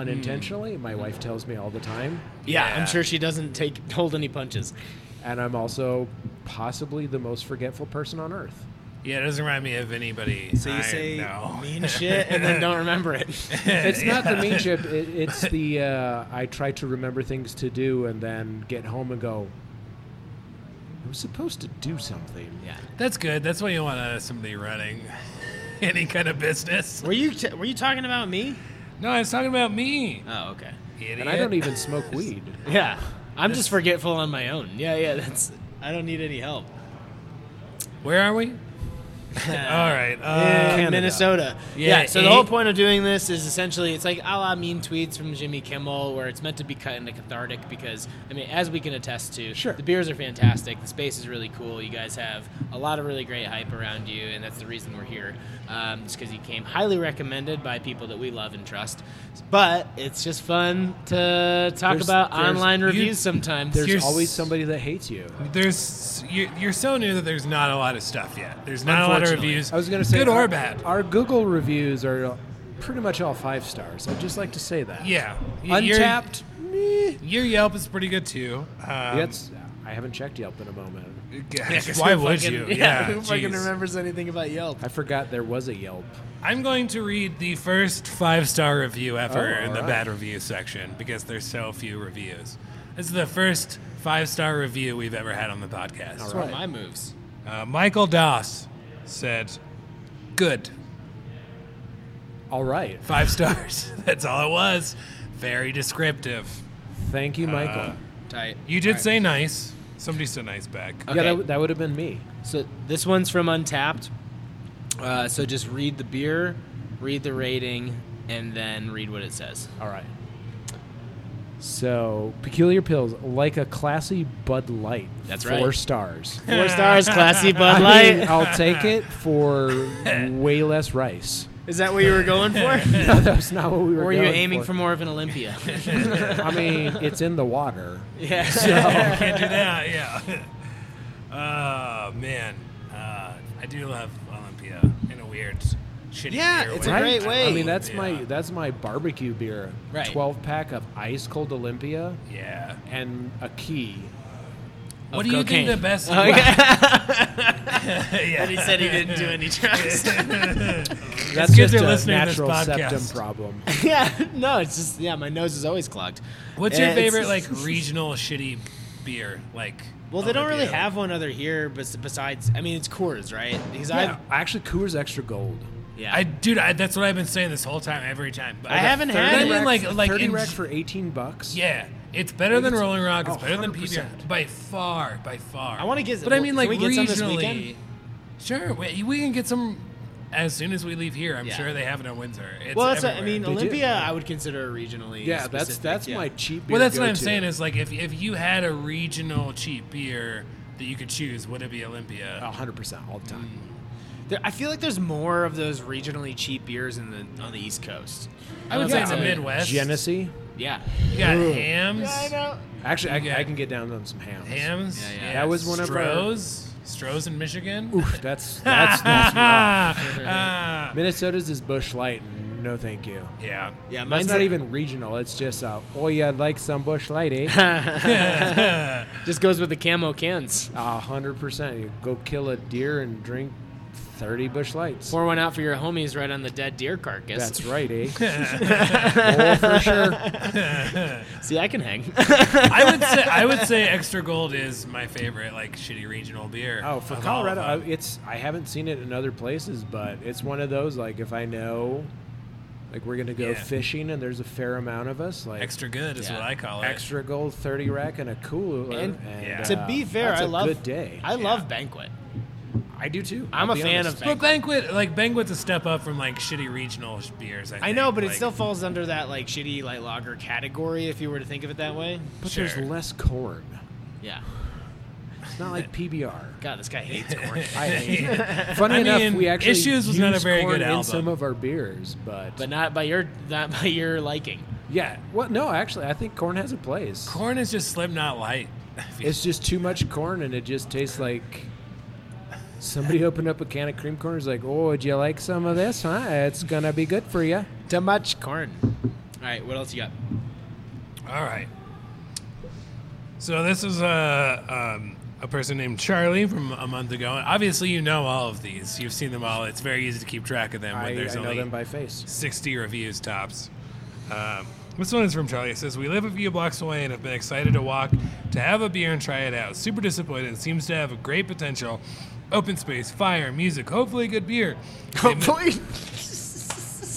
Speaker 5: Unintentionally, my wife tells me all the time,
Speaker 1: Yeah,
Speaker 4: Yeah.
Speaker 1: I'm sure she doesn't take hold any punches.
Speaker 5: and I'm also possibly the most forgetful person on earth.
Speaker 4: Yeah, it doesn't remind me of anybody.
Speaker 1: So you
Speaker 4: I
Speaker 1: say
Speaker 4: know.
Speaker 1: mean shit and then don't remember it.
Speaker 5: It's not the
Speaker 4: [LAUGHS]
Speaker 5: mean chip. It, it's the uh, I try to remember things to do and then get home and go. I was supposed to do something.
Speaker 1: yeah.
Speaker 4: That's good. That's why you want uh, somebody running [LAUGHS] any kind of business.
Speaker 1: [LAUGHS] Were you t- were you talking about me?
Speaker 4: No, I was talking about me.
Speaker 1: Oh, okay.
Speaker 4: Idiot.
Speaker 5: And I don't
Speaker 4: [LAUGHS]
Speaker 5: even smoke weed.
Speaker 1: Yeah. I'm just forgetful on my own. Yeah, yeah, that's I don't need any help.
Speaker 4: Where are we? All right. Uh,
Speaker 5: Canada.
Speaker 1: in Minnesota.
Speaker 4: Yeah,
Speaker 1: Yeah. so the whole
Speaker 4: eh?
Speaker 1: point of doing this is essentially it's like a la mean tweets from Jimmy Kimmel, where it's meant to be kind of cathartic because I mean, as we can attest to,
Speaker 5: Sure.
Speaker 1: the beers are fantastic. The space is really cool. You guys have a lot of really great hype around you, and that's the reason we're here. Um, just because you came highly recommended by people that we love and trust. But it's just fun to talk
Speaker 5: There's-
Speaker 1: about
Speaker 5: there's-
Speaker 1: online
Speaker 4: you-
Speaker 1: reviews sometimes.
Speaker 5: There's [LAUGHS]
Speaker 4: You're s-
Speaker 5: always somebody that hates you.
Speaker 4: there's you're, you're so new that there's not a lot of stuff yet. There's not a lot of
Speaker 1: Unfortunately.
Speaker 4: reviews.
Speaker 5: I was gonna say uh,
Speaker 4: good
Speaker 5: our,
Speaker 4: or bad.
Speaker 5: Our Google reviews are pretty much all five stars. I'd just like to say that.
Speaker 4: yeah. Y- Um, your-
Speaker 5: Untapped. Meh.
Speaker 4: Your, Yelp is pretty good too. Um,
Speaker 5: That's. I haven't checked Yelp in a moment.
Speaker 4: guess,
Speaker 1: 'cause [LAUGHS]
Speaker 4: why
Speaker 1: who
Speaker 4: would
Speaker 1: fucking-
Speaker 4: you?
Speaker 1: Yeah, who fucking
Speaker 4: jeez.
Speaker 1: remembers anything about Yelp?
Speaker 5: I forgot there was a Yelp.
Speaker 4: I'm going to read the first five star review ever
Speaker 5: Oh, all
Speaker 4: in the
Speaker 5: right.
Speaker 4: bad review section because there's so few reviews. This is the first five star review we've ever had on the podcast.
Speaker 1: That's one of my moves.
Speaker 4: Uh, Michael Doss said, "Good,
Speaker 5: All right.
Speaker 4: five [LAUGHS] stars. That's all it was. Very descriptive.
Speaker 5: Thank you,
Speaker 4: Uh,
Speaker 5: Michael.
Speaker 1: Tight.
Speaker 4: You did say nice. Somebody said nice back.
Speaker 5: Yeah,
Speaker 1: okay.
Speaker 5: that, that would have been me.
Speaker 1: So this one's from Untapped. Uh, so just read the beer, read the rating, and then read what it says.
Speaker 5: All right. So, Peculiar Pills, like a classy Bud Light.
Speaker 1: That's
Speaker 5: four
Speaker 1: right. [LAUGHS]
Speaker 5: stars.
Speaker 1: Four stars, classy Bud
Speaker 5: I
Speaker 1: Light.
Speaker 5: mean, I'll take it
Speaker 1: [LAUGHS]
Speaker 5: for way less rice. [LAUGHS]
Speaker 1: Is that what you were going for?
Speaker 5: No, that's not what we were
Speaker 1: or were you
Speaker 5: going
Speaker 1: aiming for
Speaker 5: for.
Speaker 1: more of an Olympia?
Speaker 5: I mean, it's in
Speaker 1: [LAUGHS]
Speaker 5: the water.
Speaker 4: [LAUGHS]
Speaker 1: yeah.
Speaker 4: Oh, Can't do that. Yeah. [LAUGHS] Oh man, uh, I do love Olympia in a weird, shitty.
Speaker 1: Yeah,
Speaker 4: weird
Speaker 1: it's a
Speaker 4: way.
Speaker 1: great
Speaker 4: I
Speaker 1: way.
Speaker 4: love
Speaker 5: I mean, that's my
Speaker 4: Olympia.
Speaker 5: that's my barbecue beer.
Speaker 1: Right.
Speaker 5: 12 pack of ice cold Olympia
Speaker 4: Yeah.
Speaker 5: and a key.
Speaker 4: What do you
Speaker 1: cocaine.
Speaker 4: think the [LAUGHS] best? Oh, yeah.
Speaker 1: He [LAUGHS] said he didn't
Speaker 4: [LAUGHS]
Speaker 1: do any drugs.
Speaker 5: That's
Speaker 4: good
Speaker 5: just
Speaker 4: they're
Speaker 5: a
Speaker 4: listening to this
Speaker 5: natural septum
Speaker 1: [LAUGHS]
Speaker 4: podcast.
Speaker 5: problem.
Speaker 1: [LAUGHS] yeah. No, it's just yeah. My nose is always clogged.
Speaker 4: What's
Speaker 1: Yeah,
Speaker 4: your
Speaker 1: it's- [LAUGHS]
Speaker 4: favorite like regional shitty beer? Like.
Speaker 1: Well, they don't really
Speaker 4: Olympia?
Speaker 1: have one other here, bes- besides, I mean, it's Coors, right? Because
Speaker 5: Yeah, actually, Coors Extra Gold.
Speaker 1: I've, yeah.
Speaker 4: I dude, I, that's what I've been saying this whole time, every time. But
Speaker 1: I haven't
Speaker 4: But
Speaker 1: had
Speaker 4: I
Speaker 1: it.
Speaker 4: mean, like like
Speaker 5: 30
Speaker 4: in-
Speaker 5: rack for 18 bucks.
Speaker 4: yeah, it's better than
Speaker 5: It's-
Speaker 4: Rolling Rock. It's
Speaker 5: oh,
Speaker 4: better than PBR
Speaker 5: 100%.
Speaker 4: by far, by far.
Speaker 1: I wanna get-
Speaker 4: but I mean
Speaker 1: can
Speaker 4: like
Speaker 1: we get some this
Speaker 4: regionally.
Speaker 1: weekend?
Speaker 4: Sure, we, we can get some as soon as we leave here. I'm
Speaker 1: Yeah.
Speaker 4: sure they have it in Windsor. It's
Speaker 1: well, that's what, I
Speaker 4: everywhere.
Speaker 1: mean,
Speaker 5: do.
Speaker 1: Olympia, I would consider regionally.
Speaker 5: Yeah, that's
Speaker 1: specific,
Speaker 5: that's
Speaker 1: yeah.
Speaker 5: my cheap beer.
Speaker 4: well, that's what
Speaker 5: go-to.
Speaker 4: I'm saying is like if if you had a regional cheap beer that you could choose, would it be Olympia?
Speaker 1: Oh.
Speaker 5: 100% all the time.
Speaker 1: There, I feel like there's more of those regionally cheap beers in the on the East Coast.
Speaker 4: I would
Speaker 1: Yeah.
Speaker 4: say in the Midwest.
Speaker 5: Genesee.
Speaker 1: Yeah.
Speaker 4: You got hams.
Speaker 5: Actually, I,
Speaker 4: Yeah.
Speaker 5: I can get down on some hams.
Speaker 4: Hams.
Speaker 1: Yeah, yeah.
Speaker 5: That was one of our-
Speaker 4: Stroh's. Stroh's in Michigan.
Speaker 5: Oof, that's that's, that's rough.
Speaker 4: [LAUGHS] Ah.
Speaker 5: Minnesota's is Bush Light. and No, thank you.
Speaker 4: yeah.
Speaker 1: Yeah,
Speaker 5: Mine's
Speaker 1: mine's
Speaker 5: not even regional. It's just, uh, oh, yeah, I'd like some Bush
Speaker 4: [LAUGHS]
Speaker 5: Light, eh?
Speaker 1: just goes with the camo cans.
Speaker 5: A hundred percent. You go kill a deer and drink thirty Bush Lights.
Speaker 1: Pour one out for your homies right on the dead deer carcass.
Speaker 5: That's
Speaker 4: [LAUGHS]
Speaker 5: right, eh? oh, for sure.
Speaker 1: See, I can
Speaker 5: [LAUGHS]
Speaker 1: hang.
Speaker 4: I would say I would say extra gold is my favorite like shitty regional beer.
Speaker 5: Oh, for
Speaker 4: of all of
Speaker 5: Colorado,
Speaker 4: them.
Speaker 5: I- it's I haven't seen it in other places, but it's one of those like if I know, like we're gonna go
Speaker 4: Yeah.
Speaker 5: fishing and there's a fair amount of us, like
Speaker 4: extra good is
Speaker 1: Yeah.
Speaker 4: what I call it.
Speaker 5: extra gold thirty rack and a cooler.
Speaker 1: And
Speaker 5: And,
Speaker 4: Yeah.
Speaker 1: to
Speaker 5: uh,
Speaker 1: be fair,
Speaker 5: that's
Speaker 1: I
Speaker 5: a
Speaker 1: love
Speaker 5: good day.
Speaker 1: I love banquet.
Speaker 5: I do too.
Speaker 1: I'm
Speaker 5: I'll
Speaker 1: a
Speaker 5: be
Speaker 1: fan
Speaker 5: honest.
Speaker 1: of
Speaker 4: Well,
Speaker 1: banquet.
Speaker 4: banquet like banquet's a step up from like shitty regional sh- beers. I,
Speaker 1: I
Speaker 4: think.
Speaker 1: know, but it
Speaker 4: Like,
Speaker 1: still falls under that like shitty light lager category if you were to think of it that way.
Speaker 5: But
Speaker 4: Sure.
Speaker 5: there's less corn.
Speaker 1: Yeah.
Speaker 5: It's
Speaker 4: [LAUGHS]
Speaker 5: not like PBR.
Speaker 1: God, this guy hates [LAUGHS] corn.
Speaker 5: I hate it. Funny
Speaker 4: I
Speaker 5: enough,
Speaker 4: mean,
Speaker 5: we actually
Speaker 4: Issues was not a
Speaker 5: use
Speaker 4: very
Speaker 5: corn
Speaker 4: good
Speaker 5: in
Speaker 4: album.
Speaker 5: some of our beers, but,
Speaker 1: but not by your not by your liking.
Speaker 5: yeah. Well, no, actually, I think corn has a place.
Speaker 4: corn is just Slipknot light. [LAUGHS]
Speaker 5: It's just too much corn, and it just tastes like somebody opened up a can of cream corn. and was like, "Oh, would you like some of this? Huh? It's gonna be good for you."
Speaker 1: Too much corn. All right, what else you got?
Speaker 4: all right. So this is a um, a person named Charlie from a month ago. And obviously, you know all of these. You've seen them all. It's very easy to keep track of them
Speaker 5: I,
Speaker 4: when
Speaker 5: I
Speaker 4: there's
Speaker 5: know
Speaker 4: only
Speaker 5: them by face.
Speaker 4: 60 reviews tops. Um, this one is from Charlie. It says, We live a few blocks away and have been excited to walk to have a beer and try it out. Super disappointed. It seems to have a great potential. Open space, fire, music, hopefully good beer. Hopefully.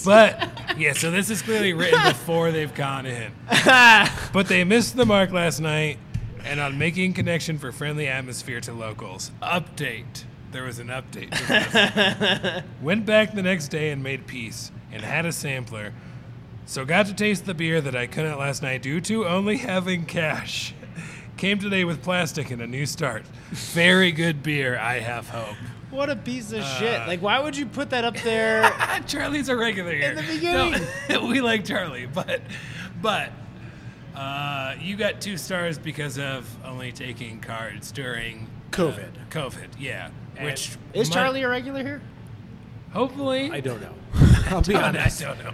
Speaker 4: But, yeah, so this is clearly written before they've gone in. But they missed the mark last night and on making connection for friendly atmosphere to locals. Update. There was an update. to this. Went back the next day and made peace and had a sampler. So got to taste the beer that I couldn't last night due to only having cash. Came today with plastic and a new start. Very good beer, I have hope.
Speaker 1: What a piece of shit! Like, why would you put that up [LAUGHS] there?
Speaker 4: Ah, [LAUGHS] Charlie's a regular here. In
Speaker 1: the beginning.
Speaker 4: [LAUGHS] we like Charlie, but but uh, you got two stars because of only taking cards during uh,
Speaker 5: COVID.
Speaker 4: COVID, yeah. Which
Speaker 1: Is
Speaker 4: might-
Speaker 1: Charlie a regular here?
Speaker 4: Hopefully, [LAUGHS]
Speaker 5: I
Speaker 4: I,
Speaker 5: don't know. [LAUGHS]
Speaker 4: [LAUGHS]
Speaker 5: I'll be honest.
Speaker 4: don't know.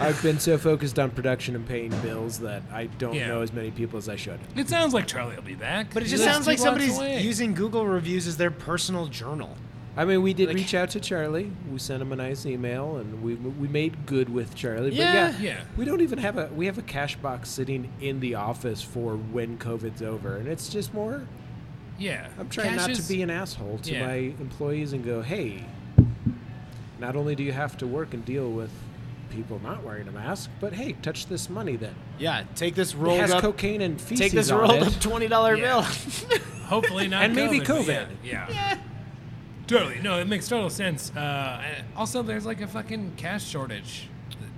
Speaker 5: I've been so focused on production and paying bills that I don't
Speaker 4: Yeah.
Speaker 5: know as many people as I should.
Speaker 4: It sounds like Charlie will be back.
Speaker 1: But it
Speaker 4: He
Speaker 1: just
Speaker 4: lives
Speaker 1: sounds
Speaker 4: two
Speaker 1: like
Speaker 4: blocks
Speaker 1: somebody's
Speaker 4: away.
Speaker 1: using Google reviews as their personal journal.
Speaker 5: I mean, we did reach out to Charlie. We sent him a nice email, and we we made good with Charlie.
Speaker 1: Yeah.
Speaker 5: But yeah,
Speaker 4: Yeah.
Speaker 5: We don't even have a we have a cash box sitting in the office for when COVID's over, and it's just more.
Speaker 4: Yeah.
Speaker 5: I'm trying
Speaker 4: Cash
Speaker 5: not
Speaker 4: is-
Speaker 5: to be an asshole to
Speaker 4: Yeah.
Speaker 5: my employees and go, hey. Not only do you have to work and deal with people not wearing a mask, but hey, touch this money that
Speaker 1: Yeah, take this
Speaker 5: it
Speaker 1: rolled
Speaker 5: has
Speaker 1: up.
Speaker 5: cocaine and feces
Speaker 1: take this
Speaker 5: on
Speaker 1: rolled
Speaker 5: it.
Speaker 1: up twenty dollar
Speaker 4: Yeah.
Speaker 5: [LAUGHS]
Speaker 1: bill. [LAUGHS]
Speaker 4: Hopefully not.
Speaker 5: And maybe
Speaker 4: but
Speaker 5: COVID.
Speaker 4: Yeah. yeah. Totally. No, it makes total sense. Uh, and also, there's like a fucking cash shortage,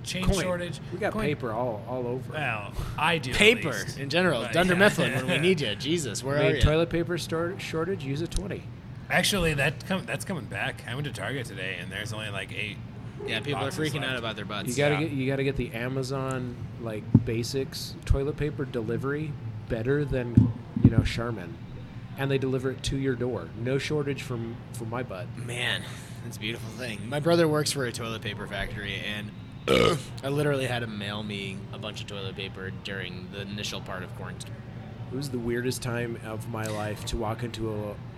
Speaker 4: chain
Speaker 5: Coin.
Speaker 4: shortage.
Speaker 5: We got
Speaker 4: Coin-
Speaker 5: paper all all over.
Speaker 1: Ah,
Speaker 4: Well, I do. at
Speaker 1: Paper
Speaker 4: least.
Speaker 1: in general.
Speaker 4: But,
Speaker 1: Dunder
Speaker 4: yeah.
Speaker 1: Mifflin when we need you. Jesus, where
Speaker 5: Made
Speaker 1: are you?
Speaker 5: toilet paper stor- shortage. Use a twenty.
Speaker 4: [LAUGHS] Actually, that com- that's coming back. I went to Target today, and there's only like eight. [LAUGHS]
Speaker 1: Yeah, people are
Speaker 4: boxes
Speaker 1: freaking
Speaker 4: left.
Speaker 1: out about their butts.
Speaker 5: You gotta
Speaker 4: Yeah.
Speaker 5: get you gotta get the Amazon like basics toilet paper delivery better than you know Charmin, and they deliver it to your door. No shortage from from my butt.
Speaker 1: Man, that's a beautiful thing. My brother works for a toilet paper factory, and [COUGHS] I literally had him mail me a bunch of toilet paper during the initial part of quarantine.
Speaker 5: It was the weirdest time of my life to walk into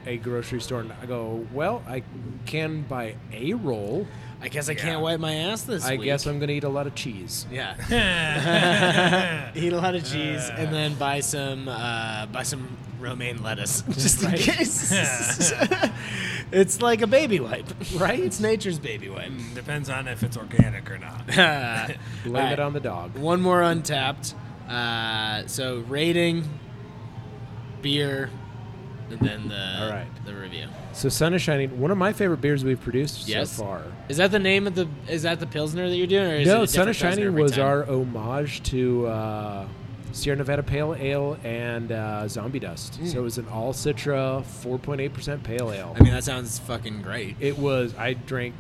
Speaker 5: a, a grocery store and I go, well, I can buy a roll.
Speaker 1: I guess I
Speaker 4: Yeah.
Speaker 1: can't wipe my ass this
Speaker 5: I
Speaker 1: week.
Speaker 5: guess I'm gonna eat a lot of cheese. [LAUGHS]
Speaker 1: yeah. [LAUGHS] Eat a lot of cheese and then buy some uh, buy some romaine lettuce [LAUGHS] just in
Speaker 5: [LAUGHS]
Speaker 1: case. it's like a baby wipe, right? It's nature's baby wipe. [LAUGHS]
Speaker 5: Mm.
Speaker 4: Depends on if it's organic or not.
Speaker 5: Blame
Speaker 1: Alright.
Speaker 5: it on the dog.
Speaker 1: One more untapped. Uh, so rating, beer, and then the
Speaker 5: All right.
Speaker 1: the review.
Speaker 5: So sun is shining. One of my favorite beers we've produced
Speaker 1: Yes.
Speaker 5: so far.
Speaker 1: Is that the name of the? Is that the pilsner that you're doing? Or is it
Speaker 5: no,
Speaker 1: a
Speaker 5: Sun is
Speaker 1: different Pilsner
Speaker 5: Shining
Speaker 1: every
Speaker 5: was
Speaker 1: time?
Speaker 5: our homage to uh, Sierra Nevada Pale Ale and uh, Zombie Dust. So it was an all Citra 4.8% Pale Ale.
Speaker 1: Hmm. I mean, that sounds fucking great.
Speaker 5: it was, I drank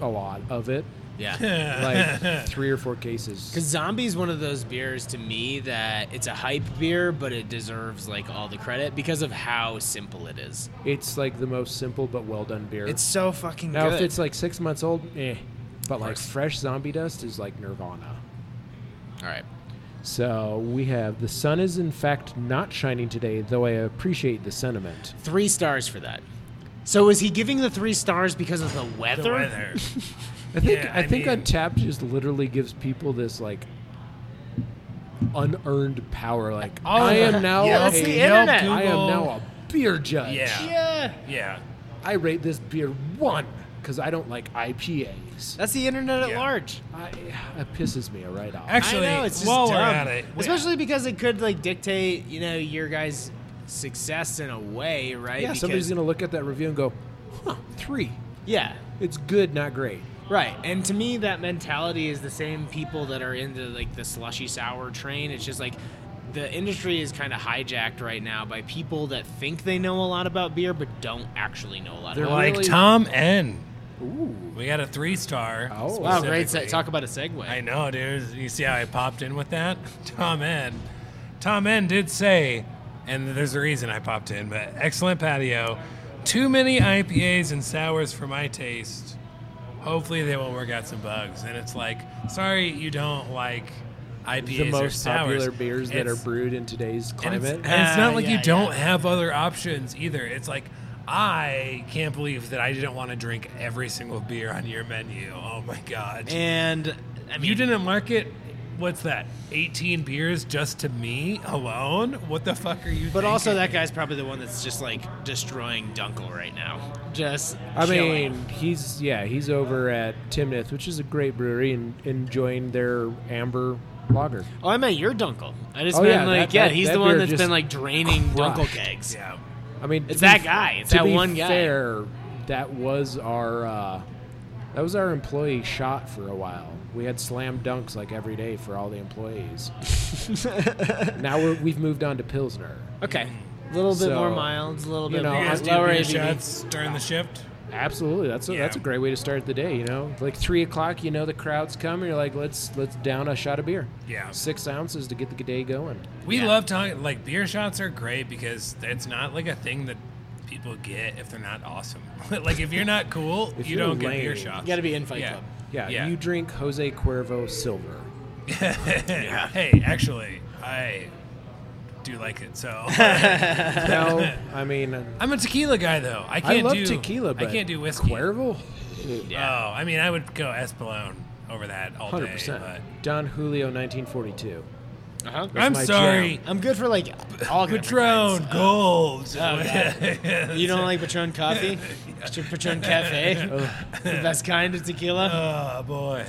Speaker 5: a lot of it, [LAUGHS]
Speaker 1: Yeah. [LAUGHS]
Speaker 5: like three or four cases.
Speaker 1: Because Zombie's one of those beers to me that it's a hype beer, but it deserves like all the credit because of how simple it is.
Speaker 5: It's like the most simple but well done beer.
Speaker 1: It's so fucking
Speaker 5: now,
Speaker 1: good.
Speaker 5: if it's like six months old, eh. But like fresh Zombie Dust is like Nirvana.
Speaker 1: all right.
Speaker 5: So we have the sun is in fact not shining today, though I appreciate the sentiment.
Speaker 1: Three stars for that. So is he giving the three stars because of the weather?
Speaker 4: the
Speaker 1: [LAUGHS]
Speaker 4: weather.
Speaker 5: I think
Speaker 4: Yeah,
Speaker 5: I,
Speaker 4: I
Speaker 5: think
Speaker 4: mean-
Speaker 5: Untapped just literally gives people this like unearned power. Like
Speaker 4: All
Speaker 5: I
Speaker 4: of
Speaker 5: am
Speaker 4: it.
Speaker 5: now
Speaker 4: Oh, Yeah,
Speaker 5: a,
Speaker 1: that's the
Speaker 5: Yelp-
Speaker 1: internet.
Speaker 5: I am
Speaker 4: Google.
Speaker 5: now a beer judge.
Speaker 4: Yeah.
Speaker 1: Yeah.
Speaker 4: Yeah.
Speaker 5: I rate this beer one because I don't like IPAs.
Speaker 1: That's the internet at
Speaker 4: Yeah.
Speaker 1: large.
Speaker 5: I, it pisses me right off.
Speaker 4: Actually,
Speaker 1: I know, it's just
Speaker 4: while
Speaker 1: dumb.
Speaker 4: we're at it, we-
Speaker 1: especially because it could like dictate, you know, your guys' success in a way, right?
Speaker 5: yeah,
Speaker 1: because,
Speaker 5: somebody's gonna look at that review and go, "Huh, three.
Speaker 1: Yeah,
Speaker 5: It's good, not great."
Speaker 1: right. And to me, that mentality is the same people that are into like the slushy sour train. It's just like the industry is kind of hijacked right now by people that think they know a lot about beer but don't actually know a lot
Speaker 5: They're
Speaker 1: about
Speaker 4: like
Speaker 5: really-
Speaker 4: Tom N.
Speaker 5: Ooh.
Speaker 4: We got a three star.
Speaker 5: Oh.
Speaker 1: it. Wow, great! Se-
Speaker 4: specifically.
Speaker 1: talk about a segue.
Speaker 4: I know, dude. You see how I popped in with that? Tom N. Tom N did say, and there's a reason I popped in, but excellent patio. Too many IPAs and sours for my taste. Hopefully they will work out some bugs. And it's like, sorry you don't like IPAs
Speaker 5: the
Speaker 4: or
Speaker 5: most
Speaker 4: sours.
Speaker 5: popular beers that are
Speaker 4: It's-
Speaker 5: brewed in today's
Speaker 4: and it's,
Speaker 5: climate.
Speaker 4: and it's not
Speaker 6: Ah,
Speaker 4: like
Speaker 6: yeah,
Speaker 4: you don't have other options either. It's like I can't believe that I didn't want to drink every single beer on your menu. Oh my god!
Speaker 1: And I mean,
Speaker 4: you didn't market what's that? 18 beers just to me alone? What the fuck are you?
Speaker 1: But also,
Speaker 4: thinking?
Speaker 1: that guy's probably the one that's just like destroying Dunkel right now. Just,
Speaker 5: I
Speaker 1: killing.
Speaker 5: mean, he's yeah, he's over at Timnath, which is a great brewery, and enjoying their amber lager.
Speaker 1: oh, I meant your Dunkel. I just
Speaker 5: Oh,
Speaker 1: meant
Speaker 5: yeah,
Speaker 1: like,
Speaker 5: that-
Speaker 1: yeah,
Speaker 5: that-
Speaker 1: he's
Speaker 5: that
Speaker 1: the one
Speaker 5: beer
Speaker 1: that's
Speaker 5: just
Speaker 1: been like draining
Speaker 5: crushed.
Speaker 1: Dunkel kegs.
Speaker 4: Yeah.
Speaker 5: I mean, to
Speaker 1: It's
Speaker 5: be
Speaker 1: that
Speaker 5: f-
Speaker 1: guy. It's
Speaker 5: to
Speaker 1: that
Speaker 5: be
Speaker 1: one guy.
Speaker 5: Fair, that was our uh, that was our employee shot for a while. We had slam dunks like every day for all
Speaker 1: [LAUGHS]
Speaker 5: the employees. now we're, we've moved on to Pilsner.
Speaker 1: Okay, a little bit
Speaker 5: Mm. So,
Speaker 1: more mild, a little
Speaker 5: you
Speaker 1: bit
Speaker 5: know,
Speaker 1: more
Speaker 4: You guys do
Speaker 1: lower
Speaker 4: beer
Speaker 1: ABV.
Speaker 4: shots during the shift.
Speaker 5: Absolutely, that's a, that's a
Speaker 4: Yeah.
Speaker 5: great way to start the day. You know, like three o'clock, you know the crowds come. You're like, let's let's down a shot of beer.
Speaker 4: Yeah.
Speaker 5: six ounces to get the day going.
Speaker 4: We
Speaker 1: Yeah.
Speaker 4: love talking like beer shots are great because it's not like a thing that people get if they're not awesome. [LAUGHS] like if you're not cool,
Speaker 5: If
Speaker 4: you
Speaker 5: you're
Speaker 4: don't get beer
Speaker 5: lame.
Speaker 4: shots.
Speaker 1: You got to be in Fight
Speaker 4: Yeah.
Speaker 1: Club.
Speaker 5: Yeah,
Speaker 4: Yeah.
Speaker 5: you drink Jose
Speaker 4: [LAUGHS]
Speaker 5: Cuervo Silver.
Speaker 4: Hey, actually, I do like it.
Speaker 5: [LAUGHS]
Speaker 4: So
Speaker 5: No, I mean, uh,
Speaker 4: I'm a tequila guy though. I
Speaker 5: I
Speaker 4: can't
Speaker 5: love
Speaker 4: do
Speaker 5: tequila, but
Speaker 4: I can't do whiskey.
Speaker 5: Cuervo,
Speaker 4: Oh, I mean, I would go Espolón over that all
Speaker 5: hundred
Speaker 4: day.
Speaker 5: percent.
Speaker 4: But
Speaker 5: Don Julio, 1942.
Speaker 1: Uh-huh.
Speaker 4: I'm
Speaker 5: my
Speaker 4: sorry,
Speaker 1: I'm good for like all different kinds.
Speaker 4: Patron Gold. [LAUGHS]
Speaker 1: You don't like Patron
Speaker 5: [LAUGHS]
Speaker 1: coffee? Patron Cafe? [LAUGHS] the best kind of tequila?
Speaker 4: Oh boy.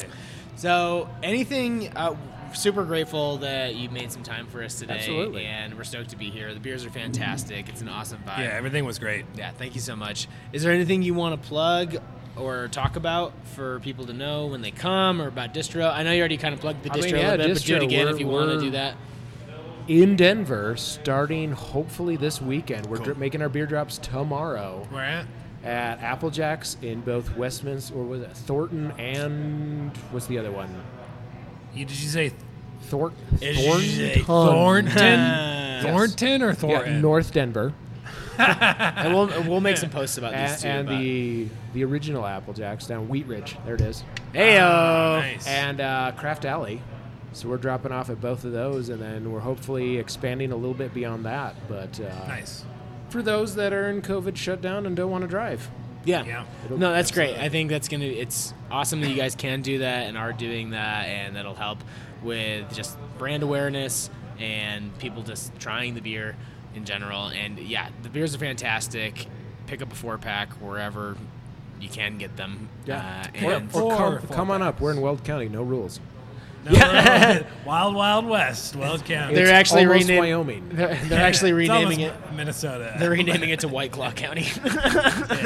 Speaker 1: So, anything, uh, super grateful that you made some time for us today.
Speaker 5: Absolutely.
Speaker 1: And we're stoked to be here. The beers are fantastic. It's an awesome vibe.
Speaker 4: Yeah, everything was great.
Speaker 1: Yeah, thank you so much. Is there anything you want to plug or talk about for people to know when they come or about distro? I know you already kind of plugged the
Speaker 5: I
Speaker 1: distro
Speaker 5: mean,
Speaker 1: a
Speaker 5: yeah,
Speaker 1: little bit, but do it
Speaker 5: distro,
Speaker 1: again
Speaker 5: we're-
Speaker 1: if you want to
Speaker 5: we're-
Speaker 1: do that.
Speaker 5: in Denver, starting hopefully this weekend. We're dri making our beer drops tomorrow
Speaker 4: Where at?
Speaker 5: at Applejacks in both Westminster, or was it Thornton and what's the other one?
Speaker 4: You, did you say
Speaker 5: Thor-
Speaker 4: Did you say
Speaker 5: Thornton.
Speaker 4: Thornton? Thornton or
Speaker 5: Yeah,
Speaker 4: Thornton?
Speaker 5: North Denver
Speaker 1: And we'll, we'll make
Speaker 5: [LAUGHS]
Speaker 1: some posts about Oh, these
Speaker 5: and,
Speaker 1: too.
Speaker 5: and
Speaker 1: but-
Speaker 5: the the original Applejacks down Wheat Ridge. There it is.
Speaker 1: Heyo!
Speaker 4: Nice.
Speaker 5: and uh, Craft Alley. So we're dropping off at both of those, and then we're hopefully expanding a little bit beyond that. But uh,
Speaker 4: nice.
Speaker 5: for those that are in COVID shutdown and don't want to drive,
Speaker 1: Yeah.
Speaker 4: Yeah.
Speaker 1: No, that's great. I think that's going to it's awesome that you guys can do that and are doing that and that'll help with just brand awareness and people just trying the beer in general. And yeah, the beers are fantastic. Pick up a four pack wherever you can get them.
Speaker 5: Yeah.
Speaker 1: Uh,
Speaker 4: Or-
Speaker 1: and
Speaker 4: or-
Speaker 5: Or
Speaker 4: Four
Speaker 5: come, come on up. We're in Weld County, no rules.
Speaker 4: No, no, no. wild Wild West, Wild County.
Speaker 1: They're actually
Speaker 5: almost
Speaker 1: renaming-
Speaker 5: Wyoming.
Speaker 1: they're, [LAUGHS] they're actually
Speaker 4: It's
Speaker 1: renaming it.
Speaker 4: almost Minnesota.
Speaker 1: [LAUGHS] They're renaming it to White Claw County. [LAUGHS]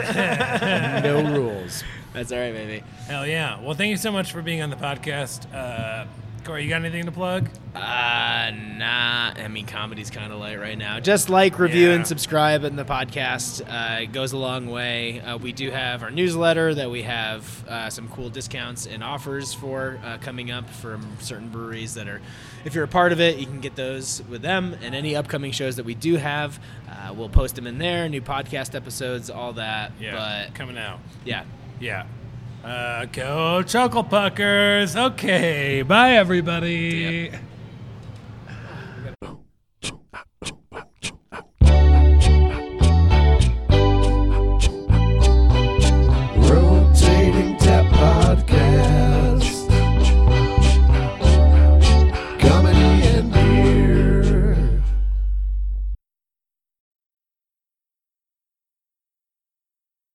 Speaker 5: no rules.
Speaker 1: that's all right, baby.
Speaker 4: Hell yeah! Well, thank you so much for being on the podcast, uh, Corey. You got anything to plug?
Speaker 1: Uh, nah. I mean, comedy's kind of light right now. Just like, review,
Speaker 4: Yeah.
Speaker 1: and subscribe in the podcast. Uh, it goes a long way. Uh, we do have our newsletter that we have uh, some cool discounts and offers for uh, coming up from certain breweries that are. If you're a part of it, you can get those with them and any upcoming shows that we do have. Uh, we'll post them in there. New podcast episodes, all that. But
Speaker 4: coming out.
Speaker 1: yeah,
Speaker 4: Yeah. Uh, go Chuckle Puckers. Okay, bye everybody.